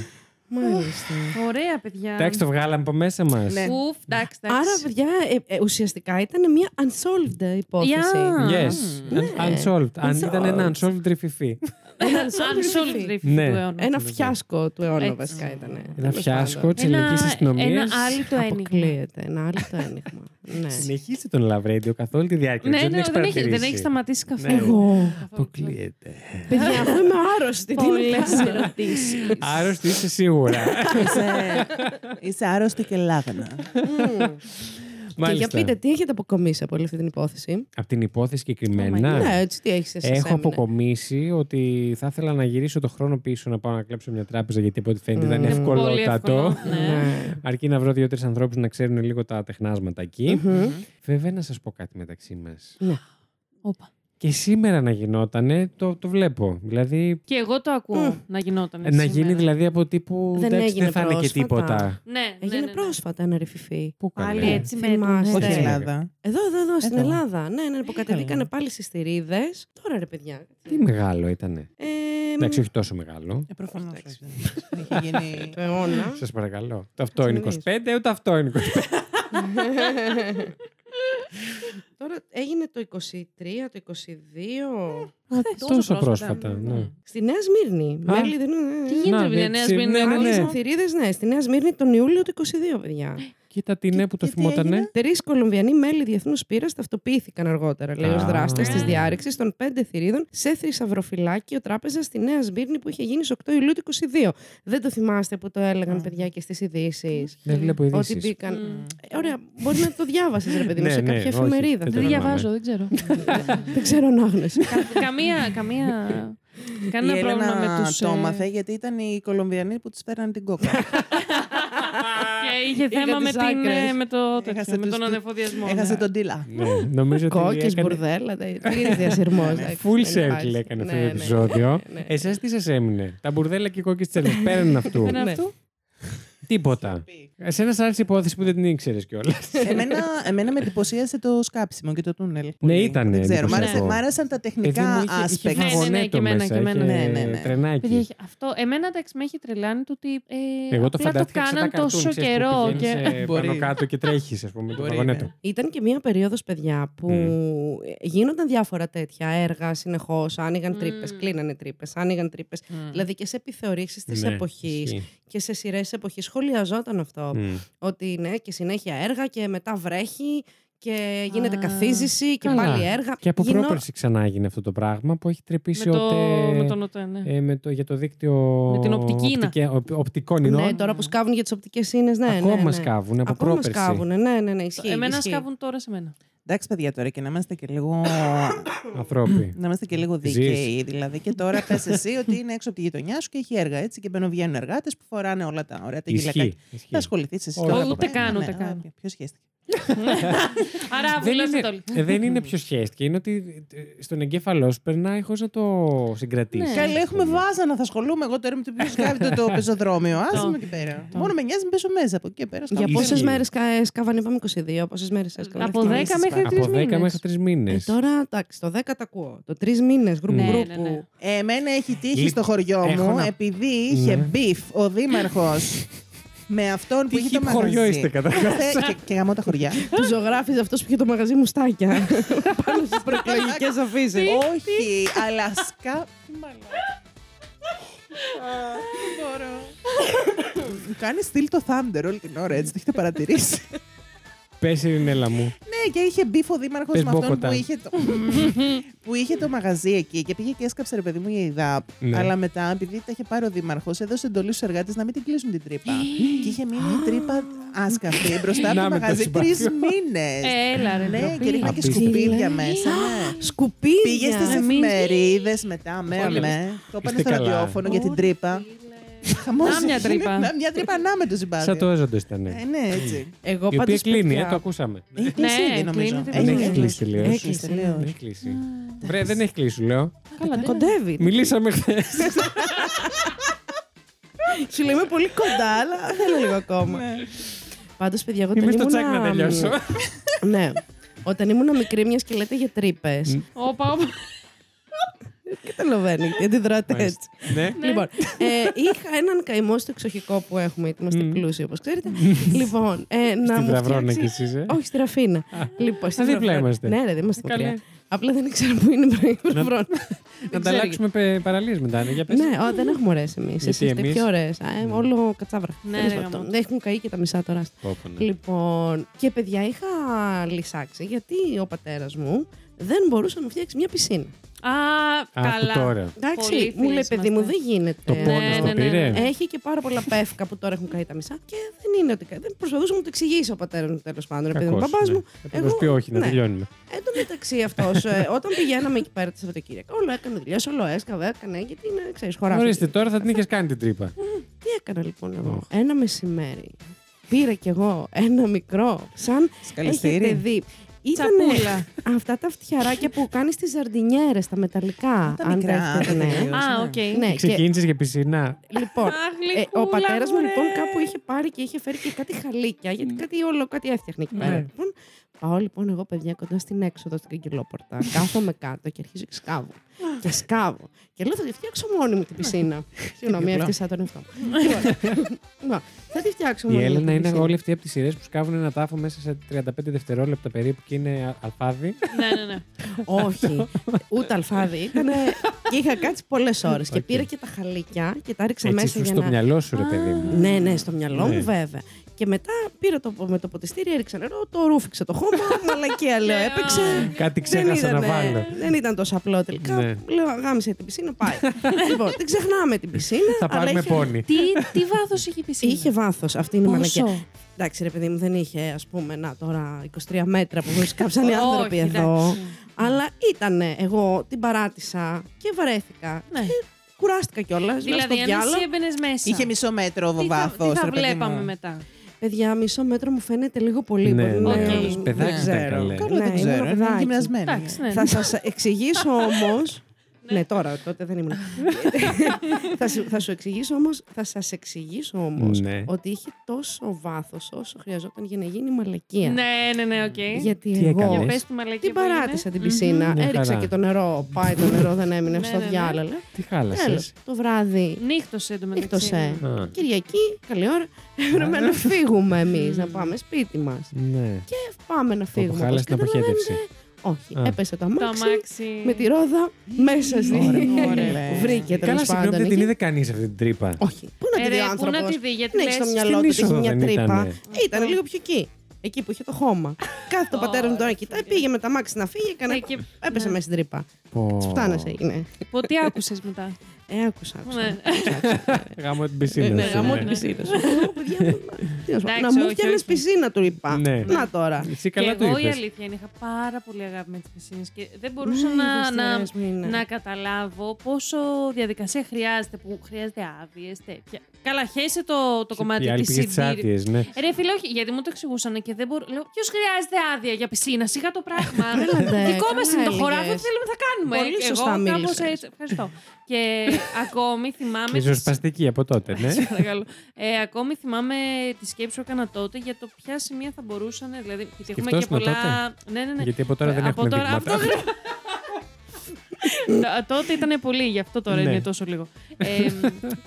Μάλιστα. Ωραία, παιδιά. Εντάξει, το βγάλαμε από μέσα μας. Ναι. Ουφ, εντάξει, εντάξει. Άρα, παιδιά, ε, ε, ουσιαστικά ήταν μια unsolved υπόθεση. Yeah. Yes. Mm. Un- Unsolved. Αν ήταν ένα unsolved τριφυφή. Ένα Unsolved unsolved riff Ναι. του αιώνα. Ένα φιάσκο του αιώνα, Έτσι. βασικά ήταν. Ένα φιάσκο τη Ένα- ελληνική αστυνομίας. Ένα άλλο το ένιγμα. Ε, Αποκλείεται. Ένα άλλο το ένιγμα. Ναι. Συνεχίζει τον Love Radio καθ' όλη τη διάρκεια. Ναι, Δεν ναι, έχεις δεν έχει, δεν παρατηρήσει. έχει σταματήσει καθόλου. Ναι. Εγώ. Αποκλείεται. Παιδιά, αφού είμαι άρρωστη. τι Πολλές μιλάω. ερωτήσεις. Άρρωστη είσαι σίγουρα. Είσαι- Είσαι άρρωστη και λάγνα. Ναι. Μμμ. Και για πείτε, τι έχετε αποκομίσει από όλη αυτή την υπόθεση. Από την υπόθεση Oh συγκεκριμένα. my God. Ναι, έτσι τι έχεις εσύ. Έχω αποκομίσει ότι θα ήθελα να γυρίσω το χρόνο πίσω να πάω να κλέψω μια τράπεζα γιατί από ό,τι φαίνεται ήταν Mm. Είναι Πολύ ευκολότατο. εύκολο, ναι. Αρκεί να βρω δύο-τρει ανθρώπους να ξέρουν λίγο τα τεχνάσματα εκεί. Βέβαια, να σας πω κάτι μεταξύ μας. Όπα. Και σήμερα να γινότανε, το, το βλέπω. Δηλαδή, Και εγώ το ακούω να γινόταν. να Ε, σήμερα. γίνει δηλαδή από τύπου. Δεν εντάξει, έγινε δεν θα είναι και πρόσφατα. τίποτα. Ναι, ναι, ναι, Έγινε ναι. πρόσφατα ένα ρεφιφί. Πού Πάλι καλά. έτσι με Θυμάστε. έτοιμες. Όχι Ναι. Ελλάδα. Εδώ, εδώ, εδώ, στην Εδώ. Ελλάδα. Ναι, ναι, που κατεβήκανε λέγαμε. πάλι στις θηρίδες. Τώρα ρε, παιδιά. Τι μεγάλο ήτανε. Ε, Εντάξει, όχι τόσο μεγάλο. Ε, προφανώς Εντάξει. όχι. Έχει γίνει... Του αιώνα. Σας παρακαλώ. Το αυτό Ας είναι μιλήσω. 25, ούτε αυτό είναι 25. Τώρα έγινε το 23, το 22. Α, Τόσο πρόσφατα. πρόσφατα. ναι. Στη Νέα Σμύρνη. Μέλη δεν Τι γίνεται, Να, παιδιά, ναι, νέα τσι- Σμύρνη, ναι, ναι, εγώ Άνοιξαν δεν ναι. ξέρω. θηρίδε, ναι, στη Νέα Σμύρνη τον Ιούλιο του 22, παιδιά. Κοίτα την ναι Και- που το και τι θυμότανε. έγινε? Τρεις Κολομβιανοί μέλη διεθνούς πείρας ταυτοποιήθηκαν αργότερα, λέει, ως Α. δράστες τη Ωραία. διάρρηξης των πέντε θηρίδων σε θησαυροφυλάκιο τράπεζα στη Νέα Σμύρνη που είχε γίνει στις 8 Ιουλίου του 22. Δεν το θυμάστε που το έλεγαν, Α. παιδιά, και στις ειδήσεις. Δεν βλέπω Ότι ειδήσεις. μπήκαν. Μμμ. Ε, ωραία, μπορεί να το διάβασες, ρε παιδί μου, Ναι, σε ναι, κάποια όχι, εφημερίδα. δεν το Δεν θυμάμαι. διαβάζω, δεν ξέρω. Δεν ξέρω ανάγνωση. Κα- καμία. καμία... Η Κανένα πρόβλημα με Έλενα τους... το ε, μάθε γιατί ήταν οι Κολομβιανοί που της φέραν την κόκα. Και είχε Είχα θέμα με, τις την, άκρες. ε, με, το, τέτοιο, Έχασε με τους- τον ανεφοδιασμό. Έχασε ναι. τον τίλα. Ναι, νομίζω ότι Κόκκε, έκανε μπουρδέλα, πλήρη διασυρμό. Full circle έκανε Ναι, αυτό το επεισόδιο. ναι. Εσάς τι σας έμεινε. Τα μπουρδέλα και οι κόκκις τσέλε. Πέραν αυτού. Πέραν Ναι. αυτού. Τίποτα. Εσένα σ' άρεσε η υπόθεση που δεν την ήξερες κιόλας. εμένα, εμένα με εντυπωσίασε το σκάψιμο και το τούνελ. Πολύ. ήταν Δεν ξέρω, μ' Ναι, εντυπωσιακό. άρεσε- μ' άρεσαν τα τεχνικά είχε άσπεκτα. Ναι, ναι, ναι, και βαγονέτο εμένα, μέσα. και εμένα. είχε Ναι, ναι, ναι. Παιδιά, Τρενάκι. έχει- αυτό, εμένα εντάξει, με έχει τρελάνει το ότι. Ε, Εγώ το απλά το φαντάστηκα σαν τα κάναν καρτούν, τόσο ξέρεις, που καιρό. πηγαίνεις, Και... ε, Μπορεί. Πάνω κάτω και τρέχεις, ας πούμε, το Μπορεί, βαγονέτο. ναι. Ήταν και μία περίοδος, παιδιά, που γίνονταν διάφορα τέτοια έργα συνεχώς. Άνοιγαν Μμμ. τρύπες, κλείνανε τρύπες, άνοιγαν τρύπες. Ναι. Μμμ. Δηλαδή και σε επιθεωρήσεις της Ναι, εποχής ισχύει. και σε σειρές της εποχής σχολιαζόταν αυτό. Μμ. Ότι ναι, και συνέχεια έργα και μετά βρέχει και γίνεται Α, καθίζηση και καλά. πάλι έργα. Και από Γινό- πρόπερση ξανά έγινε αυτό το πράγμα που έχει Με, τρεπήσει το, ότε- με τον ΟΤΕ, ναι. ε, με το, για το δίκτυο. Με την οπτική να. οπτικέ- οπ- οπτικών ινών. Ναι, τώρα που σκάβουν για τις οπτικές σύνες, ναι, ναι, Ακόμα ναι. σκάβουν από Ακόμα πρόπερση. σκάβουν, ναι, ναι, ναι, ισχύει. εμένα ισχύει. σκάβουν τώρα σε μένα. Εντάξει, παιδιά, τώρα και να είμαστε και λίγο. Ανθρώποι. Να είμαστε και λίγο Ζεις. δίκαιοι. Δηλαδή, και τώρα πες εσύ ότι είναι έξω από τη γειτονιά σου και έχει έργα έτσι. Και μπαίνουν βγαίνουν εργάτες που φοράνε όλα τα ωραία τα γυλακάκια. Ισχύει. ισχύει. Θα ασχοληθείς εσύ Όχι. τώρα. Ναι, Ούτε καν, ούτε καν. Ποιο σχέστηκε. Άρα Δεν βουλέψτε το είναι, όλοι. ε, δεν είναι ποιο σχέστηκε. Είναι ότι ε, στον εγκέφαλός σου περνάει χωρίς να το συγκρατήσει. Ναι. Καλή, έχουμε βάζανα, θα ασχολούμαι εγώ τώρα με το ποιος σκάβει το πεζοδρόμιο. Άσε Το- με εκεί πέρα. το- Μόνο με νοιάζει να πέσω μέσα από εκεί και πέρα. Για Ισχύει. πόσες μέρες κα- σκάβαν, είπαμε 22, πόσες μέρες έσκαβαν. Από δεν 10 θυμάμαι. μέχρι Από 10 τρει μήνες. μέχρι τρεις μήνες. Ε, τώρα, εντάξει, το 10 τα ακούω. Το 3 μήνε, γκρουπ Ναι, γκρουπ. ναι, ναι. Ε, Εμένα έχει τύχει Λοιπόν, στο χωριό έχω μου να- επειδή είχε Ναι. μπιφ ο δήμαρχος με αυτόν που Τι είχε το hip μαγαζί. χωριό είστε, καταρχάς. Θε- και, και γαμώ τα χωριά. Που ζωγράφιζε αυτός που είχε το μαγαζί μουστάκια. Πάνω στις προεκλογικές αφήσει. Όχι, αλλά σκα... Μου κάνει στυλ το Thunder όλη την ώρα, έτσι το έχετε παρατηρήσει. Πες Ειρηνέλα μου. ναι, και είχε μπιφ ο δήμαρχο Πες με αυτόν μπόκοτα. που είχε, το... που είχε το μαγαζί εκεί και πήγε και έσκαψε ρε παιδί μου η ΕΙΔΑΠ. Ναι. Αλλά μετά, επειδή τα είχε πάρει ο δήμαρχος, έδωσε εντολή στους εργάτες να μην την κλείσουν την τρύπα. και είχε μείνει η τρύπα άσκαφη μπροστά από Να το με το μαγαζί τρει συμπάθειο. μήνες. Έλα ρε. Ναι, ντροπή. και ρίχνα και Απίστευτο. σκουπίδια μέσα. ναι. Σκουπίδια. Πήγε στις Ναι, μην- εφημερίδες μετά, με, Όλοι. με. Το έπανε Είστε στο καλά. ραδιόφωνο για την τρύπα. Χαμός. Να μια τρύπα. Να μια τρύπα, να με το ζυμπάδι. Σαν το έζοντο ήταν. Ε, ναι, έτσι. Εγώ Η οποία πάντως, κλείνει, παιδιά, ε, το ακούσαμε. Έχει κλείσει Ναι, ήδη, νομίζω. κλείνει, Δεν Έχει έχει κλείσει. κλείσει τελείως. Έκλεισε, Έκλεισε, ναι. λέω. Δεν έχει κλείσει. Βρε, δεν έχει κλείσει, σου λέω. Καλά, δεν- Κοντεύει. Μιλήσαμε χθες. Σου λέμε πολύ κοντά, αλλά θέλω λίγο ακόμα. Πάντως, παιδιά, εγώ Ναι. Είμαι όταν στο ήμουν. τσάκ να τελειώσω. Ναι. Όταν ήμουν μικρή, μιας και λέτε για τρύπες. Όπα, όπα. Καταλαβαίνει, γιατί δράτε έτσι. Ναι. Λοιπόν, ε, είχα έναν καημό στο εξοχικό που έχουμε. Είμαστε πλούσιοι, όπως ξέρετε. λοιπόν, ε, να Στην μου Τραβρώνα φτιάξει- κι εσείς, ε. Όχι, στη Ραφίνα. λοιπόν, στη Α, δίπλα Τραβρώνα. είμαστε. Ε, Ναι, ρε, δεν είμαστε Καλέ. μακριά. Απλά δεν ήξερα που είναι η Τραβρώνα. Να ανταλλάξουμε παραλίες μετά. ναι, Για πες. Ναι, ω, δεν έχουμε ωραίες εμείς. Εσείς είστε εμείς? πιο ωραίες. Όλο κατσάβρα. Ναι, Τέλος ρε, πάντων. γαμώτο. Δεν έχουν καεί και τα μισά τώρα. Πω, πω, ναι. Λοιπόν, και παιδιά είχα λυσάξει γιατί ο πατέρας μου δεν μπορούσε να μου φτιάξει μια πισίνα. Α, Άκου καλά. τώρα. Εντάξει, Πολύ μου λέει φίλες παιδί μου, είμαστε. δεν γίνεται. Το πόνος ναι, το ναι, ναι. πήρε. Έχει και πάρα πολλά πεύκα που τώρα έχουν καεί τα μισά. Και δεν είναι ότι. κα- Δεν προσπαθούσε να μου το εξηγήσει ο πατέρας μου τέλος πάντων. Επειδή ο Κακός, παπά ναι. μου. Θα του πει όχι, να ναι. τελειώνουμε. Εν τω μεταξύ αυτός, όταν πηγαίναμε εκεί πέρα τη Σαββατοκύριακα, όλο έκανε δουλειές, όλο έσκαβε, έκανε. ε, Γιατί είναι, ξέρεις, χωράφι. Ορίστε, τώρα θα την είχες κάνει την τρύπα. Τι έκανα λοιπόν εγώ. Ένα μεσημέρι. Πήρα κι εγώ ένα μικρό, σαν Σκαλιστήρι. έχετε δει. Τσαπούλα. αυτά τα φτιαράκια που κάνεις στι ζαρντινιέρε, τα μεταλλικά. Τα αν μικρά, έχετε, τα ναι. τελείως. Α, Ναι. οκ. Ναι, και, Ξεκίνησες για πισινά. λοιπόν, Αχ, ε, ο γλυκούλα πατέρας μου ρε. λοιπόν κάπου είχε πάρει και είχε φέρει και κάτι χαλίκια, γιατί κάτι όλο κάτι έφτιαχνε εκεί πέρα. Ναι. Λοιπόν, πάω λοιπόν εγώ παιδιά κοντά στην έξοδο στην καγκελόπορτα. Κάθομαι κάτω και αρχίζω και σκάβω. και σκάβω. Και λέω θα τη φτιάξω μόνη μου την Ναι. πισίνα. Συγγνώμη, Διπλό. έφτιασα τον εαυτό μου. Λοιπόν, μα, θα τη φτιάξω μόνη Η μου. την Έλενα είναι πισίνα. όλη αυτή από τις σειρές που σκάβουν ένα τάφο μέσα σε 35 δευτερόλεπτα περίπου και είναι α- αλφάδι. Ναι, ναι, ναι. Ε, Όχι, ούτε αλφάδι. Ήτανε... και είχα κάτσει πολλές ώρες. και Οκ. πήρα και τα χαλίκια και τα ρίξα Έτσι μέσα σου για στο να. μυαλό σου, ρε παιδί μου. Ναι, ναι, στο μυαλό Ναι. μου βέβαια. Και μετά πήρα το, με το ποτιστήρι, έριξε νερό, το ρούφηξε το χώμα, μαλακία Ναι, λέω, έπαιξε. Κάτι Δεν ξέχασα να ήτανε- βάλω. Δεν ήταν τόσο απλό τελικά. Ναι. Λέω, γάμισε την πισίνα, πάει. λοιπόν, την ξεχνάμε την πισίνα. Θα αλλά πάρουμε είχε- πόνι. Τι, τι βάθος είχε η πισίνα. Είχε βάθος. Αυτή είναι η μαλακία. Πόσο? Εντάξει, ρε παιδί μου, δεν είχε, ας πούμε, να τώρα 23 μέτρα που μου σκάψαν οι Όχι, άνθρωποι εδώ. εντάξει. Αλλά ήταν εγώ, την παράτησα και βαρέθηκα. Ναι. Και κουράστηκα κιόλας. Δηλαδή, στο αν διάλογο. εσύ έμπαινες μέσα. Είχε μισό μέτρο τι θα, βάθος. τι θα βλέπαμε Ε, ναι, μετά. Παιδιά, μισό μέτρο μου φαίνεται λίγο πολύ. Ναι, μπορεί να- ναι, δεν όντως, παιδάκι ήταν καλέ. Καλό Ναι, δεν ήμουν ε. ξέρω. Είναι παιδάκι. γυμνασμένη. Εντάξει, ναι. Θα σας εξηγήσω όμως... ναι, τώρα, τότε δεν ήμουν. θα, σου, θα σου εξηγήσω όμως, θα σας εξηγήσω όμως Ναι. ότι είχε τόσο βάθος όσο χρειαζόταν για να γίνει μαλακία. Ναι, ναι, ναι, οκ. Γιατί Τι εγώ Για έκανες? πες του μαλακή την που έγινε. παράτησα την Μμμ. πισίνα, Μια έριξα χαρά. και το νερό, πάει το νερό, δεν έμεινε Ναι, στο ναι, ναι. διάλογο. Τι Τέλος, χάλασες. το βράδυ, Νύχτωσε εντωμεταξύ. νύχτωσε. Α, ε, Κυριακή, καλή ώρα, έπρεπε να φύγουμε εμείς, να πάμε σπίτι μας. Ναι. Πάμε να φύγουμε. όπως χάλασε την καταλαβαίνετε. αποχέτευση. Όχι, Α. έπεσε το Το αμάξι, αμάξι. με τη ρόδα μέσα στη. Ωραία, ωραία. Ε, Βρήκε Καλά, τέλο συγγνώμη, πάντων. δεν την εκεί. είδε κανείς αυτή την τρύπα. Όχι. Πού να Ε, τη δει ρε, ο πού άνθρωπο. να τη δει, γιατί Δεν έχει λες, στο στην μυαλό του ότι έχει είσοδο μια δεν τρύπα. ήτανε. Ήταν λίγο πιο εκεί. Εκεί που είχε το χώμα. Κάθε το πατέρας μου τώρα κοιτάει, πήγε με τα μάξι να φύγει, έκανε- Ναι, και- έπεσε ναι. μέσα στην τρύπα. Πω. Φτάνασε έγινε. Πω, τι άκουσες μετά. Ε, άκουσα, άκουσα. Ναι. Γάμο την πισίνα. Ναι, σου, γαμώ ναι. την πισίνα σου. Ω, παιδιά, τι να σου πω, Εντάξει, Να μου όχι, φτιάχνεις όχι. πισίνα του είπα. Ναι. Να τώρα. Εσύ Και καλά το εγώ η είπες. αλήθεια είναι, είχα πάρα πολύ αγάπη με τις πισίνες και δεν μπορούσα να, να, να καταλάβω πόσο διαδικασία χρειάζεται, που χρειάζεται άδειες, τέτοια. Καλά, χέσε το, το Οι κομμάτι άλλοι της Ε, πήγε στις συντήρησης. άδειες, ναι. Ρε φίλε, όχι, γιατί μου το εξηγούσαν και δεν μπορώ. Λέω, ποιος χρειάζεται άδεια για πισίνα, σιγά το πράγμα. Έλατε, Δικό μας ναι, καλά είναι το χωράφι, έλεγες. ό,τι θέλουμε θα κάνουμε. Πολύ Εγώ σωστά κάπως μίλησες. έτσι. Ευχαριστώ. και ακόμη θυμάμαι. Και τις- ζωσπαστική από τότε, ναι. σε παρακαλώ. Ε, ακόμη θυμάμαι τη σκέψη που έκανα τότε για το ποια σημεία θα μπορούσαν. Δηλαδή, γιατί έχουμε και Σκεφτόσουν πολλά. Ναι, ναι, ναι. Γιατί από τώρα δεν από έχουμε τώρα- δείγματα. αυτό Τα- τότε ήταν πολύ, γι' αυτό τώρα Ναι. είναι τόσο λίγο. Ε,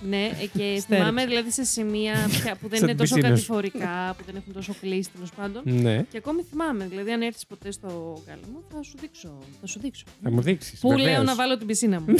ναι, ε, και θυμάμαι δηλαδή σε σημεία πια που δεν Σαν είναι τόσο πισίνα σου. κατηφορικά, που δεν έχουν τόσο κλείσει τέλος πάντων. Ναι, Και ακόμη θυμάμαι, δηλαδή αν έρθεις ποτέ στο κάλυμα, θα σου δείξω. Θα σου δείξω. θα μου δείξεις. Πού λέω να βάλω την πισίνα μου.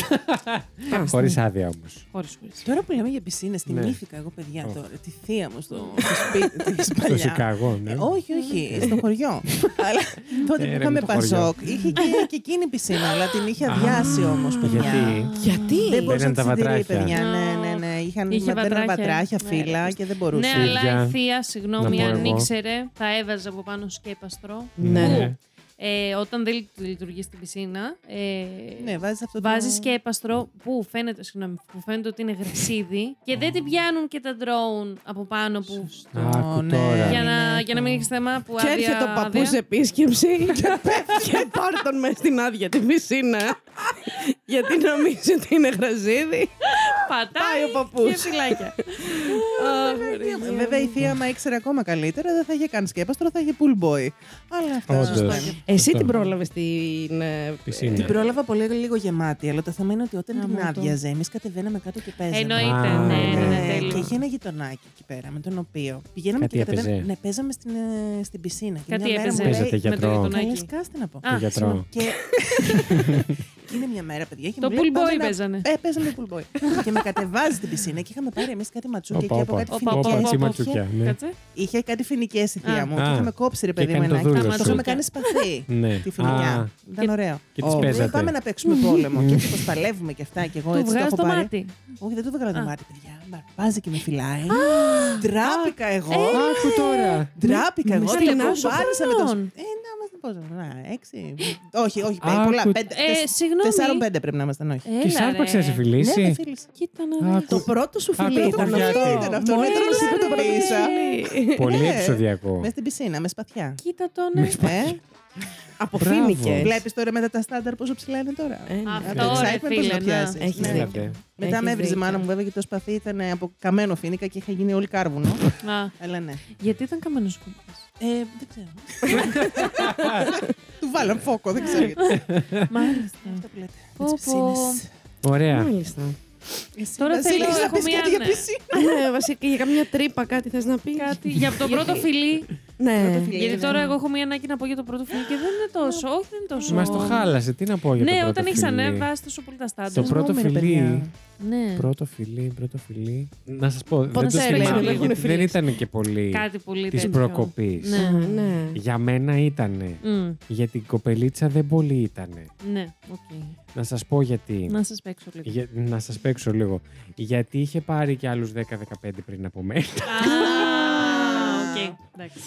Χωρίς άδεια όμως. Χωρίς, χωρίς. Τώρα που λέμε για πισίνες, Ναι. θυμήθηκα εγώ, παιδιά, Ω. τώρα, τη θεία μου στο, στο σπίτι τη Στο παλιά. Σικάγο, ναι. Ε, όχι, όχι, στο χωριό. αλλά τότε Ε, που ρε, είχαμε με το χωριό. Πασόκ, είχε και, και εκείνη πισίνα, αλλά την είχε αδειάσει όμω, παιδιά. Γιατί. Γιατί. Δεν μπορούσαν ήταν τα να τη συντηρεί, βατράχια. παιδιά. Ναι, ναι, Α, ναι. Είχαν είχε βατράχια, βατράχια. βατράχια Ναι, φύλλα ρε. και δεν Ναι, μπορούσε. αλλά Ίδια. η θεία, συγγνώμη, Να πω αν εγώ. ήξερε, θα έβαζε από πάνω σκέπαστρο. Ναι. Που, ε, όταν δεν λειτουργείς στην πισίνα, ε, Ναι, βάζεις αυτό το. βάζεις σκέπαστρο που φαίνεται, συγγνώμη, που φαίνεται ότι είναι γρασίδι και δεν την πιάνουν και τα drone από πάνω που. Άκου ναι. τώρα. Για να, Ναι. για να μην έχεις θέμα που Και άδεια. έρχεται ο παππούς άδεια. επίσκεψη και πέφτει και πάρ τον μες στην άδεια την πισίνα. γιατί νομίζει ότι είναι γραζίδι. Πατάει Πάει ο και παππούς. φυλάκια. Βέβαια η θεία, άμα ήξερε ακόμα καλύτερα, δεν θα είχε καν σκέπαστρο, θα είχε pool boy. Αλλά αυτά. Όντω. Εσύ την πρόλαβες την. ε, Πισίνα. Την πρόλαβα πολύ λίγο γεμάτη, αλλά το θέμα είναι ότι όταν Να την μου το. άδειαζε, εμείς κατεβαίναμε κάτω και παίζαμε. Ε, Εννοείται, Α, ναι, ναι. ναι, ναι, τέλειο. και είχε ένα γειτονάκι εκεί πέρα με τον οποίο πηγαίναμε Κάτι και κατεβαίναμε. έπαιζε. Ναι, παίζαμε στην, ε, στην πισίνα. Και Κάτι μια μέρα έπαιζε μου Παίζατε λέει, με το γιατρό. Καλέ, γειτονάκι. σκάστε να πω. Α, γιατρό. Και... και είναι μια μέρα, παιδιά. και Το μου λέει, pool πάμε boy να- παίζανε. Ε, παίζαμε pool boy. και με κατεβάζει στην πισίνα και είχαμε πάρει εμείς κάτι ματσούκια Όπα, και από όπα. κάτι Όπα, φοινικές. όπα, Όπα, όπα. τσιματσούκια. ναι. Κάτσε. Είχε κάτι φοινικές η θεία μου. Α. Και είχαμε κόψει, ρε Και παιδί μου, έκανε το ένα. δούλο Το σου. είχαμε κάνει σπαθί. Ναι. Τη φοινικιά. Α. Ήταν ωραίο. και τις Ω, λέει, παίζατε. Ναι. Πάμε να παίξουμε πόλεμο. Και έτσι πως παλεύουμε και αυτά. Και εγώ Του έτσι το βγάζεις έχω το πάρει. μάτι. Όχι, δεν του έβγαλα το μάτι, παιδιά. Μπαρπάζει και με φυλάει. Ντράπηκα εγώ. Άκου τώρα. Ντράπηκα εγώ. Στην Την άσο κουμπάρισα με το. χρονών. Ε, να είμαστε πόσο. Να, έξι. Όχι, όχι. Άκου- πέ- Πολλά. Πέντε. Ε, τεσ- συγγνώμη. Ε, Τεσσάρων-πέντε πρέπει να ήμασταν, όχι. Και Έλα, σ' άρπαξε να ρε. σε Ναι, φιλήσει. με φίλησε. Κοίτα να δεις. Το πρώτο σου Α, φιλί το ήταν πρώτο αυτό. φιλί ήταν αυτό. ναι, Μόλις Ήταν είπε το πρώτο συνειδητοποίησα. φιλί. Πολύ Ναι. επεισοδιακό. Μες στην πισίνα, μες σπαθιά. Κοίτα το, ναι. Ε, Αποφύμηκε. Βλέπεις τώρα μετά τα στάνταρ πόσο ψηλά είναι τώρα. Ε, ναι. Αυτό. Από το ρε, excitement πώς φίλε, να να. πιάσεις. Έχεις Ναι. δίκιο. Έλατε. Μετά Έχεις με έβριζε η δίκιο. μάνα μου, βέβαια, και το σπαθί ήταν από καμένο φίνικα και είχε γίνει όλη κάρβουνο. Α, Αλλά ναι. γιατί ήταν καμένος κούμπας. Ε, δεν ξέρω. Του βάλαν φόκο, δεν ξέρω γιατί. Μάλιστα. Το πλέτε. Πω, Τις πω. πισίνες. Ωραία. Μάλιστα. Εσύ, Τώρα Βασίλη, θέλω- έχεις να έχω πεις μία, κάτι για ναι. πισίνα. Ναι, Βασικά, για καμιά τρύπα κάτι θες να πεις. Κάτι για από το πρώτο φιλί. Ναι. Πρωτοφυλλή. Γιατί δεν- τώρα εγώ έχω μία ανάγκη να πω για το πρώτο φιλί και δεν είναι τόσο. Όχι, δεν είναι τόσο. Μας το χάλασε, τι να πω για το Ναι, πρώτο όταν έχεις φιλί. ανέβασει τόσο πολύ τα στάνταρ. Το πρώτο Συγγνώμη, ρε, φιλί. παιδιά. Ναι. Πρώτο φιλί, πρώτο φιλί. Να σας πω, δεν το Πονεσέλα, είναι, θυμάμαι λέγουνε γιατί δεν φιλίες. ήταν και πολύ Κάτι πολύ της τέτοιο. προκοπής. Ναι. Ναι, ναι. Για μένα ήτανε. Μμ, Για την κοπελίτσα δεν πολύ ήτανε. Ναι, οκ. Να σας πω γιατί. Να σας παίξω λίγο. Για- να σας παίξω λίγο. Γιατί είχε πάρει και άλλους 10-15 πριν από μένα. Α, οκ. εντάξει.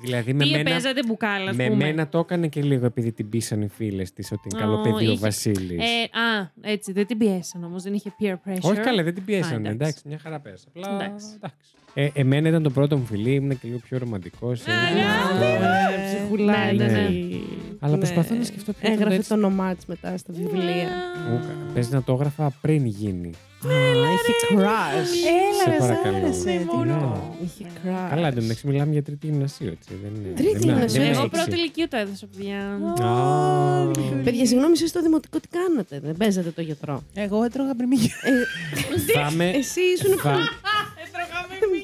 δηλαδή με Τι μένα, παίζατε μπουκάλα, ας με πούμε. μένα το έκανε και λίγο επειδή την πείσαν οι φίλες της ότι είναι Ω, καλοπαιδείο ο είχε- Βασίλης. Ε, α, έτσι, δεν την πιέσαν όμως, δεν είχε peer pressure. Όχι καλά, δεν την πιέσανε. Α, εντάξει. εντάξει. μια χαρά πέρασα. Απλά, Εντάξει. εντάξει. Ε, εμένα ήταν το πρώτο μου φιλί, ήμουν και λίγο πιο ρομαντικός. ναι. Ψυχουλάκι. Ναι, ναι, Αλλά προσπαθώ να σκεφτώ ποιο ήταν Έγραφε έτσι. το όνομά της μετά στα Ναι. βιβλία. Ούκα, Πες να το έγραφα πριν γίνει. Α, Είχε crush. Σε Έλα, ρε, παρακαλώ. σ' άρεσε Ναι, μόνο. Είχε crush. Καλά, εν τω μεταξύ μιλάμε για τρίτη γυμνασίου, έτσι. Δεν είναι. Τρίτη δεν γυμνασίου. δεν είναι Εγώ έξι. πρώτη ηλικία το έδωσα, παιδιά. Α. Παιδιά, συγγνώμη, εσείς στο δημοτικό τι κάνατε. Δεν παίζατε το γιατρό. Εγώ έτρωγα μπριμίγια. Θα με. Εσύ ήσουν. θα-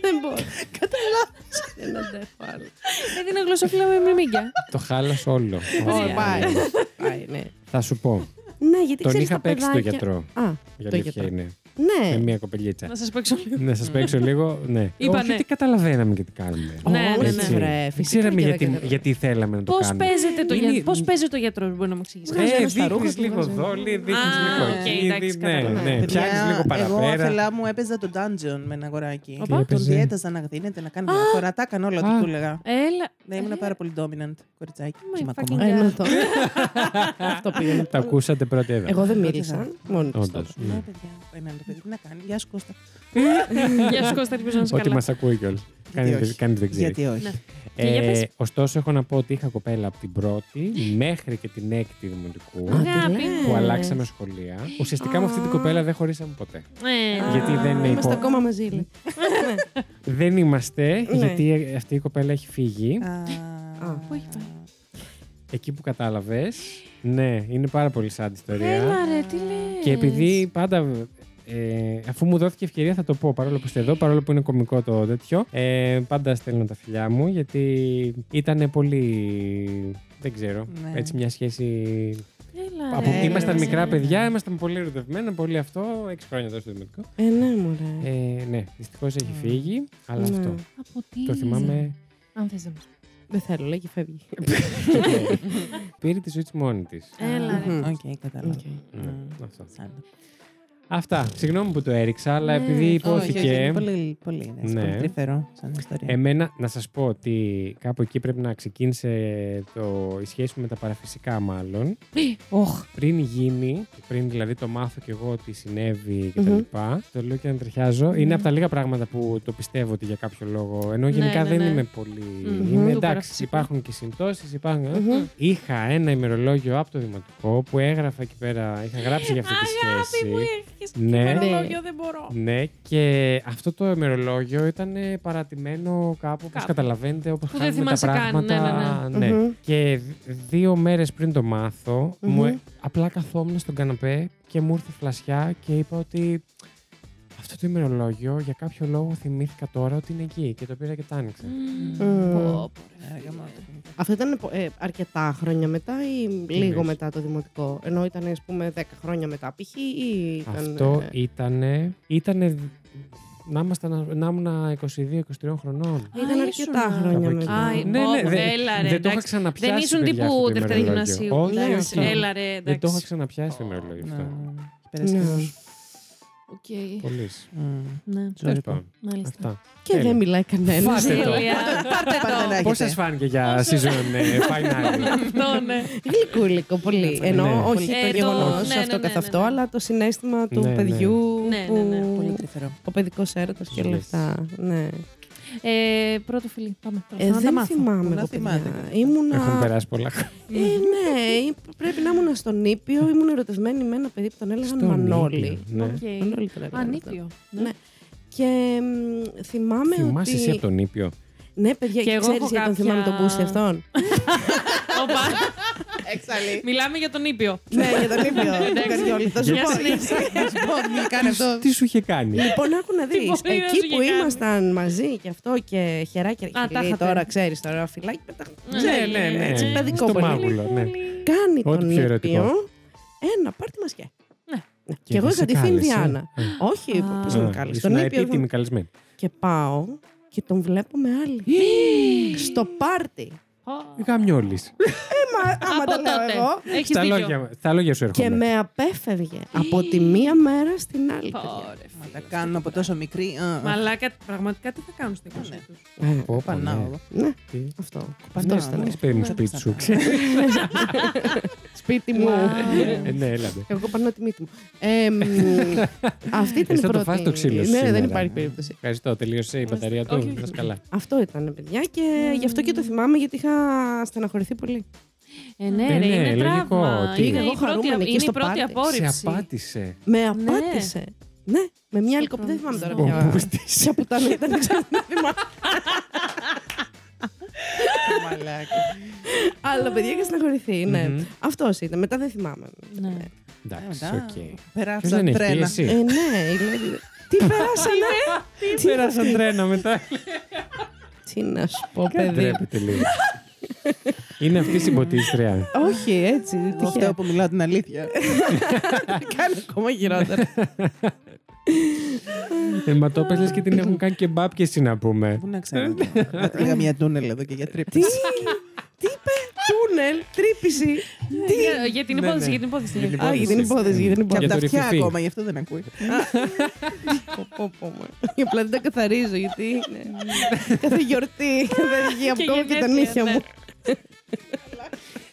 Δεν μπορώ. Καταλάβω. Δεν αντέχω άλλο. Ε, Δεν είναι γλωσσόφυλλα με μιμίγκια. Το χάλασε όλο. Ω, Πάει. πάει, ναι. Θα σου πω. Ναι, γιατί Τον ξέρεις είχα τα παίξει το παιδάκια- γιατρό. Α, Η το αλήθεια γιατρό. είναι. Με Ναι. μια κοπελίτσα. Να σας παίξω λίγο. Να σας παίξω λίγο. Ναι. Είπα Όχι ναι. ότι καταλαβαίναμε και τι κάνουμε. Ναι, ναι, ναι. Έτσι. Βρε, Δεν φυσικά Ξέραμε και δεν γιατί, καταλαβαίνω. γιατί θέλαμε να το Πώς κάνουμε. παίζεται το Είναι- γιατρό, πώς παίζει το γιατρό, μπορεί να μου εξηγήσει. Βγάζει Ε, ένα στα ρούχα δείχνεις του, λίγο βγάζει ένα. δόλι, δείχνεις Α, λίγο οκ, εκεί, εντάξει, δείχνεις- ναι, κατάλαβα. ναι, Παιδιά, πιάνεις λίγο Εγώ παραπέρα. αφελά μου έπαιζα το dungeon με ένα αγοράκι. Οπα. Τι Τον έπαιζε? διέταζα να δίνεται, να κάνει διαφορά. Τα έκανα όλα Α. ό,τι του έλεγα. Έλα. Ναι, ήμουν πάρα πολύ dominant κοριτσάκι. My Είμαι fucking Ναι. ακόμα. God. Ενώ το. Ε, Αυτό πήγαινε. Τα ακούσατε πρώτα εδώ. Εγώ δεν μίλησα. Μόνο της το Όντως, είπα. ναι. Ναι, παιδιά, εμένα το παιδί, τι να κάνει. Γεια σου Κώστα. Γεια σου Κώστα, ελπίζω να είσαι Ότι καλά. μας ακούει κιόλας. Γιατί όχι. Κανείς κανείς δεν ξέρει. Γιατί όχι. Ναι. Και για Ε, πες. ωστόσο, έχω να πω ότι είχα κοπέλα από την πρώτη μέχρι και την έκτη δημοτικού Αγάπη. τι που λες. αλλάξαμε σχολεία. Ουσιαστικά με αυτή την κοπέλα δεν χωρίσαμε ποτέ. Ε, Α, Γιατί δεν είναι Είμαστε υπό- ακόμα μαζί. λέει. Δεν είμαστε, Ναι. γιατί αυτή η κοπέλα έχει φύγει. Α, Ναι. Πού έχει πάει. Εκεί που κατάλαβες. Ναι, είναι πάρα πολύ σαν ιστορία. Έλα ρε, τι λες. Και επειδή πάντα. Ε, αφού μου δόθηκε ευκαιρία θα το πω παρόλο που είστε εδώ, παρόλο που είναι κωμικό το τέτοιο. Ε, πάντα στέλνω τα φιλιά μου γιατί ήταν πολύ. Δεν ξέρω. Ναι. Έτσι μια σχέση. Έλα, από, ρε. ήμασταν Ναι. μικρά παιδιά, ήμασταν πολύ ερωτευμένα, πολύ αυτό. Έξι χρόνια εδώ στο δημοτικό. Ε, ναι, μωρέ. Ε, ναι, δυστυχώς έχει φύγει, αλλά Ναι. αυτό. Από τι. Το θυμάμαι. Αν θες να μας πεις. Δεν θέλω, λέει και φεύγει. Πήρε τη ζωή της μόνη της. Έλα ρε. Μμμ. Οκ, κατάλαβα. Οκ. Μμ. αυτό. Σαν- Αυτά. Συγγνώμη που το έριξα, αλλά Ναι. επειδή Όχι, όχι, Όχι, όχι, υπόθηκε. είναι Πολύ, πολύ, είναι έτσι, Ναι. πολύ τρυφερό σαν ιστορία. Εμένα, να σας πω ότι κάπου εκεί πρέπει να ξεκίνησε το, η σχέση μου με τα παραφυσικά μάλλον. Οχ. Πριν γίνει, πριν δηλαδή το μάθω κι εγώ τι συνέβη και τα Μμμ. λοιπά, το λέω και να τριχιάζω, είναι από τα λίγα πράγματα που το πιστεύω ότι για κάποιο λόγο, ενώ Ναι, γενικά ναι, δεν ναι. είμαι πολύ... Μμμ. Είμαι, Του εντάξει, παραφυσικού. υπάρχουν και συμπτώσεις, υπάρχουν... Μμμ. Είχα ένα ημερολόγιο από το δημοτικό που έγραφα εκεί πέρα, είχα γράψει για αυτή τη σχέση. Αγάπη μου, έρχεσαι Ναι. ναι. ημερολόγιο, δεν μπορώ. Ναι, και αυτό το ημερολόγιο ήταν ε, παρατημένο κάπου, όπως Κάπου. καταλαβαίνετε, όπως Που δεν χάνουμε τα θυμάσαι καν, ναι, πράγματα. ναι, Μμμ. Και δ- δύο μέρες πριν το μαθω Μμμ. μου, ε- απλά καθόμουν στον καναπέ και μου ήρθε φλασιά και είπα ότι αυτό το ημερολόγιο για κάποιο λόγο θυμήθηκα τώρα ότι είναι εκεί και το πήρα και το άνοιξα. Μμμ. Ναι. Μμμ. Πω, πω, ρε. Ε, γαμώ το. Αυτό ήταν πο- ε, αρκετά χρόνια μετά ή λίγο Εννοείς. μετά το δημοτικό. Ενώ ήταν, ας πούμε, 10 χρόνια μετά, π.χ. ή ήταν. Αυτό ε, ήτανε. ήτανε να, ήμασταν- να ήμουν 22-23 χρονών. Ήταν Α, αρκετά ήσουνα. χρόνια Κάπου εκεί. μετά. Α, ε, Ναι, πω, ναι, πω, δεν- έλα, ρε, δεν το είχα εντάξει. ξαναπιάσει. Δεν ήσουν παιδιά, τύπου αυτό το δεύτερη ημερολόγιο. γυμνασίου. Όχι, Εντάξει, όχι. Έλα ρε, εντάξει. Δεν το είχα ξαναπιάσει το ημερολόγιο Ναι, αυτό. ναι, ναι. Πέρασε Ναι. και- Οκ. Πολύ. Μμ. Ναι, Τέλο Ζώρικο. μάλιστα. Αυτά. Και δεν μιλάει κανένας. Φάστε το. Τέλεια. Πάντα Πώς σας να φάνηκε για season ε, finale. Αυτό, ναι. Γλυκούλικο πολύ. Ενώ Ναι. όχι Ε, το το- γεγονός ναι, ναι, αυτό ναι, καθ' αυτό, ναι. αλλά το συνέστημα του Ναι, ναι. παιδιού. Ναι, που... ναι, ναι. Πολύ τρυφερό. Ο παιδικός έρωτας και όλα Yes. αυτά. Ναι. Ε, πρώτο φιλί, πάμε. Τώρα, Ε, θέλω να τα δεν μάθω. θυμάμαι. Να Εγώ, θυμάται παιδιά. κάτι. Έχουν Ήμουνα. περάσει πολλά χρόνια. Ε, ναι, ή- πρέπει να ήμουν στον Ήπιο. Ήμουν ερωτευμένη με ένα παιδί που τον έλεγαν Στον Μανώλη. Ήπιο, ναι. Οκ. Μανώλη τον έλεγαν. Ανήπιο. Ναι. Ναι. Και μ, θυμάμαι Θυμάσαι ότι... εσύ από τον Ήπιο. Ναι, παιδιά, Και εγώ ξέρεις έχω γιατί τον θυμάμαι τον κάποια- Μπούστη αυτόν. Όπα. Εξαλεί. Μιλάμε για τον Ήπιο. Ναι, για τον Λίμπιο. Εντάξει. τον Καριόλη. Θα σου Για πω. συνέχεια. Λοιπόν, κάνε αυτό. Τι σου είχε κάνει. Λοιπόν, άκου να δεις. μπορεί να σου Εκεί που είχε κάνει. ήμασταν μαζί και αυτό και χεράκι τα χιλί, είχατε. τώρα ξέρεις τώρα φυλάκι. πετά- Ναι, ναι, ναι. Έτσι, παιδικό Στο πολύ. μάγουλο, ναι. Κάνει Ό,τι τον πιο ερωτικό. ήπιο ένα πάρτι μαζιά. Ναι. Ναι. Και εγώ δεν σε είχα τη θύμη κάλεσε. Διάννα. Ε. Όχι, Α. πώ να με κάλεσε. Ήσουν Τον ήπιο. επίτιμη εγώ. καλεσμένη. Και πάω και τον βλέπω με άλλη. Στο πάρτι. Γαμιόλης. Μα, άμα Από τα λέω τότε. Ε, εγώ. Έχεις Στα δίκιο. λόγια, στα λόγια σου Και έρχομαι. με απέφευγε από τη μία μέρα στην άλλη. παιδιά. Ωραία. Μα τα κάνουμε από τόσο μικρή. α, Μαλάκα, πραγματικά τι θα κάνουν στην Ναι. εικόνα τους. Ε, Πω, πω, ναι. Πανάω. εγώ. Ναι, Τι. αυτό. Αυτό Ναι, ήταν. τι παίρνει σπίτι σου, ξέρεις. Σπίτι μου. Ε, Ναι, έλατε. Εγώ περνάω τη μύτη μου. Ε, μ, αυτή ήταν η Εσύ θα το πρώτη. φας το ξύλο σου Ναι, δεν σήμερα. υπάρχει περίπτωση. Ευχαριστώ, τελείωσε η μπαταρία του. Όχι. Να είσαι καλά. Αυτό ήταν, παιδιά, και γι' αυτό και το θυμάμαι, γιατί είχα στεναχωρηθεί πολύ. Ε, ναι, Ναι, ρε, ναι, είναι λογικό. τραύμα. Τι. Είναι Εγώ η πρώτη, χαρούμενη εκεί είναι η στο πρώτη πάρτι. Σε Σε απόρριψη. απάτησε. Με Ναι. απάτησε. Ναι, με μια άλλη κοπή. Δεν θυμάμαι τώρα Ο Ο ποια. Μπούστης. Ποια που ήταν, ήταν ξέρω, δεν θυμάμαι. Μαλάκα. Αλλά παιδιά είχα στεναχωρηθεί, ναι. Μμμ. Αυτός ήταν. Μετά δεν θυμάμαι. Ναι. Εντάξει, Μετά, οκ. Ποιος δεν Περάσαν έχει τρένα. Ε, πίεση. ναι, η Lady- Τι περάσανε. Τι Πέρασαν τρένα μετά. Τι να σου πω, παιδί. Ντρέπεται λίγο. Είναι αυτή η συμποτίστρια. Όχι, έτσι. Εγώ φταίω Τυχαία. που μιλάω την αλήθεια. Κάνει ακόμα χειρότερα. Αιματόπες λες και την έχουν κάνει και μπαπ και εσύ να πούμε. Πού να ξέρω. Ε. Πήγα μια τούνελ εδώ και για Τι. τρύπη. Τι είπε. Τούνελ, τρύπηση. Για- Για την Ναι, υπόθεση, ναι. για την υπόθεση. Για την Α, για την υπόθεση, για την Και υπόθεση. το από λοιπόν. τα αυτιά ρηφιφί. ακόμα, γι' αυτό δεν ακούει. Πω, πω, πω, μα. Και απλά δεν τα καθαρίζω γιατί είναι. Κάθε γιορτή, κάθε βγει από ακόμα και τα γενέθλια, νύχια ναι. μου.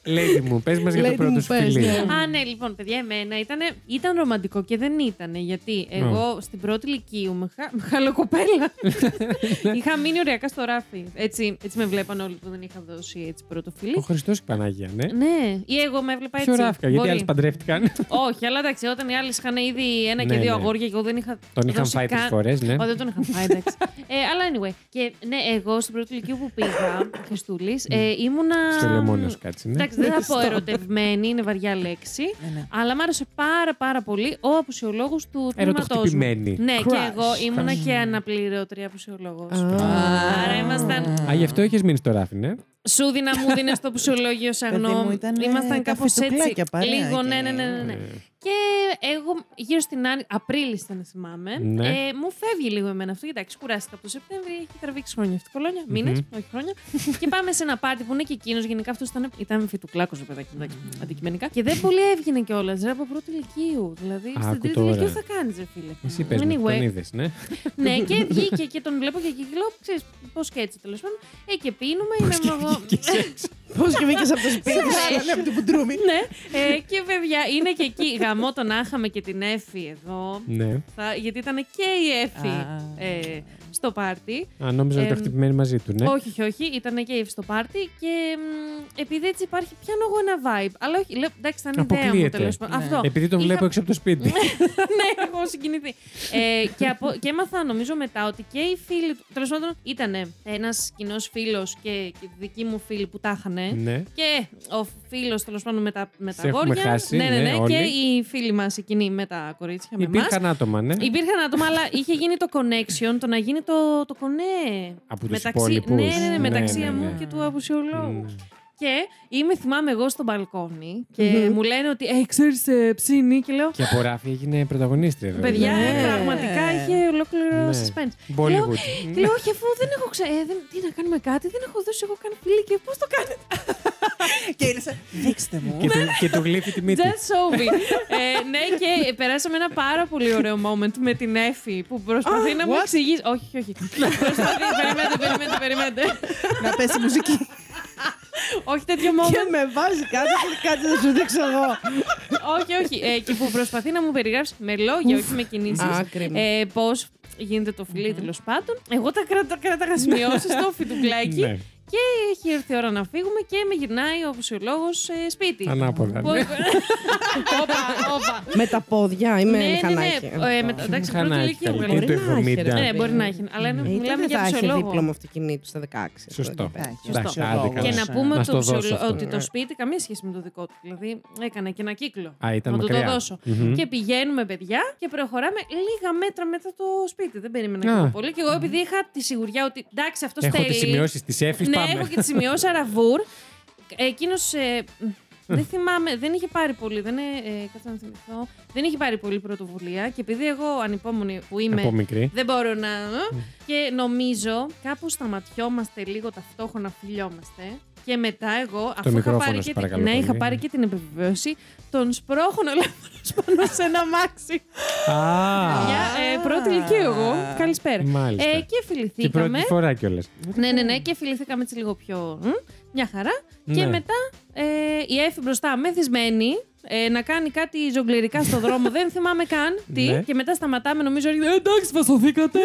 Lady μου, πες μας για το Lady πρώτο μου, σου πες, φιλί. ναι. Α, ναι, λοιπόν, παιδιά, εμένα ήταν, ήταν ρομαντικό και δεν ήταν. Γιατί εγώ στην πρώτη ηλικίου με, χα... με χαλοκοπέλα. είχα μείνει ωριακά στο ράφι. Έτσι, έτσι με βλέπαν όλοι που δεν είχα δώσει έτσι πρώτο Ο φιλί. Χριστός και η Παναγία, ναι. ναι, ή εγώ με έβλεπα έτσι. Πιο ράφκα, γιατί Μπορεί. άλλες παντρεύτηκαν. Όχι, αλλά εντάξει, όταν οι άλλες είχαν ήδη ένα Ναι, και δύο ναι. αγόρια και εγώ δεν είχα. Τον είχαν δώσει φάει τρεις καν- φορές, ναι. Ω, δεν τον είχαν φάει, εντάξει. ε, αλλά anyway. Και ναι, εγώ στην πρώτη ηλικία που πήγα, Χριστούλης, ε, ήμουνα. Ναι. Στο λεμόνιος κάτσε, ναι. Εντάξει, δεν θα πω ερωτευμένη, είναι βαριά λέξη. Ε, ναι. αλλά μ' άρεσε πάρα πάρα πολύ ο απουσιολόγος του τμήματός μου. Ερωτοχτυπημένη. Ναι, και Crush. εγώ ήμουνα και αναπληρώτρια απουσιολόγος. Άρα ήμασταν. Α, γι' αυτό έχεις μείνει στο ράφι, ναι. Σου δίνα μου δίνες το απουσιολόγιο, σε Παιδί μου, αγνώ. ήταν, ε, Ήμασταν τα κάπω έτσι. φυτουκλάκια παρέα Λίγο, και- ναι, ναι, ναι, ναι, Ε. ναι. Και εγώ γύρω στην Άννη, Απρίλη ήταν, θυμάμαι. Ναι. Ε, μου φεύγει λίγο εμένα αυτό. Εντάξει, κουράστηκα από το Σεπτέμβρη, έχει τραβήξει χρόνια αυτή κολόνια. Μμμ. μήνες, όχι χρόνια. και πάμε σε ένα πάρτι που είναι και εκείνος. Γενικά αυτός ήταν, ήταν φυτουκλάκος, ρε παιδάκι, εντάξει, αντικειμενικά. Και δεν πολύ έβγαινε κιόλας, ρε από πρώτη ηλικίου. Δηλαδή, Άκου στην τρίτη τώρα. ηλικία θα κάνεις, ρε φίλε. Εσύ πες μου, Anyway. τον είδες, ναι. ναι, και βγήκε και τον βλέπω και κύκλο. Ξέρεις, πώς και έτσι τέλος πάντων. Ε, και πίνουμε, είμαι εγώ. Πώ και βγήκε από το σπίτι. Βγάλανε από την Πουντρούμη. ναι, ε, και παιδιά είναι και εκεί. Γαμό τον άχαμε και την Εφη εδώ. Ναι. Θα- γιατί ήταν και η Εφη Α. ε, στο πάρτι. Α, νόμιζα ότι Εμ, ήταν χτυπημένη μαζί του, ναι. Όχι, όχι, όχι. Ήταν και η Εφη στο πάρτι. Και μ, επειδή έτσι υπάρχει, πιάνω εγώ ένα vibe. Αλλά όχι, λέω, εντάξει, ήταν ιδέα μου Αποκλείεται. Ε, τέλος πάντων. Ναι. Αυτό. Επειδή τον Είχα- βλέπω έξω από το σπίτι. ναι, έχω συγκινηθεί. ε, και, από, και έμαθα νομίζω μετά ότι και οι φίλοι του. Τέλος πάντων, ήταν ένας κοινός φίλος και, και δικοί μου φίλοι που τα είχανε. Ναι. Και ο φίλος τέλος πάντων με τα, με τα Σε έχουμε αγόρια. χάσει, ναι, ναι, ναι, ναι. όλοι. Και οι φίλοι μα εκείνοι με τα κορίτσια, Ε, με εμά. Υπήρχαν άτομα, ναι. Υπήρχαν άτομα, αλλά είχε γίνει το connection, το να γίνει το, το κονέ. Από τους μεταξύ, υπόλοιπους. ναι, ναι, ναι, Ναι, μεταξύ ναι, ναι. μου και του απουσιολόγου. Μμ. Και είμαι, θυμάμαι εγώ στο μπαλκόνι και Μμμ. μου λένε ότι «Ε, ξέρεις ε, ψήνη» και λέω Και από ράφι έγινε πρωταγωνίστρια. βέβαια. Παιδιά, Ναι. πραγματικά είχε ολόκληρο Ναι. suspense. Bollywood. Και λέω, όχι, αφού δεν έχω ξα... ε, δεν- τι να κάνουμε κάτι, δεν έχω δώσει εγώ καν φίλη και πώς το κάνετε. Και ήρθε. Δείξτε μου. Και ναι. του- Και του γλύφει τη μύτη. Just show me. ε, ναι, και περάσαμε ένα πάρα πολύ ωραίο moment με την Εφη που προσπαθεί να μου what? εξηγήσει. Όχι, όχι, όχι. προσπαθεί, περιμένετε, περιμένετε, περιμένετε. Να πέσει η μουσική. όχι τέτοιο moment. Και Ε, με βάζει κάτω και κάτσε να σου δείξω εγώ. όχι, όχι. Ε, και που προσπαθεί να μου περιγράψει με λόγια, όχι με κινήσεις, Α, κρίμα. Ε, Πώς γίνεται το φιλί τέλος πάντων. Εγώ τα κράτα- κράταγα σημειώσει στο φιτουκλάκι. Ναι, Έχει έρθει η ώρα να φύγουμε και με γυρνάει ο φυσιολόγος σπίτι. ανάποδα. Που- ναι. Όπα, όπα. Ναι, Με τα πόδια ή με μηχανάκι. Ε, με- Εντάξει, πρώτη Χανάκι ηλικία καλύτερα. βγάλε. Ούτε Μπορεί να έχει, 70. ρε. Ναι, μπορεί να έχει. Αλλά είναι- Ε, ήταν μιλάμε δεν για θα είχε φυσιολόγο. δίπλωμα αυτοκινήτου στα 16. Σωστό. Εντάξει, Εντάξει, σωστό. άντε καλά. Και Καλώς, να ε. πούμε Μας το το δώσω ψιλο- αυτό. ότι Ναι. το σπίτι καμία σχέση με το δικό του. Δηλαδή έκανε και ένα κύκλο. Α, ήταν να του μακριά. το δώσω. Μμμ. Και πηγαίνουμε, παιδιά, και προχωράμε λίγα μέτρα μετά το σπίτι. Δεν περίμενα Α. και εγώ πολύ. Και εγώ επειδή είχα τη σιγουριά ότι εντάξει, αυτό Έχω θέλει. τις σημειώσεις της έφης, Ναι, πάμε. έχω και τη σημειώσει αραβούρ. Εκείνος. ε, δεν θυμάμαι, δεν είχε πάρει πολύ. Δεν, ε, ε, κάτσε να θυμηθώ. Δεν είχε πάρει πολύ πρωτοβουλία και επειδή εγώ ανυπόμονη που είμαι. Από μικρή. Δεν μπορώ να. ε. Και νομίζω κάπου σταματιόμαστε λίγο ταυτόχρονα, φιλιόμαστε. Και μετά εγώ, αφού είχα μικρόφωνο πάρει, σας και την... παρακαλώ ναι, πολύ. είχα πάρει και την επιβεβαίωση, τον σπρώχνω ελεύθερος πάνω σε ένα μάξι. Α, Για ε, πρώτη ηλικία εγώ. Καλησπέρα. μάλιστα. Ε, Την και πρώτη φιληθήκαμε. φορά κιόλας. Ναι, ναι, ναι, και φιληθήκαμε έτσι λίγο πιο. μ, Μια χαρά. Και Ναι. μετά ε, η Εφη μπροστά, μεθυσμένη, ε, να κάνει κάτι ζογκλερικά στο δρόμο. Δεν θυμάμαι καν τι. Ναι. Και μετά σταματάμε, νομίζω. «Ε, Εντάξει, φασωθήκατε.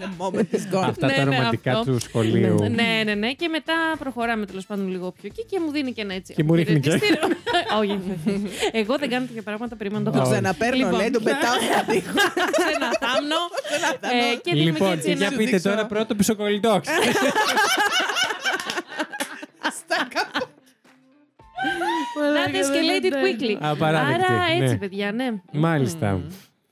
The moment is gone. Αυτά Ναι, τα ναι, ρομαντικά αυτό. του σχολείου. Ναι, ναι, ναι. Και μετά προχωράμε τέλος πάντων λίγο πιο εκεί και μου δίνει και ένα έτσι. Και μου ρίχνει και. αποχαιρετιστήριο. Όχι. Εγώ δεν κάνω τέτοια πράγματα, περίμενα να το Το Όχι. έχω ξαναπέρνω, Λοιπόν. λέει, τον πετάω στον τοίχο. σε ένα θάμνο. Ε, Και δίνουμε και Λοιπόν, έτσι και ένα. για σου πείτε δείξω. τώρα πρώτο πισοκολλητόξ. Στα κάπου. That escalated quickly. Απαράδεκτη, Άρα ναι. έτσι, παιδιά, ναι. Μάλιστα.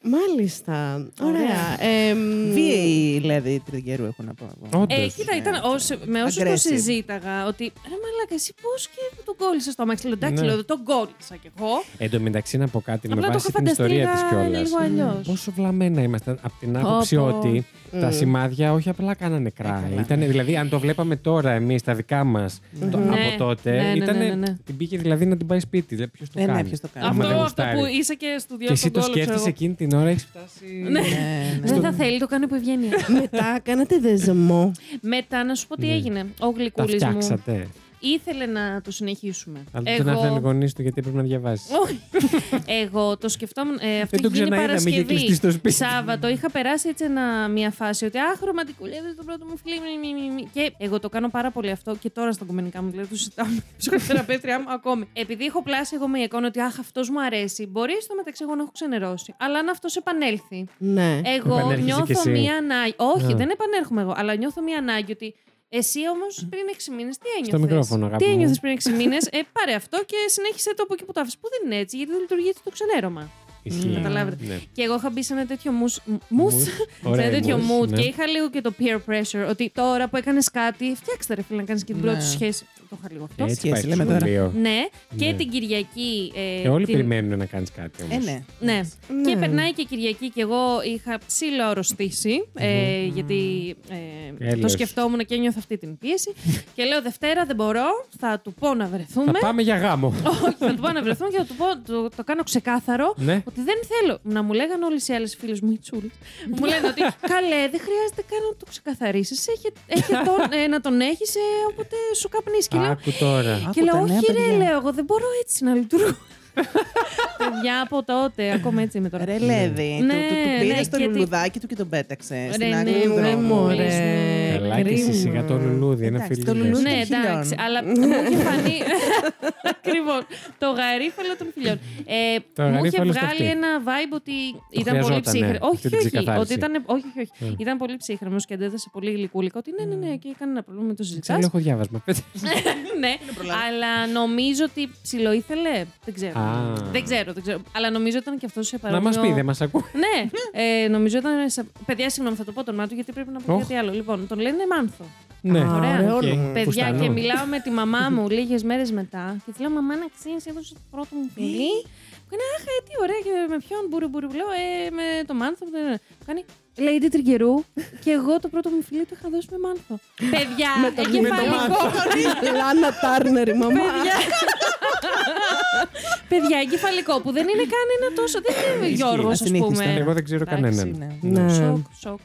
Μάλιστα. Ωραία. Εμ, Βίαιοι, δηλαδή, τριγγέρου έχω να πω εγώ. Ε, Όντως. κοίτα, ήταν ως, με όσους το Aggressive. συζήταγα ότι ρε Μαλάκα, εσύ πώς και τον κόλλησε το αμάξι. Λέω, Εντάξει, Ναι. λέω, τον κόλλησα κι εγώ. Εν τω μεταξύ να πω κάτι με Απλά το βάση είχα την φανταστεί ιστορία της λίγα- κιόλας. λίγο αλλιώς. Πόσο βλαμμένα ήμασταν από την άποψη Πω, Ε, ναι. πω. ότι τα Μμ. σημάδια όχι απλά κάνανε κρά. καλά. Ήτανε, δηλαδή, αν το βλέπαμε τώρα εμείς τα δικά μας Ναι, από τότε, ναι, ναι, ναι, ήτανε- ναι, ναι. την πήγε δηλαδή να την πάει σπίτι. Δηλαδή, ποιος το Ε, ναι, κάνει. ποιος το κάνει. Άμα Αυτό, δεν αυτό γουστάρει. που είσαι και στο Και εσύ διόρθωτο το κόλλο. ξέρω σκέφτεσαι εγώ. εκείνη την ώρα, έχεις φτάσει. Ναι, ναι. Δεν θα θέλει, το κάνει που ευγένεια. Μετά κάνατε δεσμό. Μετά να σου πω τι Ναι. έγινε. Ο Τα γλυκούλη μου φτιάξατε. ήθελε να το συνεχίσουμε. Αλλά δεν λοιπόν. εγώ... ήρθαν οι γονείς του γιατί έπρεπε να διαβάσεις. Όχι. εγώ το σκεφτόμουν. Ε, αυτό Δεν το είχε γίνει ξαναείδαμε, είχε κλειστεί Παρασκευή. στο σπίτι. Σάββατο είχα περάσει έτσι ένα, μια φάση ότι Αχ, ρομαντικούλευε το πρώτο μου φιλί. μη, μη, μη, μη». Και εγώ το κάνω πάρα πολύ αυτό και τώρα στα κομμενικά μου. Δηλαδή, το συζητάω με την ψυχοθεραπεύτριά μου ακόμη. Επειδή έχω πλάσει εγώ μια εικόνα ότι Αχ, αυτός μου αρέσει. Μπορεί στο μεταξύ εγώ να έχω ξενερώσει. Αλλά αν αυτός επανέλθει. Ναι. Εγώ Ε, Επανέρχεσαι κι νιώθω εσύ. μία ανάγκη. Όχι, Α. δεν επανέρχομαι εγώ, αλλά νιώθω μία ανάγκη ότι εσύ όμως πριν 6 μήνες τι ένιωθες. μικρόφωνο, αγάπη Τι μου. ένιωθες πριν 6 μήνες, ε, πάρε αυτό και συνέχισε το από εκεί που το άφησες. Που δεν είναι έτσι, γιατί δεν λειτουργεί έτσι το ξενέρωμα. Ισχύει. Καταλάβατε. Ναι. Και εγώ είχα μπει σε ένα τέτοιο mood, mood, σε Ωραία, ένα τέτοιο mood, mood ναι. και είχα λίγο και το peer pressure ότι τώρα που έκανες κάτι, φτιάξτε ρε φίλε να κάνεις και την πρώτη Ναι. σου σχέση. Το είχα λίγο αυτό. Έτσι πάει σχέση, στο λέμε τώρα. σχολείο. Ναι, και Ναι. την Κυριακή. ε, Και όλοι την- περιμένουν να κάνεις κάτι όμως. Ε, ναι. Ναι. Ναι. Και περνάει και Κυριακή και εγώ είχα ψήλο αρρωστήσει, ε, γιατί ε, το Έλεος. σκεφτόμουν και νιώθω αυτή την πίεση. και λέω Δευτέρα δεν μπορώ, θα του πω να βρεθούμε. Θα πάμε για γάμο. Ναι. Όχι, θα του πω να βρεθούμε και θα του πω, το, το κάνω ξεκάθαρο, Ναι. ότι δεν θέλω. Να μου λέγανε όλες οι άλλες φίλες μου, οι τσούλε, μου λένε ότι καλέ, δεν χρειάζεται καν να το ξεκαθαρίσεις. να τον έχεις, οπότε σου καπνίσει. Και λέω, Άκου τώρα. Άκου και λέω, τα νέα όχι ρε, παιδιά». λέω, εγώ δεν μπορώ έτσι να λειτουργώ. Παιδιά από τότε, ακόμα έτσι είμαι τώρα. Ρε Λέβη, του, Ναι, του, του ναι, πήρες το και τι- λουλουδάκι του και τον πέταξες. Στην Ρε, άκρη ναι, Ε, του ναι, δρόμου. μωρέ. Καλά και εσύ Κρίμα. σιγά το λουλούδι, ένα Εντάξει, φιλί. το λουλούδι- Ναι, των εντάξει, χιλιών. αλλά μου είχε φανεί. Ακριβώς. Το γαρίφαλο των φιλιών. Ε, Το μου είχε γαρίφαλο στο βγάλει αυτή. ένα vibe ότι ήταν πολύ χρειαζότανε, ψύχρεμο. Όχι, αυτή την όχι, ξεκαθάριση. ότι ήταν, όχι, όχι, όχι. Mm. Ήταν πολύ ψύχρεμος και αντέδρασε πολύ γλυκούλικα. Ότι ναι, ναι, ναι, και έκανε ένα πρόβλημα με το Ξέρω, συζητάς. έχω διάβασμα. ναι, αλλά νομίζω ότι ψιλοήθελε. Δεν ξέρω. Α. Δεν ξέρω, δεν ξέρω. Αλλά νομίζω ήταν και αυτός σε Να παρόμοιο. μα πει, δεν μας ακούει. Ναι, ε, νομίζω ήταν. σε- Παιδιά, συγγνώμη, θα το πω τον Μάτο γιατί πρέπει να πω Οχ. κάτι άλλο. Λοιπόν, τον λένε Μάνθο. Ναι, Α, Ωραία. ωραίο. Οκ. Όλο. Παιδιά, Φουστανό. και μιλάω με τη μαμά μου λίγες μέρες μετά και της λέω: Μαμά, να ξέρεις, έδωσε το πρώτο μου φιλί. Μου κάνει Αχ, ε, τι ωραία, και με ποιον μπούρου μπούρου. Λέω: «Ε, Με το μάνθο. Μου κάνει Lady Τριγκερού και εγώ το πρώτο μου φιλί το είχα δώσει με μάνθο. Παιδιά, Με το- με το εγκεφαλικό. Λάνα Τάρνερ, η μαμά. Παιδιά. Παιδιά, εγκεφαλικό που δεν είναι καν ένα τόσο. Δεν είναι Γιώργο, α ασυνήθιστο. πούμε. ναι, Εγώ δεν ξέρω Εντάξει, κανέναν. ναι. Ναι. Ναι. Σοκ, σοκ.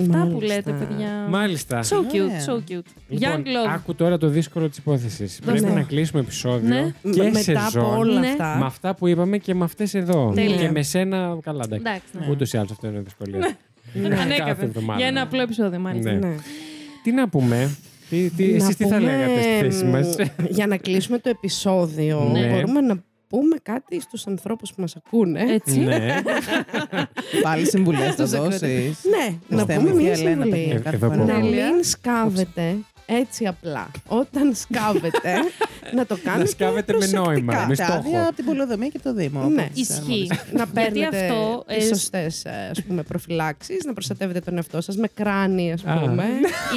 Αυτά που Μάλιστα. λέτε, παιδιά. Μάλιστα. So cute, Ωραία. so cute. Λοιπόν, Young love. άκου τώρα το δύσκολο της υπόθεσης. Δώστε. Πρέπει Ναι. να κλείσουμε επεισόδιο Ναι. και Μετά σεζόν. από όλα Ναι. αυτά. Με αυτά που είπαμε και με αυτές εδώ. Τέλεια. Και με σένα, καλά, εντάξει. Εντάξει, ναι. Ούτως ή άλλως αυτό είναι δυσκολία. Ναι. Κάθε Ανέκαθεν. εβδομάδα. Για ένα απλό επεισόδιο, μάλιστα. Ναι. Ναι. Τι να πούμε, τι, τι, Να εσείς τι θα πούμε, λέγατε στη θέση μας. μ, Για να κλείσουμε το επεισόδιο, Ναι. μπορούμε να πούμε κάτι στους ανθρώπους που μας ακούνε. Έτσι. ναι. Πάλι συμβουλές θα Τους δώσει. ναι, να Θεέ πούμε μου, τι μια Ελένα, συμβουλή. παιδιά, κάθε Εδώ φορά. Ναι, μπορούμε. να Τέλεια. μην σκάβετε έτσι απλά. Όταν σκάβετε, να το κάνετε Να σκάβετε με προσεκτικά. νόημα, με Τα άδεια στόχο. από την Πολεοδομία και από το Δήμο. Ναι. όπως, ε, Ισχύει. μόλις. Να παίρνετε αυτό, τις ε, σωστές ε, ας πούμε, προφυλάξεις, να προστατεύετε τον εαυτό σας με κράνη, ας Α. πούμε.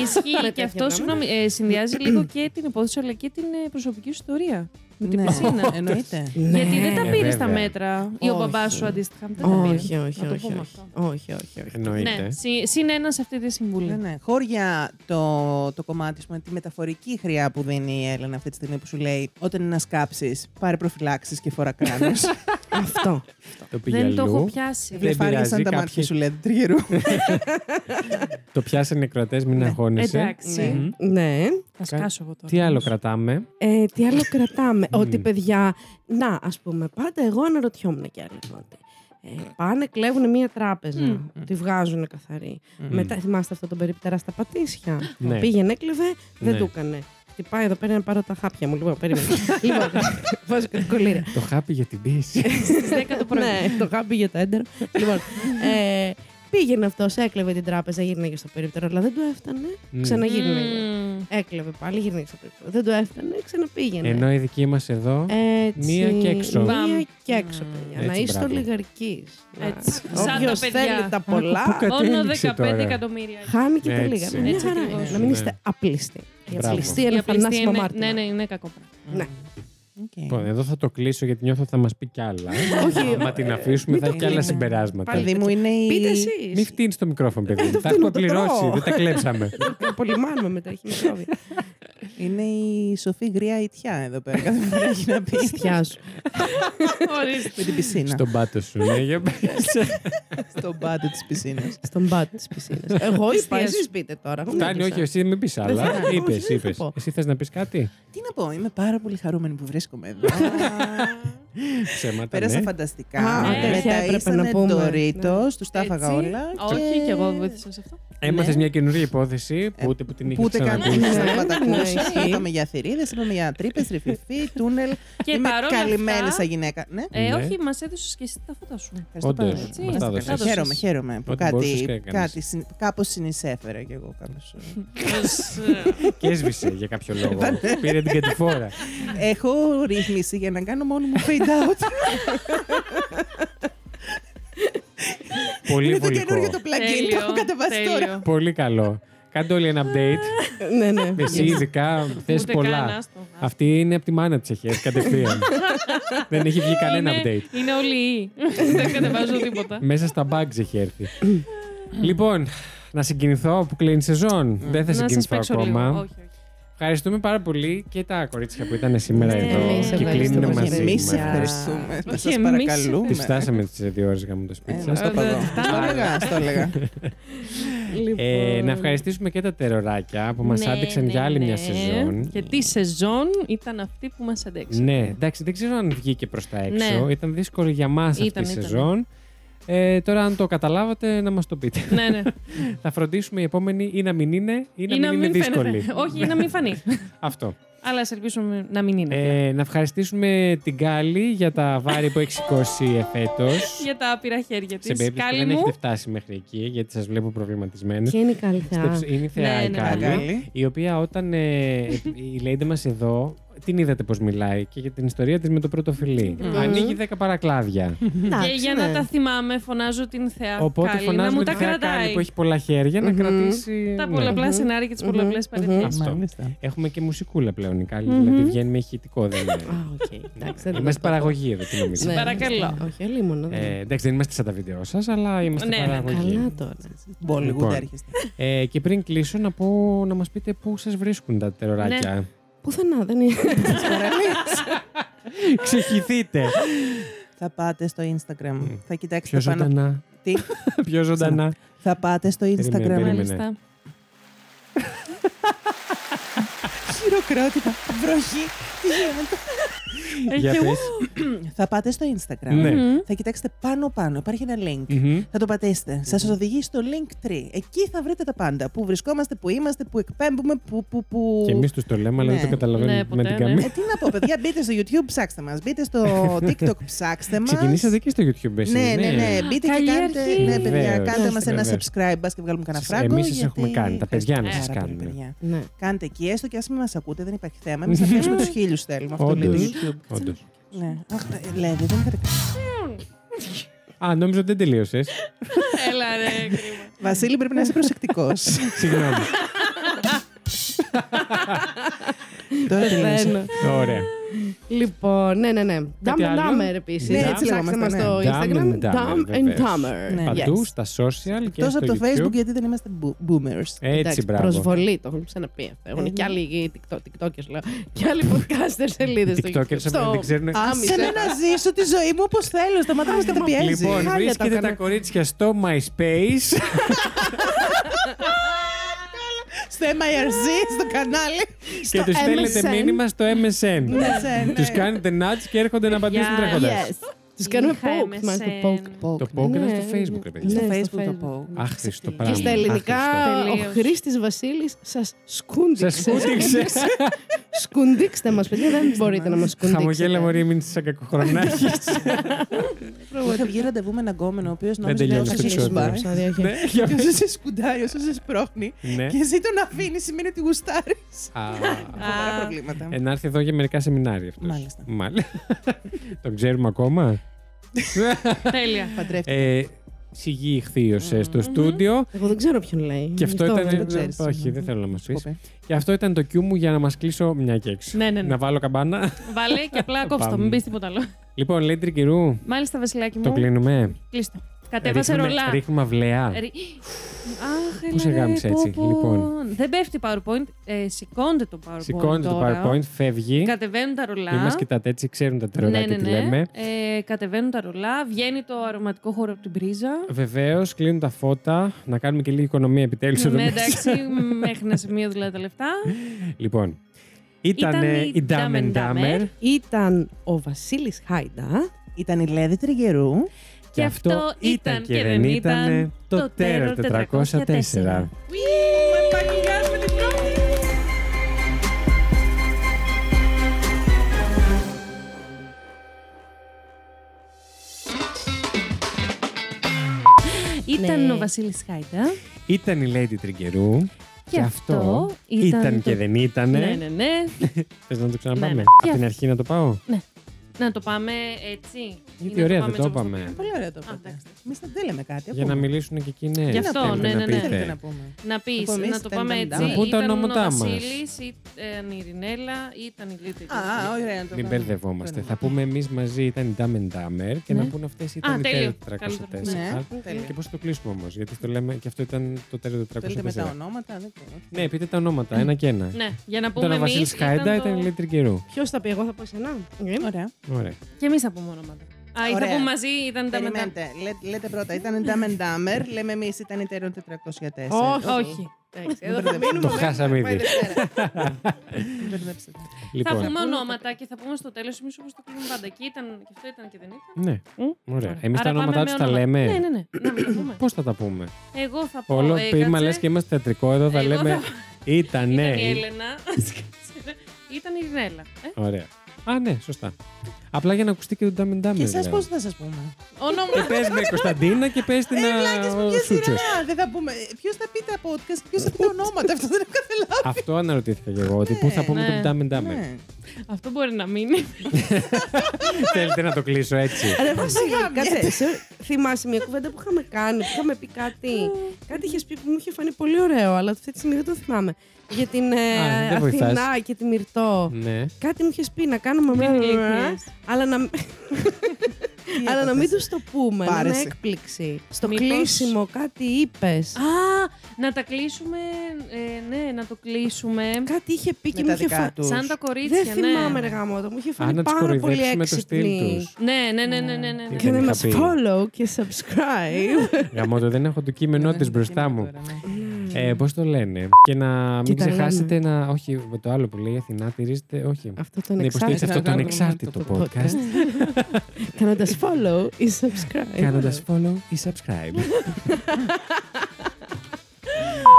Ισχύει και τέτοια αυτό, πράγματα. συγγνώμη, ε, συνδυάζει λίγο και την υπόθεση αλλά και την ε, προσωπική σου ιστορία. Με την Ναι, πισίνα. Εννοείται. Ναι. Γιατί δεν τα Ε, πήρε βέβαια. τα μέτρα ή ο Όχι. μπαμπάς σου αντίστοιχα. Δεν τα πήρε. Όχι, όχι, Να όχι, το όχι, πούμε όχι, αυτό. όχι, όχι, όχι. Εννοείται. Ναι, συ- συν ένα σε αυτή τη Ναι, συμβουλή. ναι. Χώρια το, το κομμάτι, πούμε, τη μεταφορική χρειά που δίνει η Έλενα αυτή τη στιγμή που σου λέει όταν είναι να σκάψεις, πάρε προφυλάξεις και φορά κράνος. Ε, Αυτό. Το πήγε Δεν το έχω αλλού. πιάσει. Δεν Βλεφάρια πειράζει, σαν τα κάποιοι- μάτια σου λέει του τριγερού. Το πιάσανε οι κρατέ, μην αγχώνεσαι. Εντάξει. Ναι. Μμμ. Ναι. Θα σκάσω εγώ τώρα. Τι άλλο κρατάμε. Ε, τι άλλο κρατάμε. Ναι. Μμμ. ότι παιδιά, να, ας πούμε, πάντα εγώ αναρωτιόμουν κι άλλο ότι. Ε, πάνε, κλέβουν μία τράπεζα. Τη βγάζουν καθαρή. Μετά, θυμάστε αυτό τον περιπτερά στα πατήσια. Ναι. Πήγαινε, έκλεβε, δεν Ναι. του έκανε. Χτυπάει εδώ πέρα να πάρω τα χάπια μου. Λοιπόν, περίμενε. λοιπόν, βάζω κάτι κολλήρια. Το χάπι για την πίεση. Στις 10 το πρωί. ναι, το χάπι για τα έντερα. λοιπόν, ε, πήγαινε αυτός, έκλεβε την τράπεζα, γύρναγε στο περίπτερο, αλλά δεν του έφτανε. Μμ. Ξαναγύρναγε. Μμμ. Έκλεβε πάλι, γύρναγε στο περίπτερο. Δεν του έφτανε, ξαναπήγαινε. Ενώ η δική μας εδώ. Έτσι, Μία και έξω. Μπαμ. Μία και έξω, παιδιά. Έτσι, να είσαι μπράβο. ολιγαρκή. Έτσι. Σαν Όποιο τα παιδιά. θέλει τα Άκου πολλά, κάτι. Όνο Κατέληξε 15 τώρα. εκατομμύρια. χάνει και τα Έτσι. λίγα. Μια Έτσι χαρά ακριβώς. είναι. Να μην Ναι. είστε απλίστοι. Η Μπράβο. απληστή Η είναι απληστία θανάσιμο είναι- μάρτυρα. Ναι, ναι, είναι κακό πράγμα. Ναι. Λοιπόν, εδώ θα το κλείσω γιατί νιώθω θα μας πει κι άλλα. Όχι, Άμα ε, την αφήσουμε, μην θα το έχει κι άλλα κλείνουμε. συμπεράσματα. Πάλι Δηλαδή μου είναι η. Πείτε Μην εσεί. φτύνεις το μικρόφωνο, Ε, παιδί. το Τα φτύνω, έχουμε το τρώω. πληρώσει. Δεν τα κλέψαμε. Πολυμάνουμε μετά, έχει μικρόβια. Είναι η σοφή γριά ητιά εδώ πέρα. Κάθε φορά έχει να πει. Πιστιά σου. Ορίστε. Με την πισίνα. Στον πάτο σου. ναι, για πες. Στον πάτο της πισίνας. Στον πάτη της πισίνας. Εγώ είπα, Πιστιά σου. εσείς πείτε τώρα. εγώ Φτάνει, μίλησα. όχι, εσύ μην πεις Δεν άλλα. θα- Είπε, όχι, δεν είπες. θα πω. Εσύ θες να πεις κάτι. Τι να πω, είμαι πάρα πολύ χαρούμενη που βρίσκομαι εδώ. Ψέματα. Πέρασα ναι. φανταστικά. Α, ναι. Μετά έπρεπε ήσανε να πούμε. Doritos, τους τα έφαγα Έτσι. όλα. Όχι, και εγώ βοήθησα σε αυτό. Έμαθες μια καινούργια υπόθεση που Ε, ούτε που την Που είχε ούτε καν ξανακούσει. δεν Ναι, θα τα ναι, ακούσει. ισχύει. Είπαμε για θηρίδες, είπαμε για τρύπες, τριφυφή, τούνελ. Και Είμαι παρόλα καλυμμένη αυτά- σαν γυναίκα. Ναι, Ε, Ναι. όχι, μας έδωσες και εσύ τα φώτα σου. ευχαριστώ Όντως, πάρα μας πολύ. τα Ευχαριστώ. έδωσες. Χαίρομαι, χαίρομαι που Ό,τι μπορούσες και κάτι, έκανες. κάτι συν- κάπως συνεισέφερα κι εγώ. Κάπως. ε. ε, Και έσβησε για κάποιο Ε, λόγο. Πήρε την κατηφόρα. Έχω ρύθμιση για να κάνω μόνο μου fade out. Πολύ Είναι το βολικό. καινούργιο το plugin. Το έχω κατεβάσει τώρα. τέλειο. Πολύ καλό. Κάντε όλοι ένα update. Ναι, ναι. Εσύ ειδικά θες Ούτε καν, πολλά. άστο. Αυτή είναι από τη μάνα της έχει έρθει κατευθείαν. Δεν έχει βγει κανένα Είναι- update. Είναι όλοι οι. Δεν κατεβάζω τίποτα. Μέσα στα bugs έχει έρθει. Λοιπόν, να συγκινηθώ που κλείνει σεζόν. Δεν θα Ναι. Να σας συγκινηθώ παίξω λίγο. ακόμα. Όχι, όχι. Ευχαριστούμε πάρα πολύ και τα κορίτσια που ήταν σήμερα Ναι, εμείς εδώ και κλείνουν ευχαριστούμε. μαζί. Εμείς μας. ευχαριστούμε. Να Όχι, σα εμείς Τη παρακαλούμε. φτάσαμε τις δύο ώρες γάμου το σπίτι Ε, σα. στο παγώ. Ε, Στο φτάνω. έλεγα, στο έλεγα. Ε, Λοιπόν. να ευχαριστήσουμε και τα τεροράκια που μας Ναι, άντεξαν ναι, για άλλη ναι. μια σεζόν. Και τι σεζόν ήταν αυτή που μας αντέξε. Ναι, εντάξει, δεν ξέρω αν βγήκε προς τα έξω. Ναι. Ήταν δύσκολο για μας Ήταν, αυτή η ήταν. σεζόν. Ε, τώρα, αν το καταλάβατε, να μας το πείτε. ναι, ναι. θα φροντίσουμε η επόμενη ή να μην είναι ή να μην, Ή είναι φαίνεται. δύσκολη. Όχι, ή να μην φανεί. Αυτό. Αλλά ας ελπίσουμε να μην είναι. Ε, να ευχαριστήσουμε την Κάλλη για τα βάρη που έχει σηκώσει εφέτος. Για τα άπειρα χέρια σε της. περίπτωση που Κάλλη δεν μου. έχετε φτάσει μέχρι εκεί, γιατί σας βλέπω προβληματισμένους. Και είναι η καλή θεά. Στεψ- Είναι η θεά Ναι, η ναι, Κάλλη, Κάλλη. η οποία όταν ε, η Lady μας εδώ, την είδατε πώς μιλάει και για την ιστορία της με το πρώτο φιλί. Ναι. Mm. Ανοίγει 10 παρακλάδια. ναι. Και Ναι, για ναι. να τα θυμάμαι, φωνάζω την θεά Οπότε Κάλλη να μου φωνάζουμε τα τη θεά Κάλλη κρατάει. που έχει πολλά χέρια να Μμμ. κρατήσει... Τα ναι. πολλαπλά σενάρια και τις Μμμ. πολλαπλές Μμμ. παρενθέσει. Αυτό. Μάλιστα. Έχουμε και μουσικούλα πλέον η Κάλλη, Μμμ. δηλαδή βγαίνει με ηχητικό. Δεν είναι. Α, οκ. Εντάξει, δεν Είμαστε το πω. παραγωγή εδώ, τι νομίζω. Ναι. Παρακαλώ. Όχι, ελίμονο. δεν Ναι, Ε, εντάξει, δεν είμαστε σαν τα βίντεο σας, αλλά είμαστε Ναι, ναι, ναι. παραγωγή. Καλά τώρα. Bollywood Λοιπόν. έρχεστε. Ε, και πριν κλείσω, να, πω, να μας πείτε πού σας βρίσκουν Ναι. τα τεροράκια. Πουθενά δεν είναι. Ξεχυθείτε. Θα πάτε στο Instagram. Θα Πιο κοιτάξετε πάνω. ζωντανά. Τι? Πιο ζωντανά. Θα Θα πάτε στο Instagram. Περίμενε. Μάλιστα. Χειροκρότητα. Βροχή. Τι γίνεται. Για Έχει- πες. Θα πάτε στο Instagram. Ναι. Μμμ. Θα κοιτάξετε πάνω-πάνω. Υπάρχει ένα link. Μμμ. Θα το πατήσετε. Σας οδηγεί στο Linktree. Εκεί θα βρείτε τα πάντα. Πού βρισκόμαστε, πού είμαστε, πού εκπέμπουμε, πού. πού, πού... Και εμείς τους το λέμε, αλλά δεν το Ναι. καταλαβαίνουμε Ναι, με ποτέ, την ναι. καμία. Ε, τι να πω, παιδιά, μπείτε στο YouTube, ψάξτε μας. Μπείτε στο TikTok, ψάξτε μας. Ξεκινήσατε και στο YouTube, εσείς, Ναι, ναι, ναι. Μπείτε και Καλή κάντε. αρχή. Ναι, παιδιά, Βεβαίως, κάντε μας ένα βεβαίως. subscribe, μπα και βγάλουμε κανένα Σας- φράγκο. εμείς σας γιατί έχουμε κάνει, τα παιδιά να σας ευχαριστούμε πάρα πολύ, κάνουμε. παιδιά. Ναι. Κάντε εκεί, έστω και ας μην μας ακούτε, δεν υπάρχει θέμα. Εμείς θα πιάσουμε τους χίλιους θέλουμε. Αυτό λέει το Ναι. Όντως. YouTube. Όντως. Ναι. Αχ, ε, Λέβη, δεν είχατε Α, νόμιζα ότι δεν τελείωσες. Έλα ρε, κρίμα. Βασίλη, πρέπει να είσαι προσεκτικός. Ναι, Συγγνώμη. Τώρα ναι. τελείωσε. Ωραία. Λοιπόν, ναι, ναι, ναι. Dumb and άλλο? Dumber επίσης. Ναι, Έτσι ψάξτε, λέγαμε μα ναι. στο Dumb Instagram. and Dumber, Dumb and βεβαίως. Dumber. Ναι. Yes. Παντού, στα social και Εκτός στο από το Facebook, YouTube. Ε, γιατί δεν είμαστε bo- boomers. Έτσι, Εντάξει, μπράβο. Προσβολή, το έχουν ξαναπεί αυτό. Έχουν Ε, και ναι. άλλοι TikTok- TikTokers, λέω. Και άλλοι podcaster σελίδες. Οι TikTokers ε, δεν ξέρουν. Άμυσα. Άσε με να ζήσω τη ζωή μου όπως θέλω. Σταματά να μα καταπιέζει. Λοιπόν, τα βρίσκεται τα έκανα. κορίτσια στο MySpace. Στο MIRC, στο κανάλι. και τους στέλνετε MSN. μήνυμα στο MSN. MSN, Τους ναι. κάνετε nudge και έρχονται να απαντήσουν Yes. τρέχοντα. Yes. Του κάνουμε Είχα poke. μα, MSN. poke, poke. Το poke ήταν Ναι, στο Facebook, ναι. ρε παιδιά. Ναι, Στο στο Facebook το Facebook. πω. Άχρηστο Ξεφύγει. πράγμα. Και στα ελληνικά, ο Τελείως. Χρήστης Βασίλης σας Σας σκούντιξε. σκούτηξε. Σκουντίξτε μας, παιδιά, δεν μπορείτε να μας σκουντίξετε. δηλαδή. Χαμογέλα, Μωρή, μην σαν κακοχρονάκι. Είχα βγει ραντεβού με έναν γκόμενο, ο οποίος νόμιζε ότι τελειώνεις θα το σε επεισόδιο. σκουμπάει. Επεισόδιο, όχι. Ναι, για Και όσο σε σκουντάει, όσο σε σπρώχνει. Ναι. Και εσύ τον αφήνεις, σημαίνει ότι γουστάρεις. Α, Φοβερά προβλήματα. ε, Να έρθει εδώ για μερικά σεμινάρια αυτός. Μάλιστα. Τον ξέρουμε ακόμα. Τέλεια. Παντρεύτηκε. Ε, Σιγή ηχθείωσε στο στούντιο. Εγώ δεν ξέρω ποιον λέει. Και αυτό Γι' ήταν. βέβαια. δεν το ξέρεις. Όχι, δεν θέλω να μας πει. Σκοπέ. Και αυτό ήταν το Q μου για να μας κλείσω μια και έξω. Ναι, ναι, ναι. Να βάλω καμπάνα. Βάλε και απλά κόψτε το, Πάμε. μην πεις τίποτα άλλο. λοιπόν, λέει τρικυρού, Μάλιστα, Βασιλάκι το Ναι. μου. κλείνουμε. Κλείστο. Κατέβασε Ρίχνουμε- ρολά. Ρίχνουμε αυλαία. Ρι- Αχ, έλα, Πού σε ρε, γάμισε έτσι, πω, πω. λοιπόν. Δεν πέφτει PowerPoint. Ε, σηκώνεται το PowerPoint. Σηκώνεται το τώρα. PowerPoint, φεύγει. Κατεβαίνουν τα ρολά. Μην μα κοιτάτε έτσι, ξέρουν τα ναι, τερολάκια ναι, τι ναι. λέμε. Ε, κατεβαίνουν τα ρολά. Βγαίνει το αρωματικό χώρο από την πρίζα. Βεβαίως, κλείνουν τα φώτα. Να κάνουμε και λίγη οικονομία επιτέλους εδώ Ναι, μέσα. εντάξει, μέχρι ένα σημείο δηλαδή τα λεφτά. Λοιπόν, ήταν Ήταν η η Dumb and Dumb and Dumber. Dumber. Ήταν ο Βασίλης Χάιντα. Ήταν η Λέδη Τριγερού. Και αυτό ήταν και δεν ήταν το Terror 404. Ήταν Ναι. ο Βασίλης Χάιντα. Ήταν η Lady Τριγκερού. Και αυτό ήταν ήταν το- και δεν ήταν. Ναι, ναι, ναι. Θες να το ξαναπάμε. Ναι, ναι. Από Και την αυτό. αρχή να το πάω. Να το πάμε έτσι. Ή να Γιατί ωραία, δεν πάμε το έτσι όπως είπαμε. πήγαμε. Ε, Πολύ ωραία το Α, είπατε. εντάξει. Εμείς δεν λέμε κάτι. Για να μιλήσουν και εκείνε. Γι' αυτό, ναι, ναι, ναι. Τι θέλετε να πούμε. Να πεις, Λοιπόν, εμείς να το ήταν πάμε τα έτσι. ντάμα. Να πούν τα Ήταν ο ονόματά μας. Βασίλης, ήταν η Ειρηνέλα, ήταν η Λίτη. Α, ωραία. να το Μην κάνουμε. μπερδευόμαστε. Παίρνουμε. Θα πούμε εμείς μαζί ήταν η Dumb and Dumber και Ναι. να πούνε αυτές ήταν Α, οι τέλειο. Terror 404. Ναι, τέλεια. Και πώς το κλείσουμε όμως, γιατί το λέμε και αυτό ήταν το Terror Θέλετε με τα 404. ονόματα, δεν ξέρω. Ναι, πείτε τα ονόματα, ένα και ένα. Ναι, για να Ήταν πούμε ο Βασίλη εμείς. Χάιντα, το- ήταν η Lady Τριγκερού. Ποιος θα πει, εγώ θα πω εσένα. Ε, Ωραία. Ωραία. Και εμείς θα πούμε ονόματα. Α, ή θα Ωραία. πούμε μαζί, ήταν τα μετά. Περιμένετε. Λέ- Λέτε πρώτα, ήταν η Dumb and Dumber. Λέμε εμείς ήταν η Terror 404. Όχι. Όχι. εντάξει, Εδώ θα Το μείνουμε. Το μέχρι χάσαμε να πάει ήδη. Δευτέρα. Μην μπερδέψετε. Θα Λοιπόν. πούμε ονόματα και θα πούμε στο τέλος εμείς όπως το κλείνουμε πάντα. Και ήταν, και αυτό ήταν και δεν ήταν. Ναι, ωραία. Εμείς τα Άρα πάμε ονόματά τους με τα ονόματα. λέμε. Ναι, ναι, ναι. Να μην τα πούμε. Πώς θα τα πούμε. Εγώ θα πω. Όλο ε, πείμα κάτσε. λες και είμαστε θεατρικό εδώ, θα Εγώ λέμε. Ήταν Ήταν ναι. η Έλενα. Ήταν η Ειρηνέλα. Ε, Ωραία. Α, ναι, σωστά. Απλά για να ακουστεί και το Dumb and Dumber. Και εσά λέω. πώς θα σας πούμε. Ονόματα. Πες με Κωνσταντίνα και πες την Ε, ε, Με ποια Σούτσο. σειρά δεν θα πούμε. Ποιος θα πει τα podcast, ποιος θα πει τα ονόματα. Αυτό δεν έχω καταλάβει. Αυτό αναρωτήθηκα και εγώ, ότι πού θα πούμε Ναι. τον Dumb and Dumber. Ναι. Αυτό μπορεί να μείνει. Θέλετε να το κλείσω έτσι. Ρε Βασίλη, κάτσε. σε- Θυμάσαι μια κουβέντα που είχαμε κάνει, που είχαμε πει κάτι. Κάτι είχες πει που μου είχε φανεί πολύ ωραίο, αλλά αυτή τη στιγμή δεν το θυμάμαι. Για την ε, Α, δεν βοηθάς. Αθηνά και τη Μυρτό. Ναι. Κάτι μου είχες πει να κάνουμε. Μην μπλα, μπλα, μπλα, ειλικρινείς. Αλλά να. Τι Αλλά να έπαθες? μην τους το πούμε. να Είναι Πάρεσαι. έκπληξη. Στο Μήπως- κλείσιμο κάτι είπες. Α, να τα κλείσουμε. ε, ναι, να το κλείσουμε. Κάτι είχε πει και Με μου τα είχε δικά φα... τους. Σαν τα κορίτσια, Δεν ναι. θυμάμαι, ρε γαμότο. Μου είχε Αν φανεί να τους πάρα πολύ κοροϊδέψει με το στυλ έξυπνη. τους. Ναι, ναι, ναι, ναι, ναι, ναι. Τι Και να Είχα μας πει. follow και subscribe. Γαμώτο, δεν έχω το κείμενό τη μπροστά μου. Ε, Πώς το λένε. Και να μην Κοίτα, λέμε. ξεχάσετε να. Όχι, το άλλο που λέει η Αθηνά, τηρίζετε. Όχι. Αυτό το Να υποστηρίξετε ανεξάρτητο. Ναι, αυτό το Ανεξάρτητο ανεξάρτητο το podcast. Κάνοντας follow ή subscribe. Κάνοντας follow ή subscribe.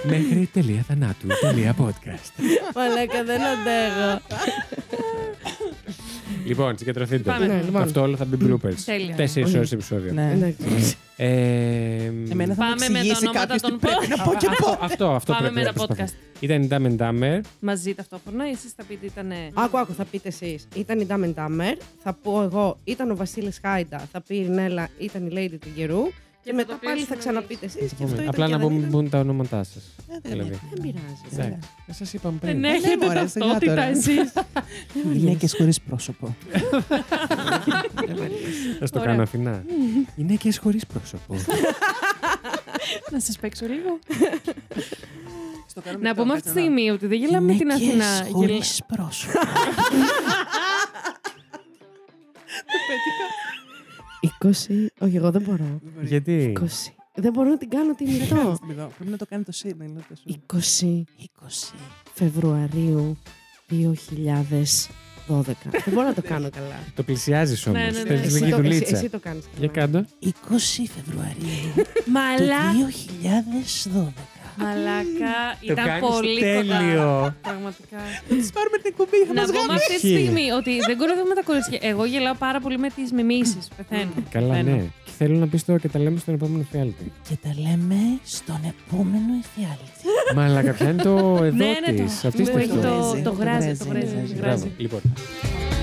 Μέχρι τελεία θανάτου. Τελεία podcast. Μαλάκα, δεν αντέχω. λοιπόν, συγκεντρωθείτε. Πάμε. Ναι, λοιπόν. Αυτό όλο θα μπει bloopers. Τέλεια. Τέσσερις ώρες επεισόδιο. Ναι. Εντάξει. Ε, Εμένα θα Πάμε με τα με εξηγήσει ονόματα κάποιος τι των πρέπει να πω και αυτό, πω. αυτό, αυτό Πάμε πρέπει με να τα προσπαθούμε. Ήταν η Damen Damer. Μαζί ταυτόχρονα, εσείς θα πείτε ήταν. Άκου, άκου, θα πείτε εσείς. Ήταν η Ντάμεν Ντάμερ, θα πω εγώ, ήταν ο Βασίλης Χάιντα, θα πει η Ρινέλα, ήταν η Lady του καιρού. Και, θα μετά το πάλι θα κλείσουμε ξαναπείτε εσείς. Και αυτό Πούμε. ήταν Απλά και να δεν μπουν, ήταν. μπουν τα ονόματά σας. Δηλαδή. Δεν Δεν πειράζει. Ναι. Σας είπαμε πριν. Δεν Ναι, έχετε μωρέ, σιγά ταυτότητα τώρα. εσείς. Γυναίκες χωρίς πρόσωπο. Θα το Ωραία. κάνω Αθηνά. Γυναίκες χωρίς πρόσωπο. Να σας παίξω λίγο. Στο κάνουμε Να τώρα, πούμε αυτή τη κάτσε να- στιγμή ότι δεν γελάμε με την Γυναίκες Αθηνά. Γελά- χωρίς πρόσωπο. Το πέτυχα. 20, όχι, εγώ δεν μπορώ. Γιατί. 20. Δεν μπορώ να την κάνω τη μητώ. Στην πηδό. Λοιπόν, Πρέπει να το κάνει το σύνταγμα. 20 20. Φεβρουαρίου 2012. δεν μπορώ να το κάνω καλά. Το πλησιάζεις όμως. Ναι, ναι, ναι. Θέλει Εσύ λίγη το, εσύ, δουλίτσα. εσύ το κάνεις. Για κάτω. 20 Φεβρουαρίου Μαλά... 2012. Μαλάκα. Το Ήταν κάνεις πολύ κοντά. τέλειο. Πραγματικά. Τις πάρουμε την κουμπί, θα Να μας πούμε γάμψει. αυτή τη Ισχύει. στιγμή ότι δεν κοροϊδεύουμε τα κορίτσια. Εγώ γελάω πάρα πολύ με τις μιμήσεις. Πεθαίνω. Καλά, Πεθαίνω. ναι. Και θέλω να πεις τώρα και τα λέμε στον επόμενο φιάλτη. Και τα λέμε στον επόμενο εφιάλτη. Μαλά, καπιά είναι το Ναι, εδώ ναι, της. το- Αυτής τη μου έχει στιγμή. το- Βρέζει, Το το γράζει, βρέζει, το ναι, γράζει. ναι. γράζει. Λοιπόν.